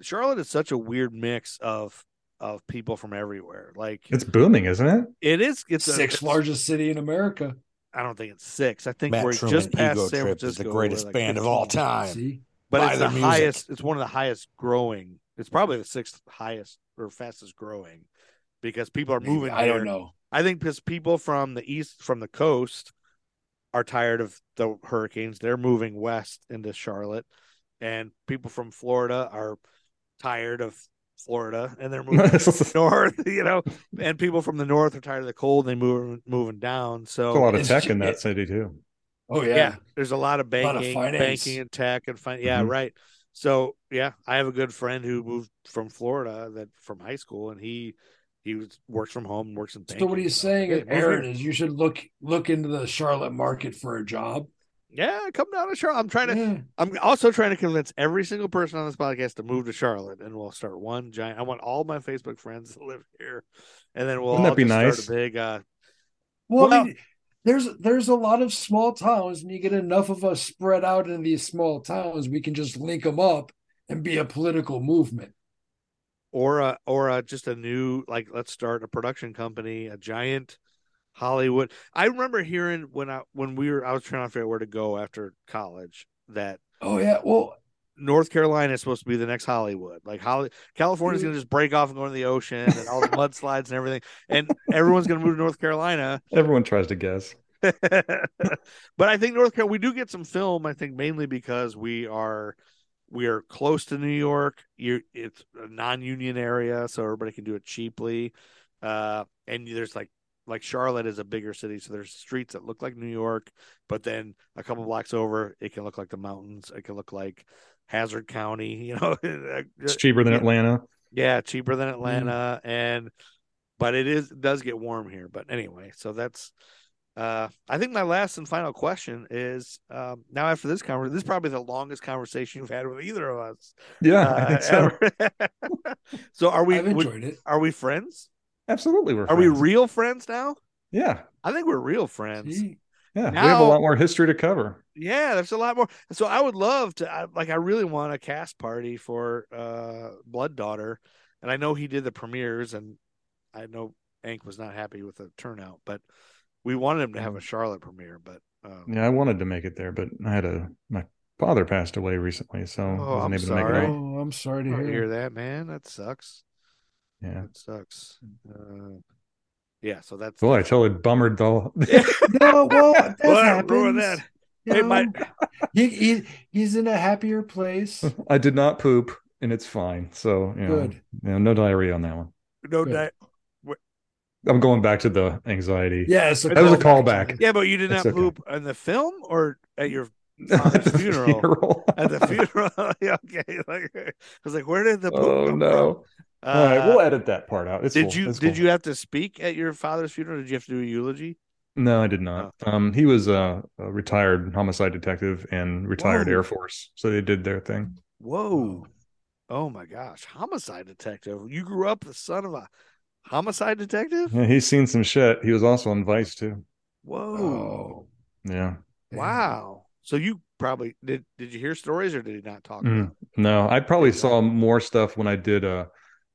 Speaker 6: Charlotte is such a weird mix of of people from everywhere. Like
Speaker 4: It's booming, isn't it?
Speaker 6: it is. It's a-
Speaker 5: sixth
Speaker 6: it's-
Speaker 5: largest city in America.
Speaker 6: I don't think it's six. I think
Speaker 7: Matt
Speaker 6: we're
Speaker 7: Truman
Speaker 6: just past
Speaker 7: Ego
Speaker 6: San
Speaker 7: Trip
Speaker 6: Francisco.
Speaker 7: is the
Speaker 6: we're
Speaker 7: greatest
Speaker 6: like
Speaker 7: band of all
Speaker 6: 15.
Speaker 7: time.
Speaker 5: See,
Speaker 6: but
Speaker 7: by
Speaker 6: it's the
Speaker 7: their music.
Speaker 6: highest. It's one of the highest growing. It's probably the sixth highest or fastest growing because people are moving.
Speaker 5: I
Speaker 6: here.
Speaker 5: don't know.
Speaker 6: I think because people from the east, from the coast, are tired of the hurricanes. They're moving west into Charlotte, and people from Florida are tired of Florida, and they're moving
Speaker 4: it's
Speaker 6: north. You know, and people from the north are tired of the cold. And they move moving down. So
Speaker 4: a lot of
Speaker 5: Oh, It's
Speaker 4: tech
Speaker 5: ju-
Speaker 4: in that
Speaker 5: it-
Speaker 4: city too.
Speaker 5: Oh yeah,
Speaker 6: yeah. there's a lot of
Speaker 5: lot of
Speaker 6: banking,
Speaker 5: finance.
Speaker 6: banking and tech and fin- yeah,
Speaker 4: Mhm.
Speaker 6: right. So yeah, I have a good friend who moved from Florida that from high school, and he he was, works from home, works in banking.
Speaker 5: So what he's
Speaker 6: so,
Speaker 5: saying,
Speaker 6: yeah, move
Speaker 5: Aaron,
Speaker 6: here.
Speaker 5: is you should look look into the Charlotte market for a job.
Speaker 6: yeah, come down to Charlotte. I'm trying to.
Speaker 5: Yeah.
Speaker 6: I'm also trying to convince every single person on this podcast to move to Charlotte, and we'll start one giant. I want all my Facebook friends to live here, and then we'll
Speaker 4: Wouldn't that
Speaker 6: all
Speaker 4: be
Speaker 6: just
Speaker 4: nice?
Speaker 6: start a big. Uh,
Speaker 5: Well, I
Speaker 6: Well-
Speaker 5: mean, there's there's a lot of small towns, and you get enough of us spread out in these small towns, we can just link them up and be a political movement.
Speaker 6: or a, or a, just a new like let's start a production company a giant hollywood i remember hearing when i when we were i was trying to figure out where to go after college that
Speaker 5: Oh yeah, well,
Speaker 6: north carolina is supposed to be the next hollywood like Holly, california's going to just break off and go into the ocean and all the mudslides and everything and everyone's going to move to north carolina
Speaker 4: Everyone tries to guess.
Speaker 6: but I think North Carolina, we do get some film. I think mainly because we are we are close to New York. You, it's a non-union area, so everybody can do it cheaply. Uh, and there's like like Charlotte is a bigger city, so there's streets that look like New York, but then a couple blocks over, it can look like the mountains. It can look like Hazard County. You know,
Speaker 4: It's cheaper than
Speaker 6: Yeah.
Speaker 4: Atlanta.
Speaker 6: yeah, cheaper than Atlanta, and but it is it does get warm here. But anyway, so that's uh I think my last and final question is um now after this conversation, this is probably the longest conversation you've had with either of us.
Speaker 4: Yeah, I
Speaker 6: uh,
Speaker 4: think so.
Speaker 6: ever. so are we
Speaker 5: I've
Speaker 6: would-
Speaker 5: enjoyed it.
Speaker 6: are we friends?
Speaker 4: Absolutely, we're
Speaker 6: Are we
Speaker 4: friends.
Speaker 6: real friends now?
Speaker 4: yeah,
Speaker 6: I think we're real friends.
Speaker 5: See?
Speaker 4: yeah. we have a
Speaker 6: Now-
Speaker 4: lot more history to cover.
Speaker 6: Yeah, there's a lot more. So I would love to I, like I really want a cast party for uh Blood Daughter, and I know he did the premieres, and I know Ank was not happy with the turnout, but we wanted him to have a Charlotte premiere, but um,
Speaker 4: Yeah, I wanted to make it there, but I had a my father passed away recently, so I
Speaker 6: Oh,
Speaker 4: wasn't
Speaker 6: I'm
Speaker 4: able to
Speaker 6: sorry.
Speaker 4: make it. Out.
Speaker 5: Oh, I'm sorry to
Speaker 6: I
Speaker 5: hear.
Speaker 6: hear that man, that sucks.
Speaker 4: Yeah.
Speaker 6: That sucks. Uh, yeah, so that's
Speaker 4: Boy, I totally bummered the.
Speaker 5: No, well, that
Speaker 6: Well, ruin
Speaker 5: happens,
Speaker 6: that.
Speaker 5: you
Speaker 6: It might-
Speaker 5: know? he, he he's in a happier place.
Speaker 4: I did not poop, and it's fine. So you know,
Speaker 5: Good.
Speaker 4: you know, no diarrhea on that one.
Speaker 6: no
Speaker 5: Good.
Speaker 6: doubt.
Speaker 4: I'm going back to the anxiety.
Speaker 5: Yeah, it's a
Speaker 4: That was a
Speaker 5: callback.
Speaker 4: callback.
Speaker 6: Yeah, but you did not
Speaker 4: It's okay.
Speaker 6: poop on the film or at your
Speaker 4: At
Speaker 6: the
Speaker 4: the
Speaker 6: funeral.
Speaker 4: funeral.
Speaker 6: at the funeral. Yeah, okay, like, I was like, where did the poop
Speaker 4: oh
Speaker 6: come
Speaker 4: no. All right, we'll
Speaker 6: Uh,
Speaker 4: edit that part out. It's
Speaker 6: did
Speaker 4: cool.
Speaker 6: you
Speaker 4: It's
Speaker 6: did
Speaker 4: cool.
Speaker 6: you have to speak at your father's funeral? Did you have to do a eulogy?
Speaker 4: No, I did not.
Speaker 6: Oh.
Speaker 4: Um, he was uh, a retired homicide detective and retired
Speaker 6: Whoa.
Speaker 4: Air Force, so they did their thing.
Speaker 6: Whoa. Oh my gosh. Homicide detective. You grew up the son of a homicide detective?
Speaker 4: Yeah, he's seen some shit. He was also on Vice too.
Speaker 6: Whoa.
Speaker 5: Oh,
Speaker 4: Yeah.
Speaker 5: damn.
Speaker 6: Wow. So you probably did did you hear stories or did he not talk
Speaker 4: Mm.
Speaker 6: about it?
Speaker 4: No, I probably saw more stuff when I did uh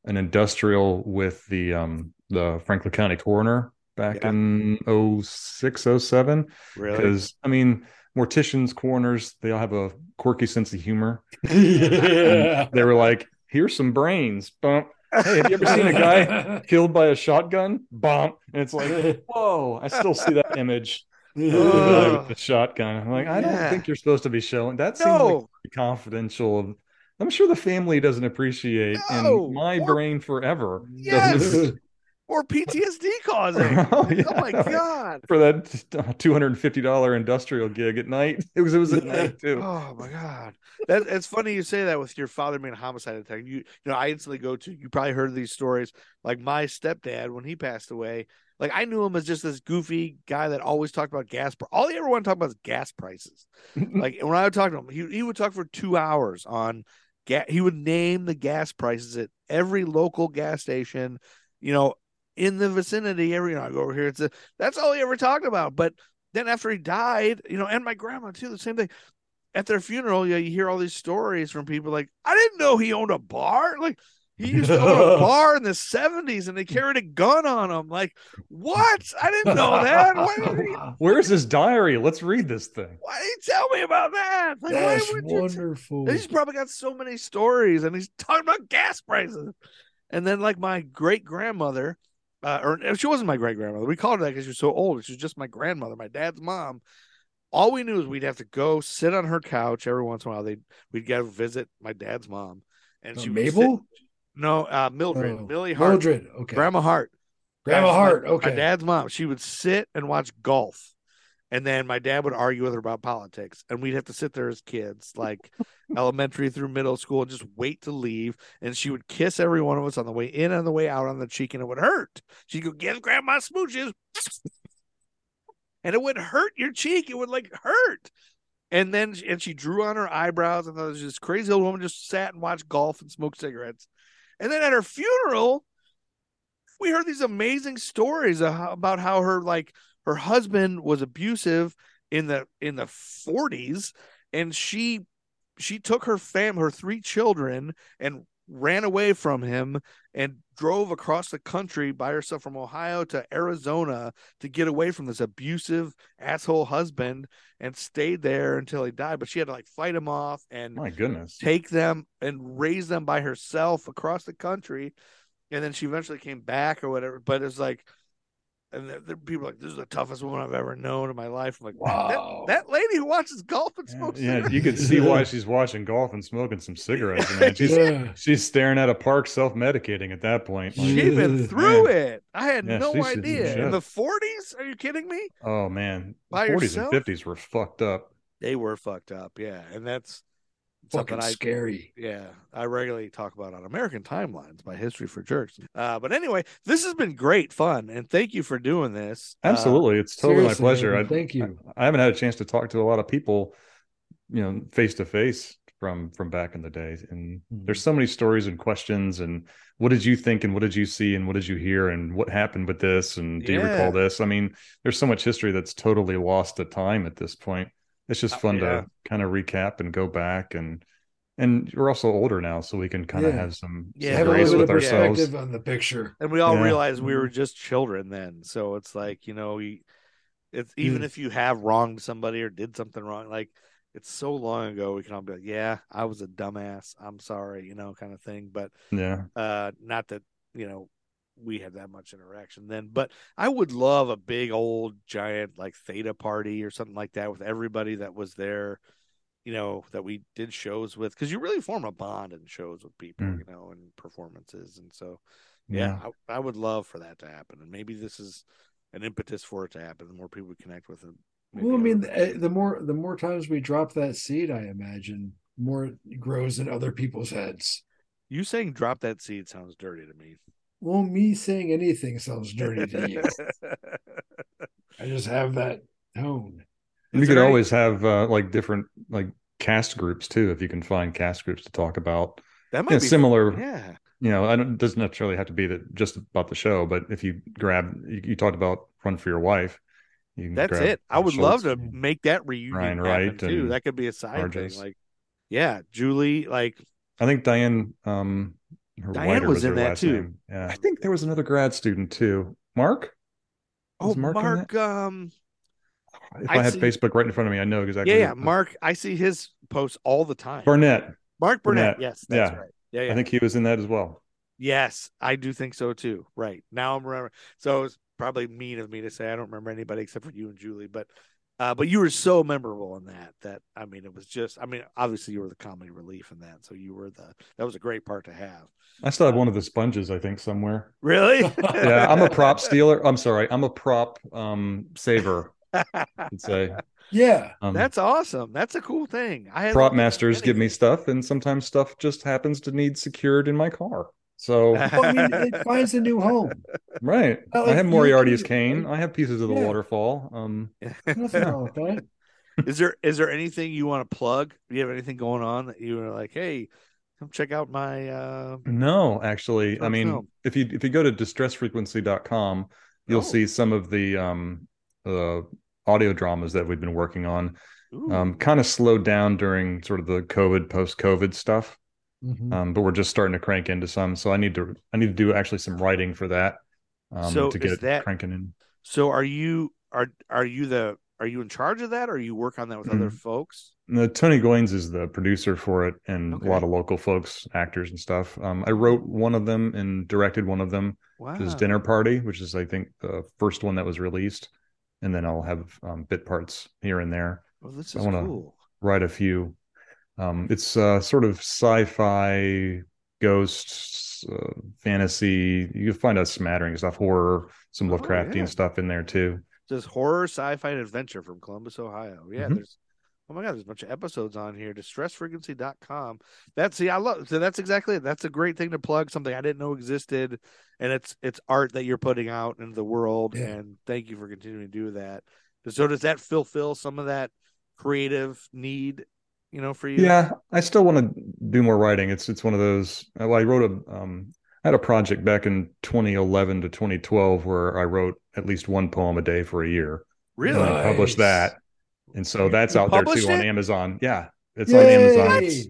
Speaker 4: an industrial with the um the Franklin County coroner back
Speaker 6: Yeah.
Speaker 4: in 06, 07.
Speaker 6: Really?
Speaker 4: Because I mean, morticians, coroners, they all have a quirky sense of humor.
Speaker 5: Oh. yeah.
Speaker 4: They were like, here's some brains. Bump. Hey, have you ever seen a guy killed by a shotgun? Bump. And it's like, whoa, I still see that image. of the guy
Speaker 6: oh.
Speaker 4: with the shotgun. I'm like, I
Speaker 6: Yeah.
Speaker 4: don't think you're supposed to be showing that seems like
Speaker 6: No.
Speaker 4: confidential. of- I'm sure the family doesn't appreciate,
Speaker 6: No,
Speaker 4: and my
Speaker 6: or-
Speaker 4: brain forever
Speaker 6: Yes. or PTSD causing.
Speaker 4: Oh,
Speaker 6: Like, oh
Speaker 4: yeah,
Speaker 6: my
Speaker 4: right.
Speaker 6: god.
Speaker 4: for that two hundred and fifty dollar industrial gig at night. It was it was at night too.
Speaker 6: Oh my god. That it's funny you say that with your father being a homicide detective. You you know, I instantly go to you probably heard these stories. Like my stepdad when he passed away, like I knew him as just this goofy guy that always talked about gas pr- all he ever wanted to talk about is gas prices. like when I would talk to him, he he would talk for two hours on gas. He would name the gas prices at every local gas station, you know, in the vicinity. Every you know, I go over here. It's a, that's all he ever talked about. But then after he died, you know, and my grandma too, the same thing. At their funeral, yeah, you hear all these stories from people like, I didn't know he owned a bar. Like he used to own a bar in the seventies, and they carried a gun on him. Like what? I didn't know that. Why,
Speaker 4: Where's his diary? Let's read this thing.
Speaker 6: why did you tell me about that? Like,
Speaker 5: That's
Speaker 6: why would you? t-
Speaker 5: wonderful.
Speaker 6: He's probably got so many stories, and he's talking about gas prices. And then, like my great grandmother, uh, or she wasn't my great grandmother. We called her that because she was so old. She was just my grandmother, my dad's mom. All we knew is we'd have to go sit on her couch every once in a while. They would we'd go visit my dad's mom, and
Speaker 5: Uh,
Speaker 6: she would sit-
Speaker 5: Mabel?
Speaker 6: no, uh, Mildred,
Speaker 5: Oh,
Speaker 6: Millie Hart,
Speaker 5: Mildred. Okay.
Speaker 6: Grandma Hart.
Speaker 5: Grandma
Speaker 6: That's
Speaker 5: Hart.
Speaker 6: My,
Speaker 5: Okay.
Speaker 6: My dad's mom. She would sit and watch golf. And then my dad would argue with her about politics. And we'd have to sit there as kids, like elementary through middle school, and just wait to leave. And she would kiss every one of us on the way in and the way out on the cheek, and it would hurt. She'd go, Give grandma smooches. And it would hurt your cheek. It would like hurt. And then and she drew on her eyebrows and thought this crazy old woman just sat and watched golf and smoked cigarettes. And then at her funeral, we heard these amazing stories of how- about how her like her husband was abusive in the in the 40s and she she took her fam her three children and ran away from him and drove across the country by herself from Ohio to Arizona to get away from this abusive asshole husband and stayed there until he died but she had to like fight him off and
Speaker 4: My goodness.
Speaker 6: take them and raise them by herself across the country. And then she eventually came back or whatever. But it's like, and there, there are people like, this is the toughest woman I've ever known in my life. I'm like,
Speaker 5: Wow.
Speaker 6: that lady who watches golf and
Speaker 4: Yeah,
Speaker 6: smokes
Speaker 4: yeah,
Speaker 6: cigarettes.
Speaker 4: you could see why she's watching golf and smoking some cigarettes. Man. She's
Speaker 5: Yeah.
Speaker 4: she's staring at a park, self medicating at that point. Like,
Speaker 6: She'd been through
Speaker 4: Man.
Speaker 6: it. I had
Speaker 4: Yeah,
Speaker 6: no
Speaker 4: she should-
Speaker 6: idea.
Speaker 4: yeah.
Speaker 6: In the 40s? Are you kidding me?
Speaker 4: Oh man,
Speaker 6: By
Speaker 4: forties and
Speaker 6: yourself?
Speaker 4: fifties were fucked up.
Speaker 6: They were fucked up. Yeah. And that's something
Speaker 5: Fucking
Speaker 6: I
Speaker 5: scary.
Speaker 6: Yeah, I regularly talk about on American Timelines by History for Jerks. Uh, but anyway, this has been great fun, and thank you for doing this. Uh,
Speaker 4: Absolutely, it's totally my
Speaker 5: Seriously,
Speaker 4: pleasure.
Speaker 5: man,
Speaker 4: I,
Speaker 5: Thank you.
Speaker 4: I haven't had a chance to talk to a lot of people, you know, face to face from from back in the day, and
Speaker 5: Mm-hmm.
Speaker 4: there's so many stories and questions. And what did you think? And what did you see? And what did you hear? And what happened with this? And do you
Speaker 6: Yeah.
Speaker 4: recall this? I mean, there's so much history that's totally lost to time at this point. It's just
Speaker 6: Uh,
Speaker 4: fun
Speaker 6: yeah.
Speaker 4: to kind of recap and go back and. And we're also older now, so we can kind of
Speaker 5: Yeah.
Speaker 4: have some,
Speaker 6: Yeah,
Speaker 4: some
Speaker 5: Have a
Speaker 4: grace
Speaker 5: little bit
Speaker 4: with
Speaker 5: of
Speaker 4: ourselves.
Speaker 5: perspective on the picture.
Speaker 6: and we all
Speaker 4: Yeah.
Speaker 6: realized we were just children then, so it's like you know, we, it's even
Speaker 5: Mm.
Speaker 6: if you have wronged somebody or did something wrong, like it's so long ago, we can all be like, yeah, I was a dumbass. I'm sorry, you know, kind of thing. But
Speaker 4: Yeah.
Speaker 6: uh not that you know we had that much interaction then but i would love a big old giant like theta party or something like that with everybody that was there you know that we did shows with because you really form a bond in shows with people
Speaker 4: Mm.
Speaker 6: you know and performances and so yeah, I, I would love for that to happen and maybe this is an impetus for it to happen the more people we connect with and maybe
Speaker 5: Well, I mean,
Speaker 6: other-
Speaker 5: uh, the, the more the more times we drop that seed, I imagine, more it grows in other people's heads.
Speaker 6: You saying drop that seed sounds dirty to me.
Speaker 5: Well, me saying anything sounds dirty to you. I just have that tone.
Speaker 4: We
Speaker 6: Is
Speaker 4: could
Speaker 6: there any-
Speaker 4: always have uh, like different like cast groups too, if you can find cast groups to talk about.
Speaker 6: that might
Speaker 4: Yeah,
Speaker 6: be
Speaker 4: similar,
Speaker 6: Yeah.
Speaker 4: you know, I don't doesn't necessarily have to be that just about the show, but if you grab, you, you talked about Run for Your Wife. You can
Speaker 6: That's
Speaker 4: grab
Speaker 6: it. I
Speaker 4: Paul
Speaker 6: would love to
Speaker 4: Schultz.
Speaker 6: make that reunion
Speaker 4: Ryan
Speaker 6: happen,
Speaker 4: Wright
Speaker 6: too.
Speaker 4: and
Speaker 6: That could be a side
Speaker 4: RJ's.
Speaker 6: thing. Like, yeah, Julie. Like,
Speaker 4: I think Diane, um, her
Speaker 6: Diane
Speaker 4: Whiter
Speaker 6: was in
Speaker 4: her
Speaker 6: that
Speaker 4: last
Speaker 6: too.
Speaker 4: name. Yeah, I think there was another grad student too. Mark,
Speaker 6: oh,
Speaker 4: Was Mark
Speaker 6: Mark.
Speaker 4: in
Speaker 6: um,
Speaker 4: if I,
Speaker 6: I
Speaker 4: had
Speaker 6: see-
Speaker 4: Facebook right in front of me, I know exactly.
Speaker 6: yeah,
Speaker 4: who-
Speaker 6: yeah, Mark. I see his posts all the time.
Speaker 4: Barnett.
Speaker 6: Mark Burnett.
Speaker 4: Burnett,
Speaker 6: Yes, that's
Speaker 4: yeah.
Speaker 6: right. Yeah, yeah.
Speaker 4: I think he was in that as well.
Speaker 6: Yes, I do think so too. Right now, I'm remember. So it's probably mean of me to say I don't remember anybody except for you and Julie, but uh, but you were so memorable in that that I mean, it was just. I mean, obviously you were the comedy relief in that, so you were the. That was a great part to have.
Speaker 4: I still have one of the sponges, I think, somewhere.
Speaker 6: Really?
Speaker 4: Yeah, I'm a prop stealer. I'm sorry, I'm a prop um saver. I'd say
Speaker 5: Yeah.
Speaker 4: um,
Speaker 6: That's awesome. That's a cool thing. I had
Speaker 4: prop masters give me stuff, and sometimes stuff just happens to need secured in my car. So
Speaker 5: Well, I mean, it finds a new home.
Speaker 4: right,
Speaker 5: Well,
Speaker 4: I
Speaker 5: if
Speaker 4: have
Speaker 5: you-
Speaker 4: Moriarty's cane. I have pieces of the
Speaker 5: Yeah.
Speaker 4: waterfall. Um,
Speaker 5: Nothing wrong with that.
Speaker 6: is there is there anything you want to plug? Do you have anything going on that you were like, hey, come check out my uh
Speaker 4: No, actually, I
Speaker 6: Short
Speaker 4: mean,
Speaker 6: film.
Speaker 4: if you if you go to distressfrequency.com, you'll
Speaker 6: Oh.
Speaker 4: see some of the um uh audio dramas that we've been working on.
Speaker 5: Hmm.
Speaker 6: ooh,
Speaker 4: Um kind of slowed down during sort of the COVID post-COVID stuff.
Speaker 5: Mhm.
Speaker 4: Um but we're just starting to crank into some, so I need to I need to do actually some writing for that um
Speaker 6: So
Speaker 4: to
Speaker 6: is
Speaker 4: get it
Speaker 6: that-
Speaker 4: cranking in.
Speaker 6: So are you are are you the are you in charge of that or you work on that with other
Speaker 4: Mm.
Speaker 6: folks?
Speaker 4: No, Tony Goins is the producer for it and
Speaker 6: Okay.
Speaker 4: a lot of local folks, actors and stuff. Um I wrote one of them and directed one of them.
Speaker 6: Wow.
Speaker 4: His dinner party, which is I think the first one that was released, and then I'll have um, bit parts here and there.
Speaker 6: Well, this
Speaker 4: I
Speaker 6: is
Speaker 4: wanna-
Speaker 6: cool.
Speaker 4: Write a few. Um, it's uh, sort of sci-fi, ghosts, uh, fantasy. You can find a smattering of stuff, horror, some
Speaker 6: Oh,
Speaker 4: Lovecraftian
Speaker 6: yeah.
Speaker 4: stuff in there too.
Speaker 6: Just horror, sci-fi, and adventure from Columbus, Ohio. Yeah,
Speaker 5: Mm-hmm.
Speaker 4: Mhm.
Speaker 6: there's oh my god, there's a bunch of episodes on here. Distressfrequency.com. That's see, I love so that's exactly it. That's a great thing to plug, something I didn't know existed. And it's it's art that you're putting out into the world.
Speaker 5: Yeah.
Speaker 6: And thank you for continuing to do that. So does that fulfill some of that creative need, you know, for you?
Speaker 4: Yeah, I still want to do more writing. It's it's one of those. uh, Well, I wrote a um, I had a project back in 2011 to 2012 where I wrote at least one poem a day for a year.
Speaker 6: Really?
Speaker 4: and I published
Speaker 5: Nice.
Speaker 4: that. And so that's
Speaker 6: You
Speaker 4: out there
Speaker 6: published
Speaker 4: too on
Speaker 6: it?
Speaker 4: Amazon. Yeah, it's on
Speaker 5: Yay!
Speaker 4: Amazon. It's,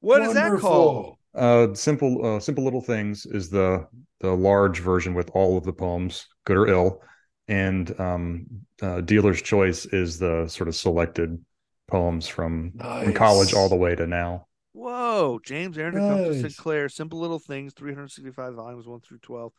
Speaker 6: What is that called?
Speaker 5: Wonderful.
Speaker 4: uh, simple, uh, simple little things is the the large version with all of the poems, good or ill, and um, uh, Dealer's Choice is the sort of selected poems from from
Speaker 5: Nice.
Speaker 4: college all the way to now.
Speaker 6: Whoa, James Aaron Tecumseh
Speaker 5: Nice.
Speaker 6: Sinclair, Simple Little Things, 365 volumes 1 through 12.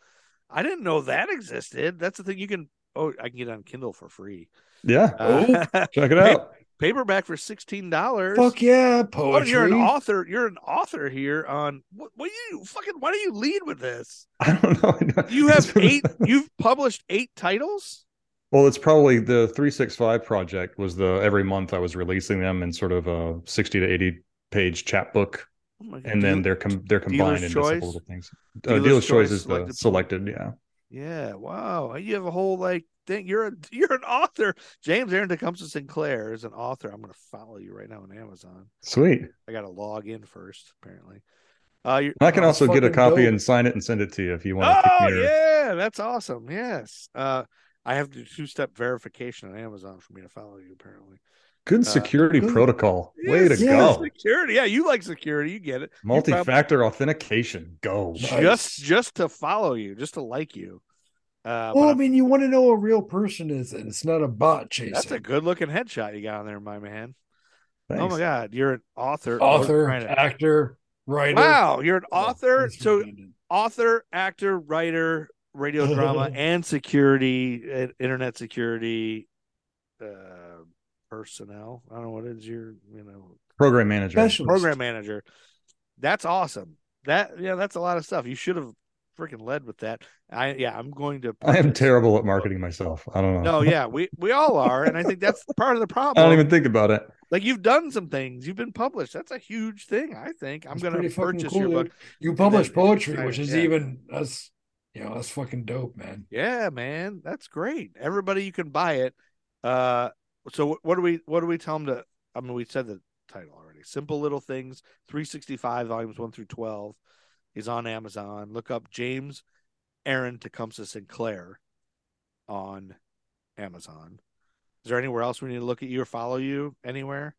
Speaker 6: I didn't know that existed. That's the thing you can oh, I can get it on Kindle for free.
Speaker 4: Yeah,
Speaker 6: Uh,
Speaker 4: check it
Speaker 6: Hey,
Speaker 4: out.
Speaker 6: paperback for $16.
Speaker 5: Oh, Fuck yeah,
Speaker 6: Oh,
Speaker 5: poetry.
Speaker 6: and you're an author. You're an author here on what, what do you fucking why do you lead with this?
Speaker 4: I don't know.
Speaker 6: You have eight you've published eight titles?
Speaker 4: Well, it's probably the 365 project was the every month I was releasing them in sort of a 60 to 80 page chapbook
Speaker 6: Oh my God,
Speaker 4: and then
Speaker 6: dude.
Speaker 4: they're com- they're combined
Speaker 6: Dealer's
Speaker 4: into
Speaker 6: Choice?
Speaker 4: simple little things. Uh,
Speaker 6: Dealer's
Speaker 4: dealer's, choice,
Speaker 6: Choice
Speaker 4: is the
Speaker 6: selected
Speaker 4: selected, yeah.
Speaker 6: Yeah, wow. You have a whole like thing. You're a you're an author. James Aaron Tecumseh Sinclair is an author. I'm gonna follow you right now on Amazon.
Speaker 4: Sweet.
Speaker 6: I gotta log in first, apparently. Uh you're,
Speaker 4: I can
Speaker 5: Oh,
Speaker 4: also get a
Speaker 5: fucking
Speaker 4: copy
Speaker 5: dope.
Speaker 4: and sign it and send it to you if you want.
Speaker 6: Oh
Speaker 4: to
Speaker 6: yeah, that's awesome. Yes. Uh I have to do two step verification on Amazon for me to follow you, apparently. Uh,
Speaker 4: Good security
Speaker 5: good.
Speaker 4: protocol. Way to
Speaker 6: Yes,
Speaker 5: yeah.
Speaker 4: go.
Speaker 6: Security. Yeah, you like security, you get it.
Speaker 4: Multi-factor authentication. Go.
Speaker 5: Nice.
Speaker 6: Just just to follow you, just to like you. Uh
Speaker 5: Well, I
Speaker 6: but
Speaker 5: mean, you want to know a real person is, and it's not a bot chasing.
Speaker 6: that's a good looking headshot you got on there, my man. Oh
Speaker 4: Thanks.
Speaker 6: my god, you're an author. Oh,
Speaker 5: author,
Speaker 6: right.
Speaker 5: actor, writer.
Speaker 6: Wow, you're an author.
Speaker 5: That's
Speaker 6: So
Speaker 5: redundant.
Speaker 6: author, actor, writer, radio drama, and security, uh, internet security, uh, personnel. I don't know what is your you know
Speaker 4: Program manager.
Speaker 5: specialist.
Speaker 6: program manager. That's awesome. That yeah, that's a lot of stuff. You should have freaking led with that. I yeah, I'm going to.
Speaker 4: I am
Speaker 6: purchase-
Speaker 4: terrible at marketing myself. I don't know.
Speaker 6: No, yeah, we we all are, and I think that's part of the
Speaker 4: I
Speaker 6: problem.
Speaker 4: don't even think about it.
Speaker 6: like you've done some things, you've been published. That's a huge thing. I think I'm
Speaker 5: It's
Speaker 6: going to
Speaker 5: pretty fucking
Speaker 6: purchase
Speaker 5: cool,
Speaker 6: your book.
Speaker 5: dude. You publish
Speaker 6: then-
Speaker 5: poetry,
Speaker 6: Right,
Speaker 5: which is
Speaker 6: yeah.
Speaker 5: even that's you know that's fucking dope, man.
Speaker 6: Yeah, man, that's great. Everybody, you can buy it. Uh, so wh- what do we what do we tell them to? I mean, we said the title already. Simple little things. Three sixty five volumes one through twelve is on Amazon. Look up James Aaron Tecumseh Sinclair on Amazon. Is there anywhere else we need to look at you or follow you anywhere?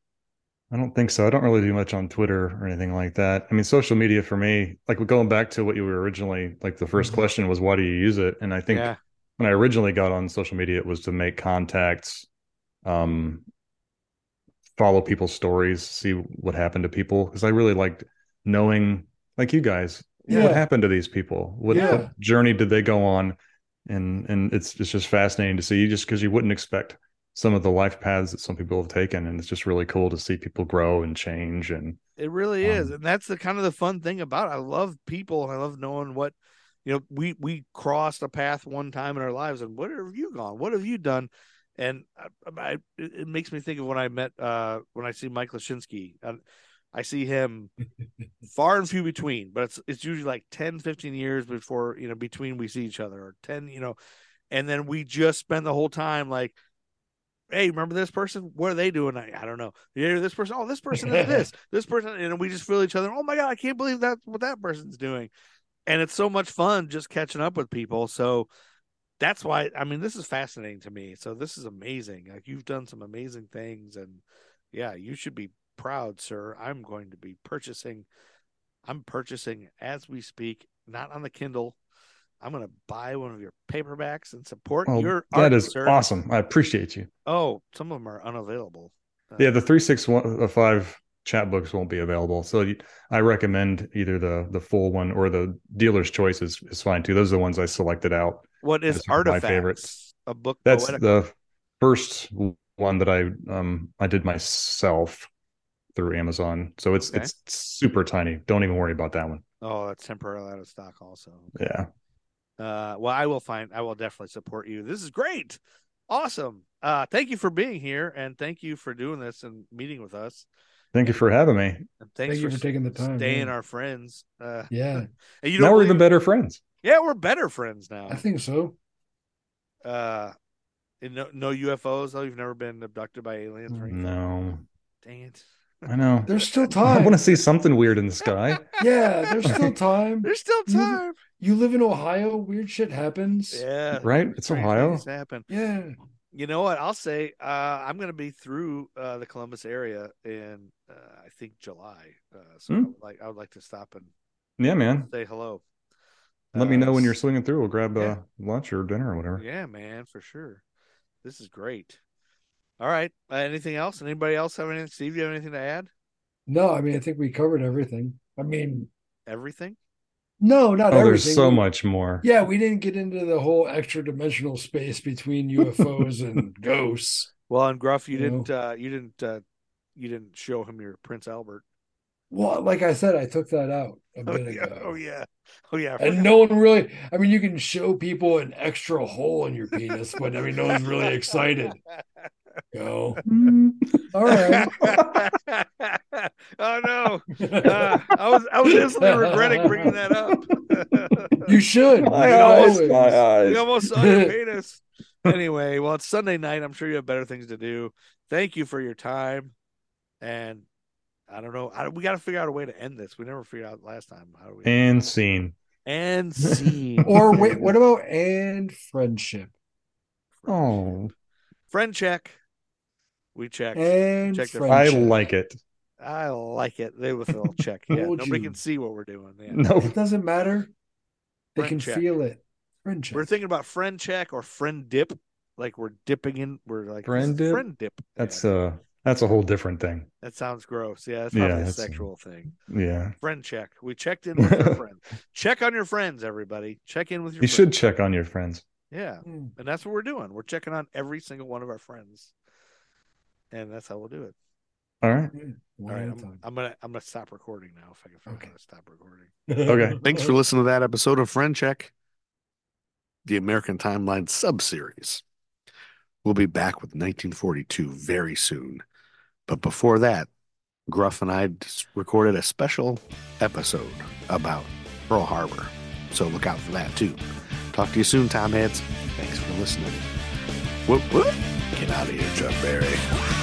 Speaker 4: I don't think so. I don't really do much on Twitter or anything like that. I mean, social media for me, like going back to what you were originally, like the first question was, why do you use it? And I think
Speaker 6: Mm-hmm. yeah,
Speaker 4: when I originally got on social media, it was to make contacts, um, follow people's stories, see what happened to people. Cause I really liked knowing, like you guys, what
Speaker 5: Yeah.
Speaker 4: happened to these people? What,
Speaker 5: Yeah.
Speaker 4: what journey did they go on? And, and it's, it's just fascinating to see you just cause you wouldn't expect some of the life paths that some people have taken. And it's just really cool to see people grow and change. And
Speaker 6: it really is,
Speaker 4: um,
Speaker 6: and that's the kind of the fun thing about. It. I love people, and I love knowing what you know. We we crossed a path one time in our lives, and what have you gone? What have you done? And I, I, it it makes me think of when I met uh when I see Mike Lashinsky. I, I see him far and few between, but it's it's usually like 10, 15 years before you know between we see each other, or ten, you know, and then we just spend the whole time like. Hey, remember this person? What are they doing? I, I don't know. You hear this person? Oh, this person is this. This person, and we just feel each other. Oh my god, I can't believe that's what that person's doing and it's so much fun just catching up with people. So that's why I mean this is fascinating to me. So this is amazing. Like you've done some amazing things and yeah, you should be proud, sir. I'm going to be purchasing I'm purchasing as we speak, not on the Kindle. I'm going to buy one of your paperbacks and support
Speaker 4: oh,
Speaker 6: your
Speaker 4: that
Speaker 6: art,
Speaker 4: is
Speaker 6: sir.
Speaker 4: awesome. I appreciate you.
Speaker 6: Oh, some of them are unavailable. Uh,
Speaker 4: yeah the 365 chat books won't be available so you- i recommend either the the full one or the dealer's choice is, is fine too those are the ones i selected out
Speaker 6: What is
Speaker 4: That's one of my
Speaker 6: artifacts?
Speaker 4: favorites.
Speaker 6: Oh, A book
Speaker 4: that's
Speaker 6: poetic-
Speaker 4: the first one that i um i did myself through amazon so it's
Speaker 6: Okay.
Speaker 4: it's super tiny don't even worry about that one
Speaker 6: Oh, that's temporarily out of stock also.
Speaker 4: yeah
Speaker 6: Uh, well, I will find. I will definitely support you. This is great, awesome. Uh, thank you for being here, and thank you for doing this and meeting with us.
Speaker 4: thank you for having me
Speaker 6: And thanks
Speaker 5: Thank you for taking the time,
Speaker 6: staying
Speaker 5: yeah.
Speaker 6: our friends. Uh,
Speaker 5: Yeah,
Speaker 6: and you
Speaker 4: now
Speaker 6: know,
Speaker 4: we're even better friends
Speaker 6: yeah, we're better friends now.
Speaker 5: I think so.
Speaker 6: Uh, and no, no UFOs though. Oh, You've never been abducted by aliens or
Speaker 4: Mm-hmm.
Speaker 6: anything.
Speaker 4: no
Speaker 6: Dang it.
Speaker 4: i know
Speaker 5: There's still
Speaker 4: i
Speaker 5: time.
Speaker 4: want to see something weird in the sky
Speaker 5: Yeah, there's still time.
Speaker 6: There's still
Speaker 4: Mm-hmm.
Speaker 5: You-
Speaker 6: time.
Speaker 5: You live in Ohio, weird shit happens.
Speaker 6: Yeah,
Speaker 4: right it's
Speaker 6: strange
Speaker 4: ohio
Speaker 6: things Happen.
Speaker 5: Yeah.
Speaker 6: You know what? I'll say uh, I'm going to be through uh, the Columbus area in uh, I think July. Uh, so I
Speaker 4: Hmm.
Speaker 6: would like I would like to stop and
Speaker 4: yeah man
Speaker 6: say hello.
Speaker 4: Let me
Speaker 6: Uh,
Speaker 4: know when you're
Speaker 6: s-
Speaker 4: swinging through. We'll grab
Speaker 6: yeah.
Speaker 4: uh, lunch or dinner or whatever.
Speaker 6: Yeah, man, for sure. This is great. All right. Uh, anything else? Anybody else have anything? Steve, you have anything to add?
Speaker 5: No, I mean I think we covered everything. I mean,
Speaker 6: Everything?
Speaker 5: no, not
Speaker 4: Oh,
Speaker 5: everything.
Speaker 4: there's so
Speaker 5: We-
Speaker 4: much more.
Speaker 5: Yeah, we didn't get into the whole extra dimensional space between UFOs and ghosts.
Speaker 6: Well, and Gruff, you
Speaker 5: No.
Speaker 6: didn't. Uh, you didn't. Uh, you didn't show him your Prince Albert.
Speaker 5: Well, like I said, I took that out a
Speaker 6: Oh
Speaker 5: bit
Speaker 6: yeah.
Speaker 5: ago.
Speaker 6: Oh yeah. Oh yeah. I
Speaker 5: And
Speaker 6: forgot.
Speaker 5: no one really, I mean, you can show people an extra hole in your penis, but I mean, no one's really excited. You know? All right.
Speaker 6: oh no. Uh, I was I was instantly regretting bringing that up.
Speaker 5: You should. You
Speaker 4: My
Speaker 5: should
Speaker 4: eyes,
Speaker 5: always.
Speaker 4: my
Speaker 6: we
Speaker 4: eyes.
Speaker 6: almost saw your penis. Anyway, well, it's Sunday night. I'm sure you have better things to do. Thank you for your time. And I don't know. I, we got to figure out a way to end this. We never figured out last time how do we
Speaker 4: And scene.
Speaker 6: and scene
Speaker 5: Or wait, what about and friendship?
Speaker 4: Oh,
Speaker 6: friend check. We checked.
Speaker 5: And
Speaker 6: Check their-
Speaker 4: I
Speaker 5: friendship.
Speaker 4: like it.
Speaker 6: I like it. They with a little check. Yeah,
Speaker 5: Told
Speaker 6: nobody
Speaker 5: you.
Speaker 6: can see what we're doing. Yeah.
Speaker 4: No,
Speaker 5: It doesn't matter. They
Speaker 6: Friend
Speaker 5: can
Speaker 6: check.
Speaker 5: feel it. Friendship.
Speaker 6: We're thinking about friend check or friend dip. Like we're dipping in. We're like this
Speaker 4: Friend
Speaker 6: is
Speaker 4: dip?
Speaker 6: Friend dip.
Speaker 4: that's
Speaker 6: Yeah.
Speaker 4: uh, that's a whole different thing.
Speaker 6: that sounds gross. Yeah, that's
Speaker 4: Yeah,
Speaker 6: probably a
Speaker 4: that's-
Speaker 6: sexual thing.
Speaker 4: Yeah,
Speaker 6: friend check. We checked in with our friends. Check on your friends, everybody. Check in with your
Speaker 4: you
Speaker 6: friends.
Speaker 4: should check on your friends.
Speaker 6: Yeah.
Speaker 5: Hmm.
Speaker 6: And that's what we're doing. We're checking on every single one of our friends. And that's how we'll do it.
Speaker 4: All right.
Speaker 6: All right, I'm, I'm gonna I'm gonna stop recording now if I can figure out
Speaker 5: Okay.
Speaker 6: how to stop recording.
Speaker 4: Okay.
Speaker 3: Thanks for listening to that episode of Friend Check, the American Timeline subseries. We'll be back with 1942 very soon. But before that, Gruff and I just recorded a special episode about Pearl Harbor. So look out for that too. Talk to you soon, Tom Heads. Thanks for listening. Whoop, whoop. Get out of here, Chuck Berry.